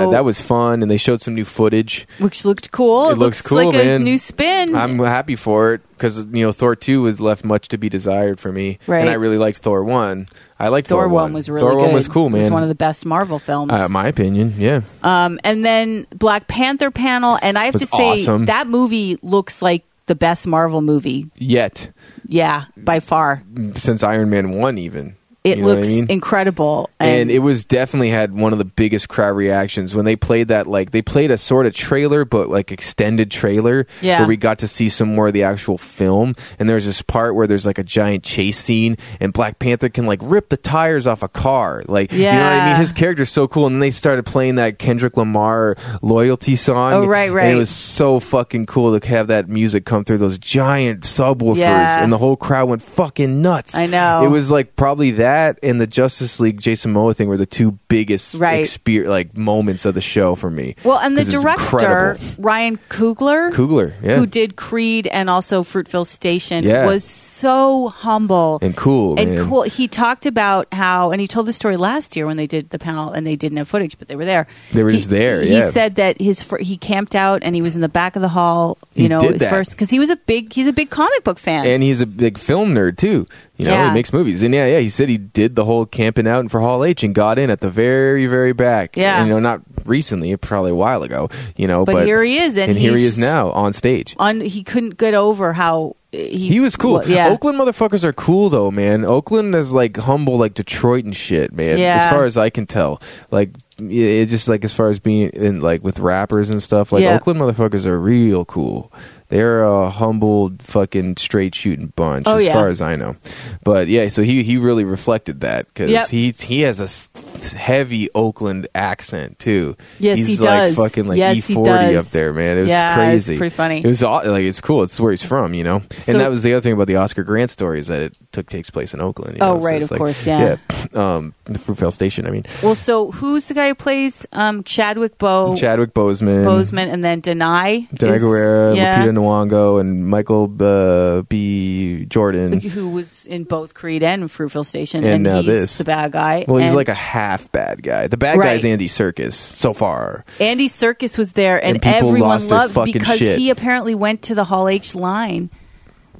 S1: So-
S2: that was fun, and they showed some new footage.
S1: which looked cool.
S2: It looks cool,
S1: like a
S2: man.
S1: new spin.
S2: I'm happy for it because you know Thor two was left much to be desired for me,
S1: Right.
S2: and I really liked Thor one. I liked Thor,
S1: Thor one was really
S2: Thor
S1: good.
S2: one was cool, man.
S1: It was one of the best Marvel films.
S2: uh, my opinion, yeah.
S1: um, and then Black Panther panel, and I have
S2: Was
S1: to say
S2: awesome.
S1: that movie looks like the best Marvel movie.
S2: Yet
S1: Yeah, by far,
S2: since Iron Man one, even
S1: it
S2: You know what I
S1: looks
S2: mean?
S1: incredible.
S2: and it was definitely had one of the biggest crowd reactions when they played that like they played a sort of trailer but like extended trailer
S1: Yeah.
S2: where we got to see some more of the actual film and there's this part where there's like a giant chase scene and black panther can like rip the tires off a car like you know what i
S1: Yeah.
S2: mean his character's so cool and then they started playing that kendrick lamar loyalty song
S1: Oh, right,
S2: and
S1: right.
S2: it was so fucking cool to have that music come through those giant subwoofers
S1: Yeah.
S2: and the whole crowd went fucking nuts
S1: I know.
S2: it was was like probably that and the Justice League Jason Momoa thing were the two biggest
S1: Right.
S2: exper- like moments of the show for me.
S1: well, and the
S2: 'Cause it's
S1: director
S2: incredible.
S1: Ryan Coogler,
S2: Coogler, yeah,
S1: who did Creed and also Fruitville Station,
S2: Yeah.
S1: was so humble
S2: and cool
S1: and
S2: man.
S1: cool. He talked about how, and he told the story last year when they did the panel, and they didn't have footage, but they were there.
S2: They were
S1: He-
S2: just there,
S1: He
S2: yeah.
S1: said that his fir- he camped out and he was in the back of the hall. You
S2: He
S1: know,
S2: did
S1: his
S2: that.
S1: first because he was a big he's a big comic book fan.
S2: And he's a big film nerd too. You know,
S1: Yeah.
S2: he makes movies. And yeah, yeah, he said he did the whole camping out and for Hall H and got in at the very, very back.
S1: Yeah.
S2: You know, not recently, probably a while ago, you know,
S1: But
S2: but,
S1: here he is, and
S2: here he
S1: he's-
S2: is now on stage.
S1: on he couldn't get over how he
S2: He was cool.
S1: wa- Yeah,
S2: Oakland motherfuckers are cool though, man. Oakland is like humble, like Detroit and shit, man.
S1: Yeah.
S2: As far as I can tell, like it it just like as far as being in like with rappers and stuff, like
S1: Yeah.
S2: Oakland motherfuckers are real cool. They're a humble, fucking straight shooting bunch,
S1: Oh,
S2: as
S1: yeah.
S2: far as I know. But yeah, so he he really reflected that because
S1: Yep.
S2: he he has a s- heavy Oakland accent too.
S1: Yes,
S2: he's
S1: he does.
S2: like fucking like
S1: Yes, he
S2: E forty up
S1: does.
S2: there, man. It was
S1: Yeah, it's
S2: crazy,
S1: pretty funny.
S2: It was it's all- like it's cool. It's where he's from, you know.
S1: So-
S2: and that was the other thing about the Oscar Grant story is that it took takes place in Oakland. you
S1: Oh,
S2: know, so
S1: right,
S2: it's
S1: of course, yeah.
S2: yeah. Um, the Fruitvale Station. I mean,
S1: Well, so who's the guy who plays um, Chadwick Bo
S2: Chadwick Boseman,
S1: Boseman, and then Denai
S2: Denai
S1: is-
S2: Guerrera,
S1: yeah,
S2: Lupita Nyong'o, and Michael uh, B. Jordan.
S1: who was in both Creed and Fruitville Station,
S2: And
S1: and,
S2: now
S1: he's
S2: this.
S1: the bad guy.
S2: Well, he's
S1: and
S2: like a half bad guy. The bad guy's
S1: Right.
S2: Andy Circus so far.
S1: Andy Circus was there, and,
S2: And people
S1: everyone
S2: lost their
S1: loved
S2: fucking
S1: because
S2: shit.
S1: he apparently went to the Hall H line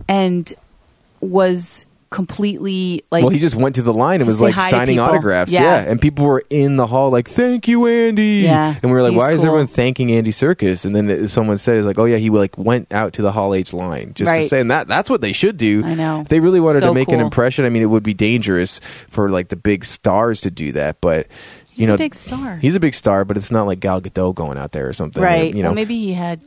S1: and was completely like.
S2: well, he just went to the line and
S1: to
S2: was
S1: say
S2: like
S1: hi to
S2: signing
S1: people.
S2: autographs.
S1: Yeah.
S2: Yeah. and people were in the hall like, "Thank you, Andy."
S1: Yeah.
S2: and we were like,
S1: He's
S2: "Why is
S1: cool.
S2: everyone thanking Andy Circus?" And then it- someone said, "Is like, oh yeah, he like went out to the Hall H line just
S1: Right.
S2: to say." And that that's what they should do.
S1: I know.
S2: If they really wanted
S1: So
S2: to make an
S1: cool.
S2: impression. I mean, it would be dangerous for like the big stars to do that, but
S1: He's
S2: you
S1: a
S2: know,
S1: big star.
S2: He's a big star, but it's not like Gal Gadot going out there or something.
S1: right.
S2: You know,
S1: well, maybe he had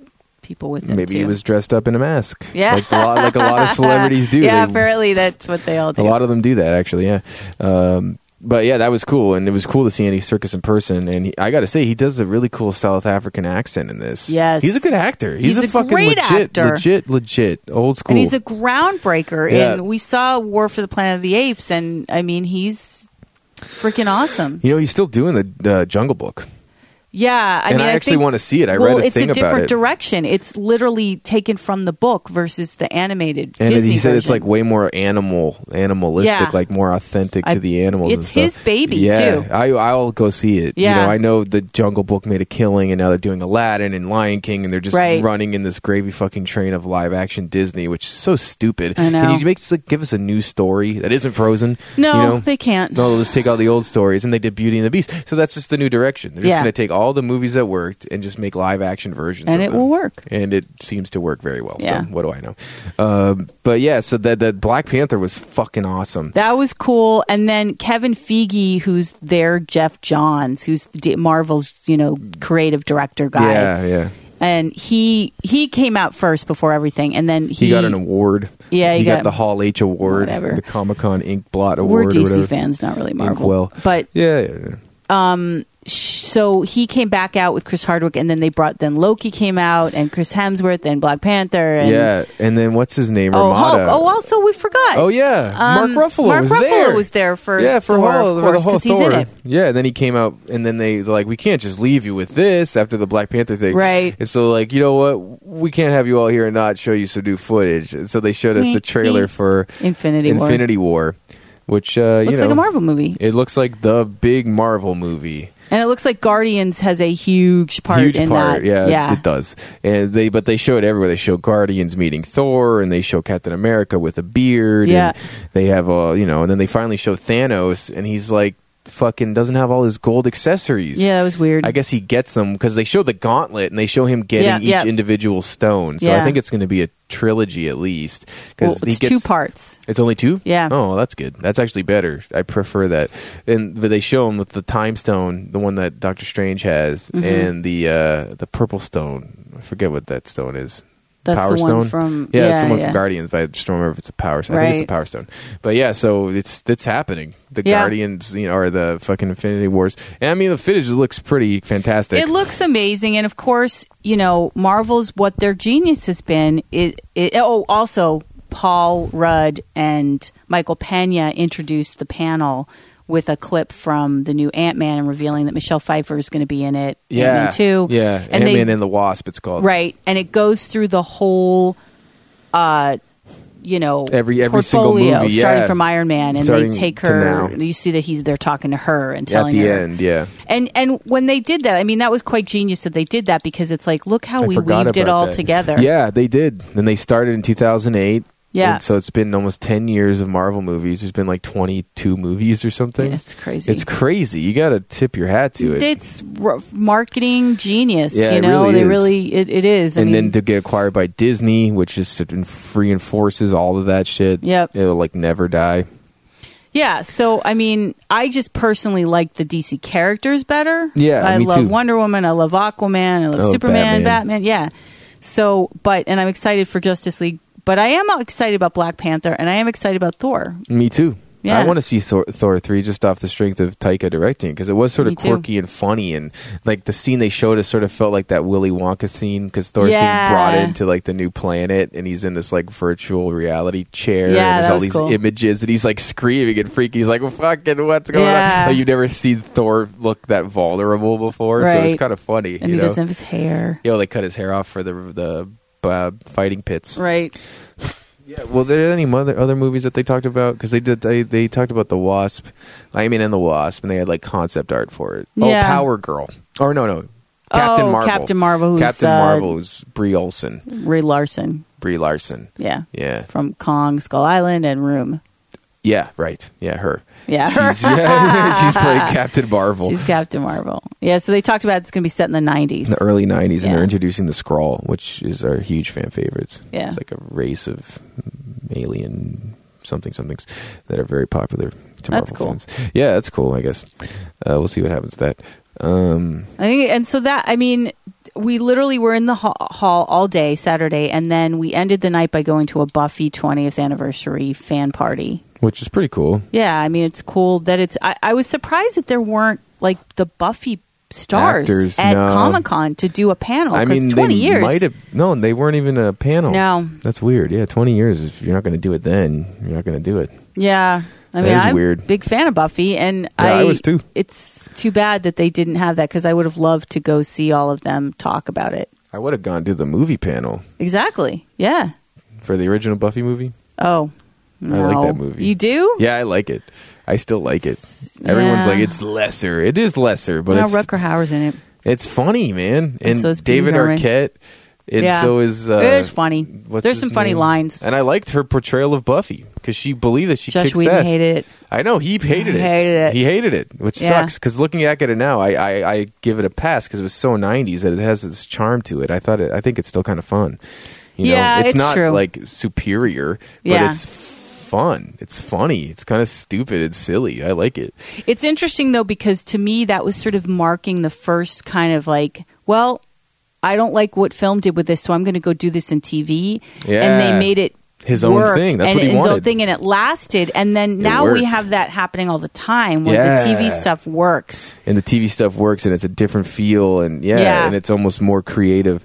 S1: people with him.
S2: maybe he
S1: too.
S2: was dressed up in a mask.
S1: Yeah.
S2: like a lot, like a lot of celebrities do.
S1: Yeah,
S2: They-
S1: apparently that's what they all do.
S2: a lot of them do that, actually. Yeah. Um, but yeah, that was cool, and it was cool to see Andy Circus in person. And he, I got to say, he does a really cool South African accent in this.
S1: Yes.
S2: he's a good actor.
S1: He's
S2: He's,
S1: a
S2: fucking
S1: great
S2: legit,
S1: actor.
S2: legit, legit, old school.
S1: and he's a groundbreaker.
S2: Yeah.
S1: And we saw War for the Planet of the Apes, and I mean, he's freaking awesome.
S2: You know, he's still doing the uh, Jungle Book.
S1: Yeah, I
S2: And
S1: mean,
S2: I actually
S1: think-
S2: wanna see it. I
S1: well,
S2: read a
S1: it's
S2: thing
S1: a
S2: about
S1: different
S2: it.
S1: direction. It's literally taken from the book versus the animated.
S2: And
S1: Disney
S2: he said it's
S1: version.
S2: like way more animal, animalistic,
S1: Yeah.
S2: like more authentic to
S1: I-
S2: the animals. and
S1: it's
S2: stuff.
S1: his baby,
S2: yeah,
S1: too.
S2: I, I'll go see it.
S1: Yeah.
S2: you know, I know the Jungle Book made a killing, and now they're doing Aladdin and Lion King, and they're just
S1: Right.
S2: running in this gravy fucking train of live action Disney, which is so stupid.
S1: I know.
S2: Can you make just, like, give us a new story that isn't Frozen?
S1: no,
S2: you know?
S1: they can't.
S2: No, they'll just take all the old stories, and they did Beauty and the Beast. So that's just the new direction. They're just
S1: Yeah.
S2: going to take all the movies that worked and just make live action versions,
S1: And
S2: of
S1: it
S2: them.
S1: will work.
S2: And it seems to work very well.
S1: Yeah.
S2: So what do I know? Um, but yeah, so that that Black Panther was fucking awesome.
S1: That was cool. And then Kevin Feige, who's their Jeff Johns, who's D- Marvel's you know creative director guy,
S2: yeah, yeah.
S1: and he he came out first before everything, and then he,
S2: He, got an award.
S1: Yeah, he
S2: he got,
S1: got-
S2: the Hall H award,
S1: Whatever.
S2: the Comic Con Ink Blot
S1: We're
S2: award. or whatever.
S1: DC fans, not really Marvel.
S2: Inkwell.
S1: But
S2: Yeah, yeah, yeah.
S1: so he came back out with Chris Hardwick, and then they brought then Loki came out, and Chris Hemsworth, and Black Panther, and
S2: yeah. And then what's his name?
S1: oh Hulk.
S2: Ramada.
S1: Oh, also we forgot.
S2: Oh, yeah,
S1: Um,
S2: Mark Ruffalo
S1: Mark
S2: was
S1: Ruffalo
S2: there.
S1: was there for
S2: yeah for
S1: Thor,
S2: all
S1: of
S2: for the
S1: course,
S2: whole
S1: 'cause he's
S2: Thor.
S1: in it.
S2: Yeah, and then he came out, and then they they're like we can't just leave you with this after the Black Panther thing,
S1: Right.
S2: And so like you know what, we can't have you all here and not show you some new footage. And so they showed us the trailer for
S1: Infinity War.
S2: Infinity War, which uh, you
S1: looks
S2: know
S1: like a Marvel movie.
S2: it looks like the big Marvel movie.
S1: And it looks like Guardians has a huge part
S2: huge
S1: in
S2: part
S1: that.
S2: yeah, it does and they but they show it everywhere they show guardians meeting thor and they show captain america with a beard
S1: Yeah.
S2: and they have uh you know and then they finally show thanos and he's like fucking doesn't have all his gold accessories
S1: Yeah, that was weird.
S2: I guess he gets them because they show the gauntlet and they show him getting
S1: Yeah,
S2: each
S1: yeah.
S2: individual stone. So I
S1: Yeah.
S2: think it's going to be a trilogy at least.
S1: Well,
S2: he
S1: it's two parts.
S2: it's only two.
S1: Yeah.
S2: Oh, well, that's good. That's actually better. I prefer that. And but they show him with the time stone, the one that Doctor Strange has,
S1: Mm-hmm.
S2: and the uh, the purple stone. I forget what that stone is.
S1: That's
S2: power
S1: the
S2: stone
S1: one from
S2: yeah,
S1: yeah,
S2: it's the one
S1: yeah.
S2: from Guardians, but I just don't remember if it's a power. Stone. I think it's
S1: Right.
S2: the power stone. But yeah, so it's it's happening. The
S1: Yeah.
S2: Guardians, you know, or the fucking Infinity Wars. And I mean, the footage looks pretty fantastic.
S1: It looks amazing, and of course, you know Marvel's what their genius has been. It, it oh also Paul Rudd and Michael Pena introduced the panel with a clip from the new Ant Man and revealing that Michelle Pfeiffer is going to be in it.
S2: yeah,
S1: Ant-Man two.
S2: yeah,
S1: and
S2: Ant
S1: they-
S2: Man and the Wasp. It's called
S1: right, and it goes through the whole. uh you know,
S2: Every- every single
S1: portfolio
S2: movie, yeah.
S1: starting from Iron Man, and
S2: Starting
S1: they take
S2: to
S1: her.
S2: now.
S1: You see that he's there talking to her and
S2: at
S1: telling
S2: the
S1: her
S2: end. Yeah,
S1: and and when they did that, I mean that was quite genius that they did that because it's like look how
S2: I
S1: we
S2: forgot
S1: weaved it
S2: about
S1: all
S2: that.
S1: together.
S2: Yeah, they did. And they started in 2008.
S1: Yeah.
S2: And so it's been almost 10 years of Marvel movies. There's been like 22 movies or something.
S1: Yeah, it's crazy.
S2: It's crazy. You got to tip your hat to it.
S1: It's r- marketing genius,
S2: Yeah,
S1: you
S2: it
S1: know.
S2: really
S1: they
S2: is.
S1: really it, it is. I
S2: and
S1: mean,
S2: then to get acquired by Disney, which just reinforces all of that shit.
S1: Yep.
S2: It'll like never die.
S1: yeah. So I mean, I just personally like the DC characters better.
S2: Yeah,
S1: I
S2: me
S1: love
S2: too.
S1: Wonder Woman. I love Aquaman. I love
S2: Oh,
S1: Superman.
S2: Batman.
S1: Batman. Yeah. So, but and I'm excited for Justice League, but I am excited about Black Panther, and I am excited about Thor.
S2: Me too.
S1: Yeah.
S2: I want to see Thor, Thor 3 just off the strength of Taika directing because it was sort
S1: Me
S2: of
S1: too.
S2: quirky and funny. And like the scene they showed us sort of felt like that Willy Wonka scene because Thor's
S1: Yeah.
S2: being brought into like the new planet and he's in this like virtual reality
S1: Yeah,
S2: chair. and there's
S1: that
S2: all
S1: was
S2: these
S1: cool.
S2: images and he's like screaming and freaking. He's like, well, fucking, what's going
S1: Yeah.
S2: on? Like, you've never seen Thor look that vulnerable before. So
S1: Right.
S2: it's kind of funny.
S1: And he
S2: you know?
S1: doesn't have his hair,
S2: You know, they cut his hair off for the, the uh, fighting pits.
S1: right?
S2: Yeah, well, there any other other movies that they talked about? Because they did they, they talked about the Wasp, I mean, and the Wasp, and they had like concept art for it. Oh,
S1: Yeah.
S2: Power Girl, or no, no, Captain
S1: Oh,
S2: Marvel,
S1: Captain Marvel, who's,
S2: Captain
S1: uh,
S2: Marvel is Brie Olson,
S1: Ray Larson.
S2: Brie Larson.
S1: Yeah.
S2: Yeah,
S1: From Kong, Skull Island, and Room.
S2: yeah, right, yeah, her.
S1: Yeah.
S2: She's, yeah, she's playing Captain Marvel.
S1: She's Captain Marvel. Yeah, so they talked about it's going to be set in the 90s.
S2: in the early 90s and
S1: Yeah.
S2: they're introducing the Skrull, which is our huge fan favorites.
S1: Yeah.
S2: It's like a race of alien something somethings that are very popular to
S1: That's
S2: Marvel
S1: cool.
S2: fans. Yeah, that's cool, I guess. Uh, we'll see what happens to that. Um,
S1: I think, and so that, I mean, we literally were in the ha- hall all day Saturday, and then we ended the night by going to a Buffy 20th anniversary fan party.
S2: which is pretty cool.
S1: Yeah, I mean, it's cool that it's. I, I was surprised that there weren't, like, the Buffy stars
S2: Actors,
S1: at
S2: no.
S1: Comic Con to do a panel.
S2: I
S1: 'cause
S2: mean,
S1: twenty
S2: they
S1: years.
S2: might have. No, they weren't even a panel.
S1: No.
S2: that's weird. Yeah, twenty years. If you're not going to do it, then you're not going to do it.
S1: Yeah. I mean,
S2: is
S1: I'm a
S2: weird.
S1: big fan of Buffy, and
S2: Yeah, I was too.
S1: It's too bad that they didn't have that because I would have loved to go see all of them talk about it.
S2: I would have gone to the movie panel
S1: Exactly. Yeah.
S2: for the original Buffy movie.
S1: Oh. No.
S2: like that movie.
S1: You do?
S2: Yeah, I like it. I still like it. Everyone's
S1: yeah.
S2: like, it's lesser. It is lesser, but
S1: Now
S2: it's
S1: Rutger Hauer's in it.
S2: it's funny, man. And
S1: so is Pee
S2: David
S1: Wee Herman.
S2: Arquette. And
S1: Yeah.
S2: so is uh,
S1: it is funny.
S2: what's
S1: There's
S2: his
S1: some funny
S2: name? Uh,
S1: lines.
S2: And I liked her portrayal of Buffy because she believed that she
S1: Josh
S2: kicked
S1: Whedon
S2: ass.
S1: hated it.
S2: I know he hated it.
S1: Hated it.
S2: He hated it, which
S1: Yeah.
S2: sucks. Because looking back at it now, I, I, I give it a pass because it was so '90s that it has this charm to it. I thought it, I think it's still kind of fun. You
S1: Yeah,
S2: know, it's,
S1: it's
S2: not
S1: true.
S2: like superior, but
S1: Yeah.
S2: it's fun. It's funny. It's kind of stupid. It's silly. I like it.
S1: It's interesting though because to me that was sort of marking the first kind of like, well, I don't like what film did with this, so I'm going to go do this in TV. And
S2: Yeah.
S1: they made it
S2: His own
S1: work
S2: thing. That's
S1: and
S2: what he
S1: his own
S2: wanted.
S1: thing, and it lasted. And then now
S2: worked.
S1: we have that happening all the time where the
S2: Yeah.
S1: TV stuff works.
S2: and the TV stuff works, and it's a different feel, and yeah,
S1: Yeah.
S2: and it's almost more creative,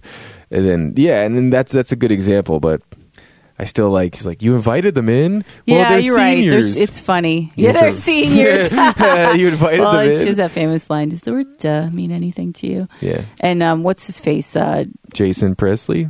S2: and then yeah, and then that's that's a good example, but. I still like. He's like, you invited them in. well,
S1: yeah,
S2: they're
S1: you're
S2: seniors.
S1: right. There's, it's funny.
S2: You
S1: Yeah, they're
S2: inv-
S1: seniors.
S2: you invited
S1: well,
S2: them
S1: it's
S2: in.
S1: just that famous line. Does the word "duh" mean anything to you?
S2: yeah,
S1: And um, what's his face? Uh,
S2: Jason Presley,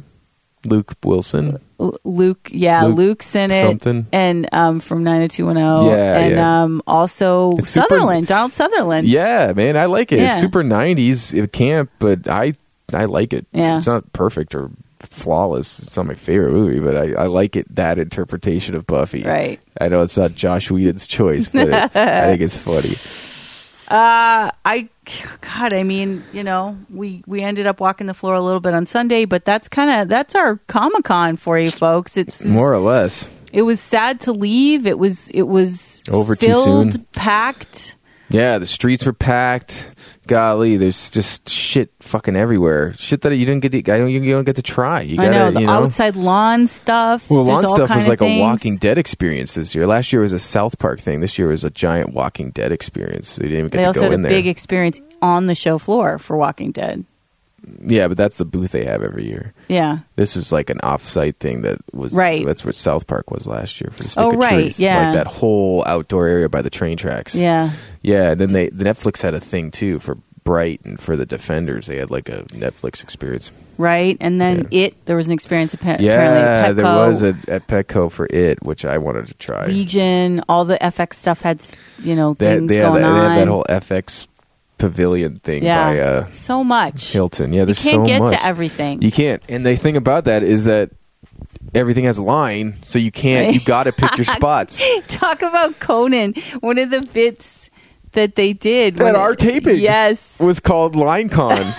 S2: Luke Wilson.
S1: L- Luke, yeah,
S2: Luke
S1: Luke's in it,
S2: something.
S1: and um, from 90210,
S2: Yeah,
S1: and
S2: yeah.
S1: Um, also
S2: It's super-
S1: Sutherland, Donald Sutherland.
S2: Yeah, man, I like it. It's
S1: Yeah.
S2: super '90s it camp, but I I like it.
S1: Yeah.
S2: it's not perfect or flawless. It's not my favorite movie, but I, I like it. That interpretation of Buffy.
S1: Right.
S2: I know it's not Josh Whedon's choice, but it, I think it's funny.
S1: Uh, I, God, I mean, you know, we we ended up walking the floor a little bit on Sunday, but that's kind of that's our Comic Con for you folks. It's
S2: More or less.
S1: It was sad to leave. It was it was
S2: Over too
S1: filled,
S2: soon.
S1: packed.
S2: Yeah, the streets were packed. Golly, there's just shit fucking everywhere. Shit that you didn't get. To, I don't. You don't get to try. You gotta.
S1: I know the
S2: you know.
S1: outside lawn stuff.
S2: Well,
S1: There's
S2: lawn
S1: all
S2: stuff
S1: kind
S2: was
S1: of
S2: like
S1: things.
S2: a Walking Dead experience this year. Last year was a South Park thing. This year was a giant Walking Dead experience. They didn't even get
S1: They
S2: to
S1: also
S2: go
S1: had a
S2: in there.
S1: big experience on the show floor for Walking Dead.
S2: yeah, but that's the booth they have every year.
S1: Yeah.
S2: This was like an off-site thing that was
S1: Right.
S2: That's what South Park was last year for the Stick
S1: Oh,
S2: of
S1: right,
S2: Truth.
S1: yeah.
S2: like that whole outdoor area by the train tracks.
S1: Yeah.
S2: yeah. And then they the Netflix had a thing too for Bright and for the Defenders. They had like a Netflix experience.
S1: Right. And then it, there was an experience appa- apparently. at
S2: Yeah, there
S1: Petco,
S2: was a at Petco for it, which I wanted to try.
S1: Legion, all the FX stuff had, s- you know,
S2: They,
S1: things
S2: they, had
S1: going
S2: that,
S1: on.
S2: they had that whole FX pavilion thing
S1: yeah.
S2: by uh,
S1: so much.
S2: Hilton. Yeah,
S1: You
S2: there's
S1: can't
S2: so
S1: get
S2: much.
S1: to everything.
S2: You can't. And the thing about that is that everything has a line, so you can't. You got to pick your spots.
S1: Talk about Conan. One of the bits that they did.
S2: At
S1: when-
S2: our taping,
S1: Yes.
S2: was called LineCon.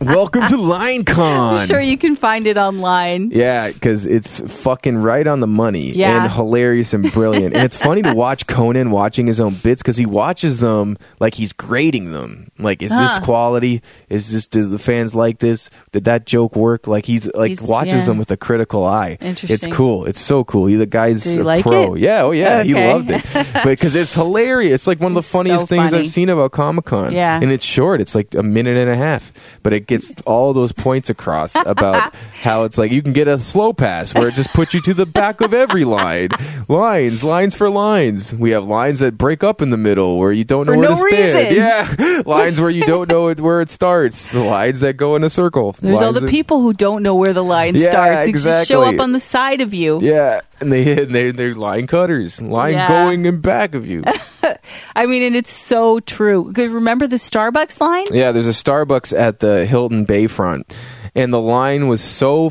S2: Welcome to LineCon.
S1: I'm sure you can find it online.
S2: Yeah, because it's fucking right on the money
S1: Mm-hmm. Yeah.
S2: and hilarious and brilliant. and it's funny to watch Conan watching his own bits because he watches them like he's grading them. Like, is this quality? Is this do the fans like this? Did that joke work? Like he's like
S1: He's-
S2: watches
S1: yeah.
S2: them with a critical eye.
S1: Interesting.
S2: It's cool. It's so cool. He the guy's
S1: Do you
S2: a
S1: like
S2: pro.
S1: it?
S2: Yeah. Oh yeah. He
S1: Okay.
S2: loved it. but because it's hilarious. It's like one of the
S1: It's so
S2: funniest things
S1: funny.
S2: I've seen about Comic Con.
S1: Yeah.
S2: And it's short. It's like a minute and a half, but it gets all those points across about how it's like you can get a slow pass where it just puts you to the back of every line. Lines, lines for lines. We have lines that break up in the middle where you don't
S1: For
S2: know where
S1: no
S2: to stand.
S1: reason.
S2: Yeah. lines where you don't know it, where it starts. The lines that go in a circle.
S1: There's all
S2: Lines
S1: the
S2: that-
S1: people who don't know where the line
S2: Yeah,
S1: starts. who just show
S2: exactly.
S1: up on the side of you.
S2: Yeah, and they hit. They're, they're line cutters, line
S1: Yeah.
S2: going in back of you.
S1: I mean, and it's so true. Because remember the Starbucks line?
S2: Yeah, there's a Starbucks at the Hilton Bayfront, and the line was so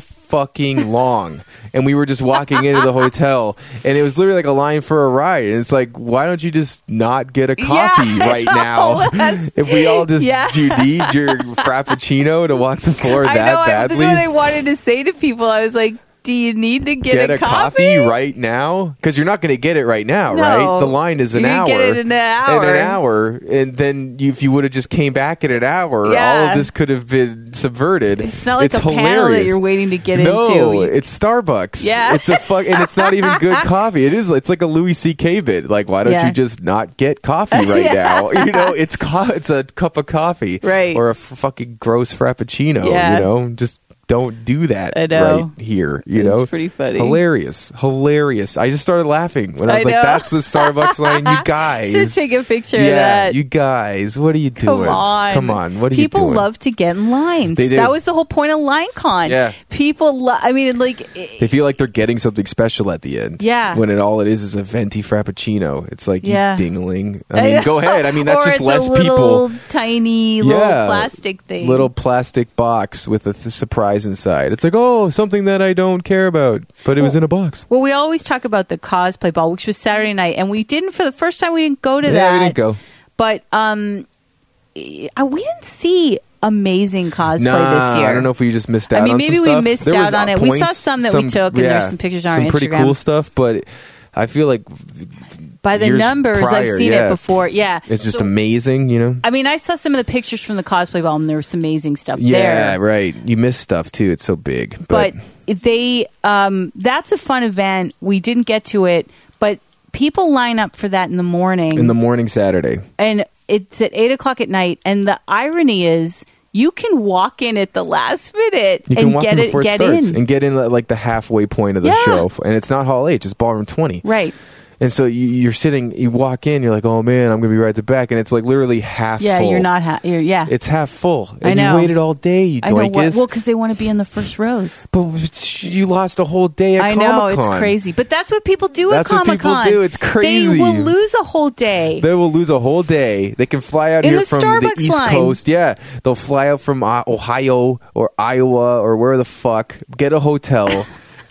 S2: fucking long. and we were just walking into the hotel, and it was literally like a line for a ride. And it's like, why don't you just not get a coffee
S1: Yeah, I
S2: right
S1: know.
S2: now? if we all just
S1: Yeah.
S2: you need your frappuccino to walk the floor
S1: I
S2: that
S1: know. I, this is
S2: badly.
S1: what I wanted to say to people. I was like, do you need to get,
S2: get a coffee, right now because you're not going to get it right now,
S1: No.
S2: right? The line is an
S1: You
S2: hour.
S1: get it in an
S2: In
S1: hour.
S2: an hour, and then you, if you would have just came back in an hour, all
S1: Yeah.
S2: of this could have been subverted.
S1: It's not like a
S2: hilarious.
S1: panel that you're waiting to get
S2: no,
S1: into.
S2: it's Starbucks.
S1: Yeah.
S2: it's a fuck, and it's not even good coffee. It is. It's like a Louis C.K. bit. Like, why don't
S1: Yeah.
S2: you just not get coffee right
S1: Yeah.
S2: now? You know, it's co- it's a cup of coffee,
S1: Right.
S2: or a f- fucking gross frappuccino.
S1: Yeah.
S2: You know, just don't do that
S1: I know.
S2: right here. You
S1: It's
S2: know,
S1: pretty funny.
S2: hilarious, hilarious. I just started laughing when I
S1: I
S2: was like,
S1: know.
S2: "That's the Starbucks line, you guys."
S1: Should take a picture
S2: yeah,
S1: of that.
S2: you guys, what are you
S1: Come
S2: doing?
S1: on.
S2: Come on, what are
S1: People
S2: you doing?
S1: love to get in lines.
S2: They do.
S1: That was the whole point of LineCon.
S2: Yeah.
S1: People lo- I mean like i-
S2: They feel like they're getting something special at the end.
S1: Yeah.
S2: When it all it is is a venti frappuccino. It's like
S1: Yeah.
S2: you dingling. I mean, go ahead. I mean, that's
S1: Or
S2: just
S1: it's
S2: less
S1: a little
S2: people.
S1: tiny little
S2: Yeah.
S1: plastic thing.
S2: Little plastic box with a th- surprise inside. It's like, oh, something that I don't care about, but it was in a box.
S1: Well, we always talk about the cosplay ball, which was Saturday night, and we didn't for the first time. We didn't go to
S2: Yeah,
S1: that.
S2: we didn't go.
S1: But um, I- we didn't see amazing cosplay
S2: Nah,
S1: this year.
S2: I don't know if we just missed
S1: I
S2: out.
S1: mean,
S2: on
S1: maybe
S2: some
S1: we
S2: stuff.
S1: missed
S2: There was,
S1: out on
S2: uh,
S1: it. We saw
S2: points,
S1: some that we took, and there's some pictures on
S2: some
S1: our
S2: pretty
S1: Instagram.
S2: cool stuff. But I feel like
S1: By the
S2: years
S1: numbers, I've
S2: prior,
S1: seen
S2: yeah.
S1: it before. Yeah,
S2: it's just
S1: So,
S2: amazing. You know?
S1: I mean, I saw some of the pictures from the cosplay ball, and there was some amazing stuff
S2: Yeah,
S1: there.
S2: right. You miss stuff too. It's so big.
S1: but they um, that's a fun event. We didn't get to it, but people line up for that in the morning.
S2: in the morning Saturday,
S1: and it's at eight o'clock at night. And the irony is, you can walk in at the last minute
S2: you can
S1: and
S2: walk
S1: get
S2: in
S1: it,
S2: before
S1: get
S2: it starts
S1: in.
S2: and get in at, like the halfway point of the
S1: Yeah.
S2: show. And it's not Hall H. It's Ballroom Twenty.
S1: right.
S2: And so you, you're sitting. You walk in. You're like, oh man, I'm gonna be right at the back. And it's like literally half.
S1: Yeah,
S2: full.
S1: you're not. Ha- you're, yeah,
S2: It's half full. And
S1: I know.
S2: You waited all day. You
S1: I know. What,
S2: doinkus.
S1: well, because they want to be in the first rows.
S2: But you lost a whole day at
S1: I know it's
S2: Comic-Con.
S1: crazy, but that's what people do
S2: That's
S1: at
S2: what
S1: Comic
S2: people
S1: Con.
S2: do. It's
S1: They
S2: crazy.
S1: will lose a whole day.
S2: They will lose a whole day. They can fly out
S1: In
S2: here
S1: the
S2: from
S1: Starbucks
S2: the East
S1: line.
S2: Coast. Yeah, they'll fly out from uh, Ohio or Iowa or where the fuck. Get a hotel,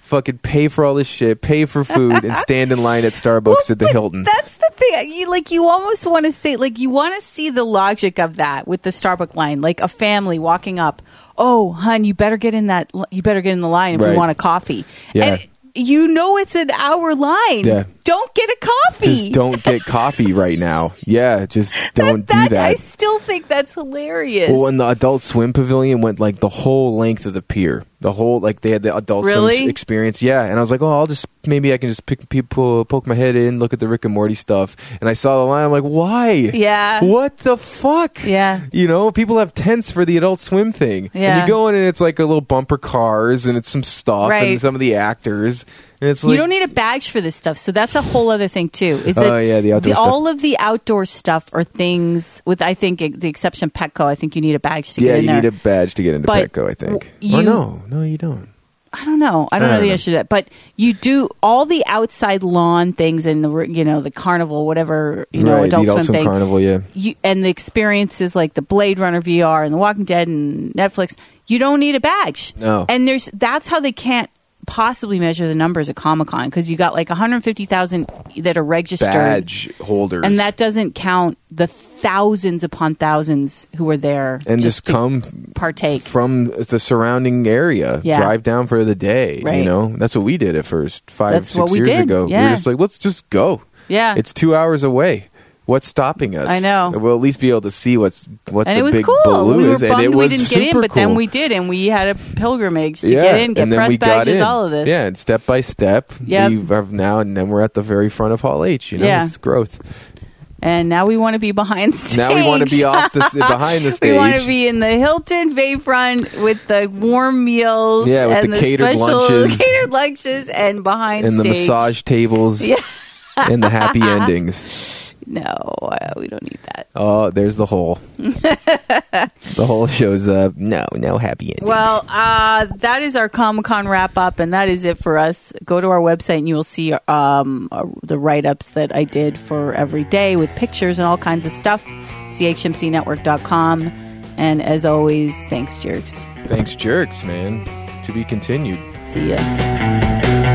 S2: fucking pay for all this shit, pay for food, and stand in line at Starbucks
S1: Well,
S2: at the
S1: but
S2: Hilton.
S1: That's the thing. You like you almost want to say like you want to see the logic of that with the Starbucks line, like a family walking up. Oh, hun, you better get in that. li- You better get in the line if
S2: Right.
S1: you want a coffee.
S2: Yeah.
S1: And you know it's an hour line.
S2: Yeah.
S1: Don't get a coffee.
S2: just don't get coffee right now. Yeah, just don't
S1: that,
S2: do that.
S1: I still think that's hilarious.
S2: Well, and the Adult Swim pavilion went like the whole length of the pier. The whole like they had the Adult
S1: Really?
S2: Swim experience. Yeah, and I was like, oh, I'll just maybe I can just pick people, poke my head in, look at the Rick and Morty stuff, and I saw the line. I'm like, why?
S1: Yeah.
S2: What the fuck?
S1: Yeah.
S2: You know, people have tents for the Adult Swim thing.
S1: Yeah.
S2: And you go in and it's like a little bumper cars and it's some stuff
S1: Right.
S2: and some of the actors and it's like
S1: you don't need a badge for this stuff, so that's a whole other thing too. Is that
S2: Oh, yeah, the outdoor stuff.
S1: all of the outdoor stuff are things with I think the exception of Petco. I think you need a badge to
S2: yeah,
S1: get in
S2: you
S1: there.
S2: need a badge to get into
S1: But
S2: Petco. I think.
S1: w-
S2: or
S1: you-
S2: no, no, you don't.
S1: I don't know. I don't
S2: I
S1: know
S2: don't
S1: the
S2: know.
S1: answer to that. But you do all the outside lawn things and the you know the carnival, whatever you know,
S2: right,
S1: adult swim
S2: the Adult Swim
S1: thing.
S2: Carnival. Yeah.
S1: You, and the experiences like the Blade Runner VR and The Walking Dead and Netflix. You don't need a badge.
S2: No.
S1: And there's that's how they can't possibly measure the numbers at Comic Con because you got like 150,000 that are registered,
S2: Badge holders.
S1: and that doesn't count the thousands upon thousands who were there
S2: and just,
S1: to
S2: come
S1: partake.
S2: from the surrounding area.
S1: Yeah.
S2: Drive down for the day.
S1: Right.
S2: You know, that's what we did at first five,
S1: That's
S2: six
S1: what we
S2: years
S1: did,
S2: ago. We
S1: yeah.
S2: were just like, let's just go.
S1: yeah.
S2: It's two hours away. What's stopping us?
S1: I know.
S2: We'll at least be able to see what's what
S1: and
S2: the
S1: it was
S2: big
S1: cool.
S2: blue
S1: We were
S2: is, and
S1: bummed
S2: it
S1: we
S2: was
S1: didn't
S2: super
S1: get in, but
S2: cool.
S1: then we did, and we had a pilgrimage to
S2: yeah,
S1: get in, get
S2: and then
S1: press
S2: we got
S1: badges,
S2: in.
S1: all of this.
S2: Yeah, and step by step,
S1: Yep.
S2: we have now and then we're at the very front of Hall H. You know,
S1: Yeah.
S2: it's growth.
S1: And now we want to be behind stage.
S2: Now we want to be off the, behind the stage.
S1: we want to be in the Hilton Bayfront with the warm meals,
S2: Yeah, with
S1: and
S2: the
S1: the,
S2: catered
S1: special
S2: lunches.
S1: catered lunches, and behind
S2: and the
S1: stage.
S2: massage tables
S1: Yeah.
S2: and the happy endings.
S1: No, uh, we don't need that.
S2: Oh, there's the hole. the hole shows up. No, no happy endings.
S1: Well, uh, that is our Comic Con wrap up, and that is it for us. Go to our website, and you will see um, uh, the write ups that I did for every day with pictures and all kinds of stuff. CHMCnetwork.com. And as always, thanks, jerks.
S2: thanks, jerks, man. To be continued.
S1: See ya.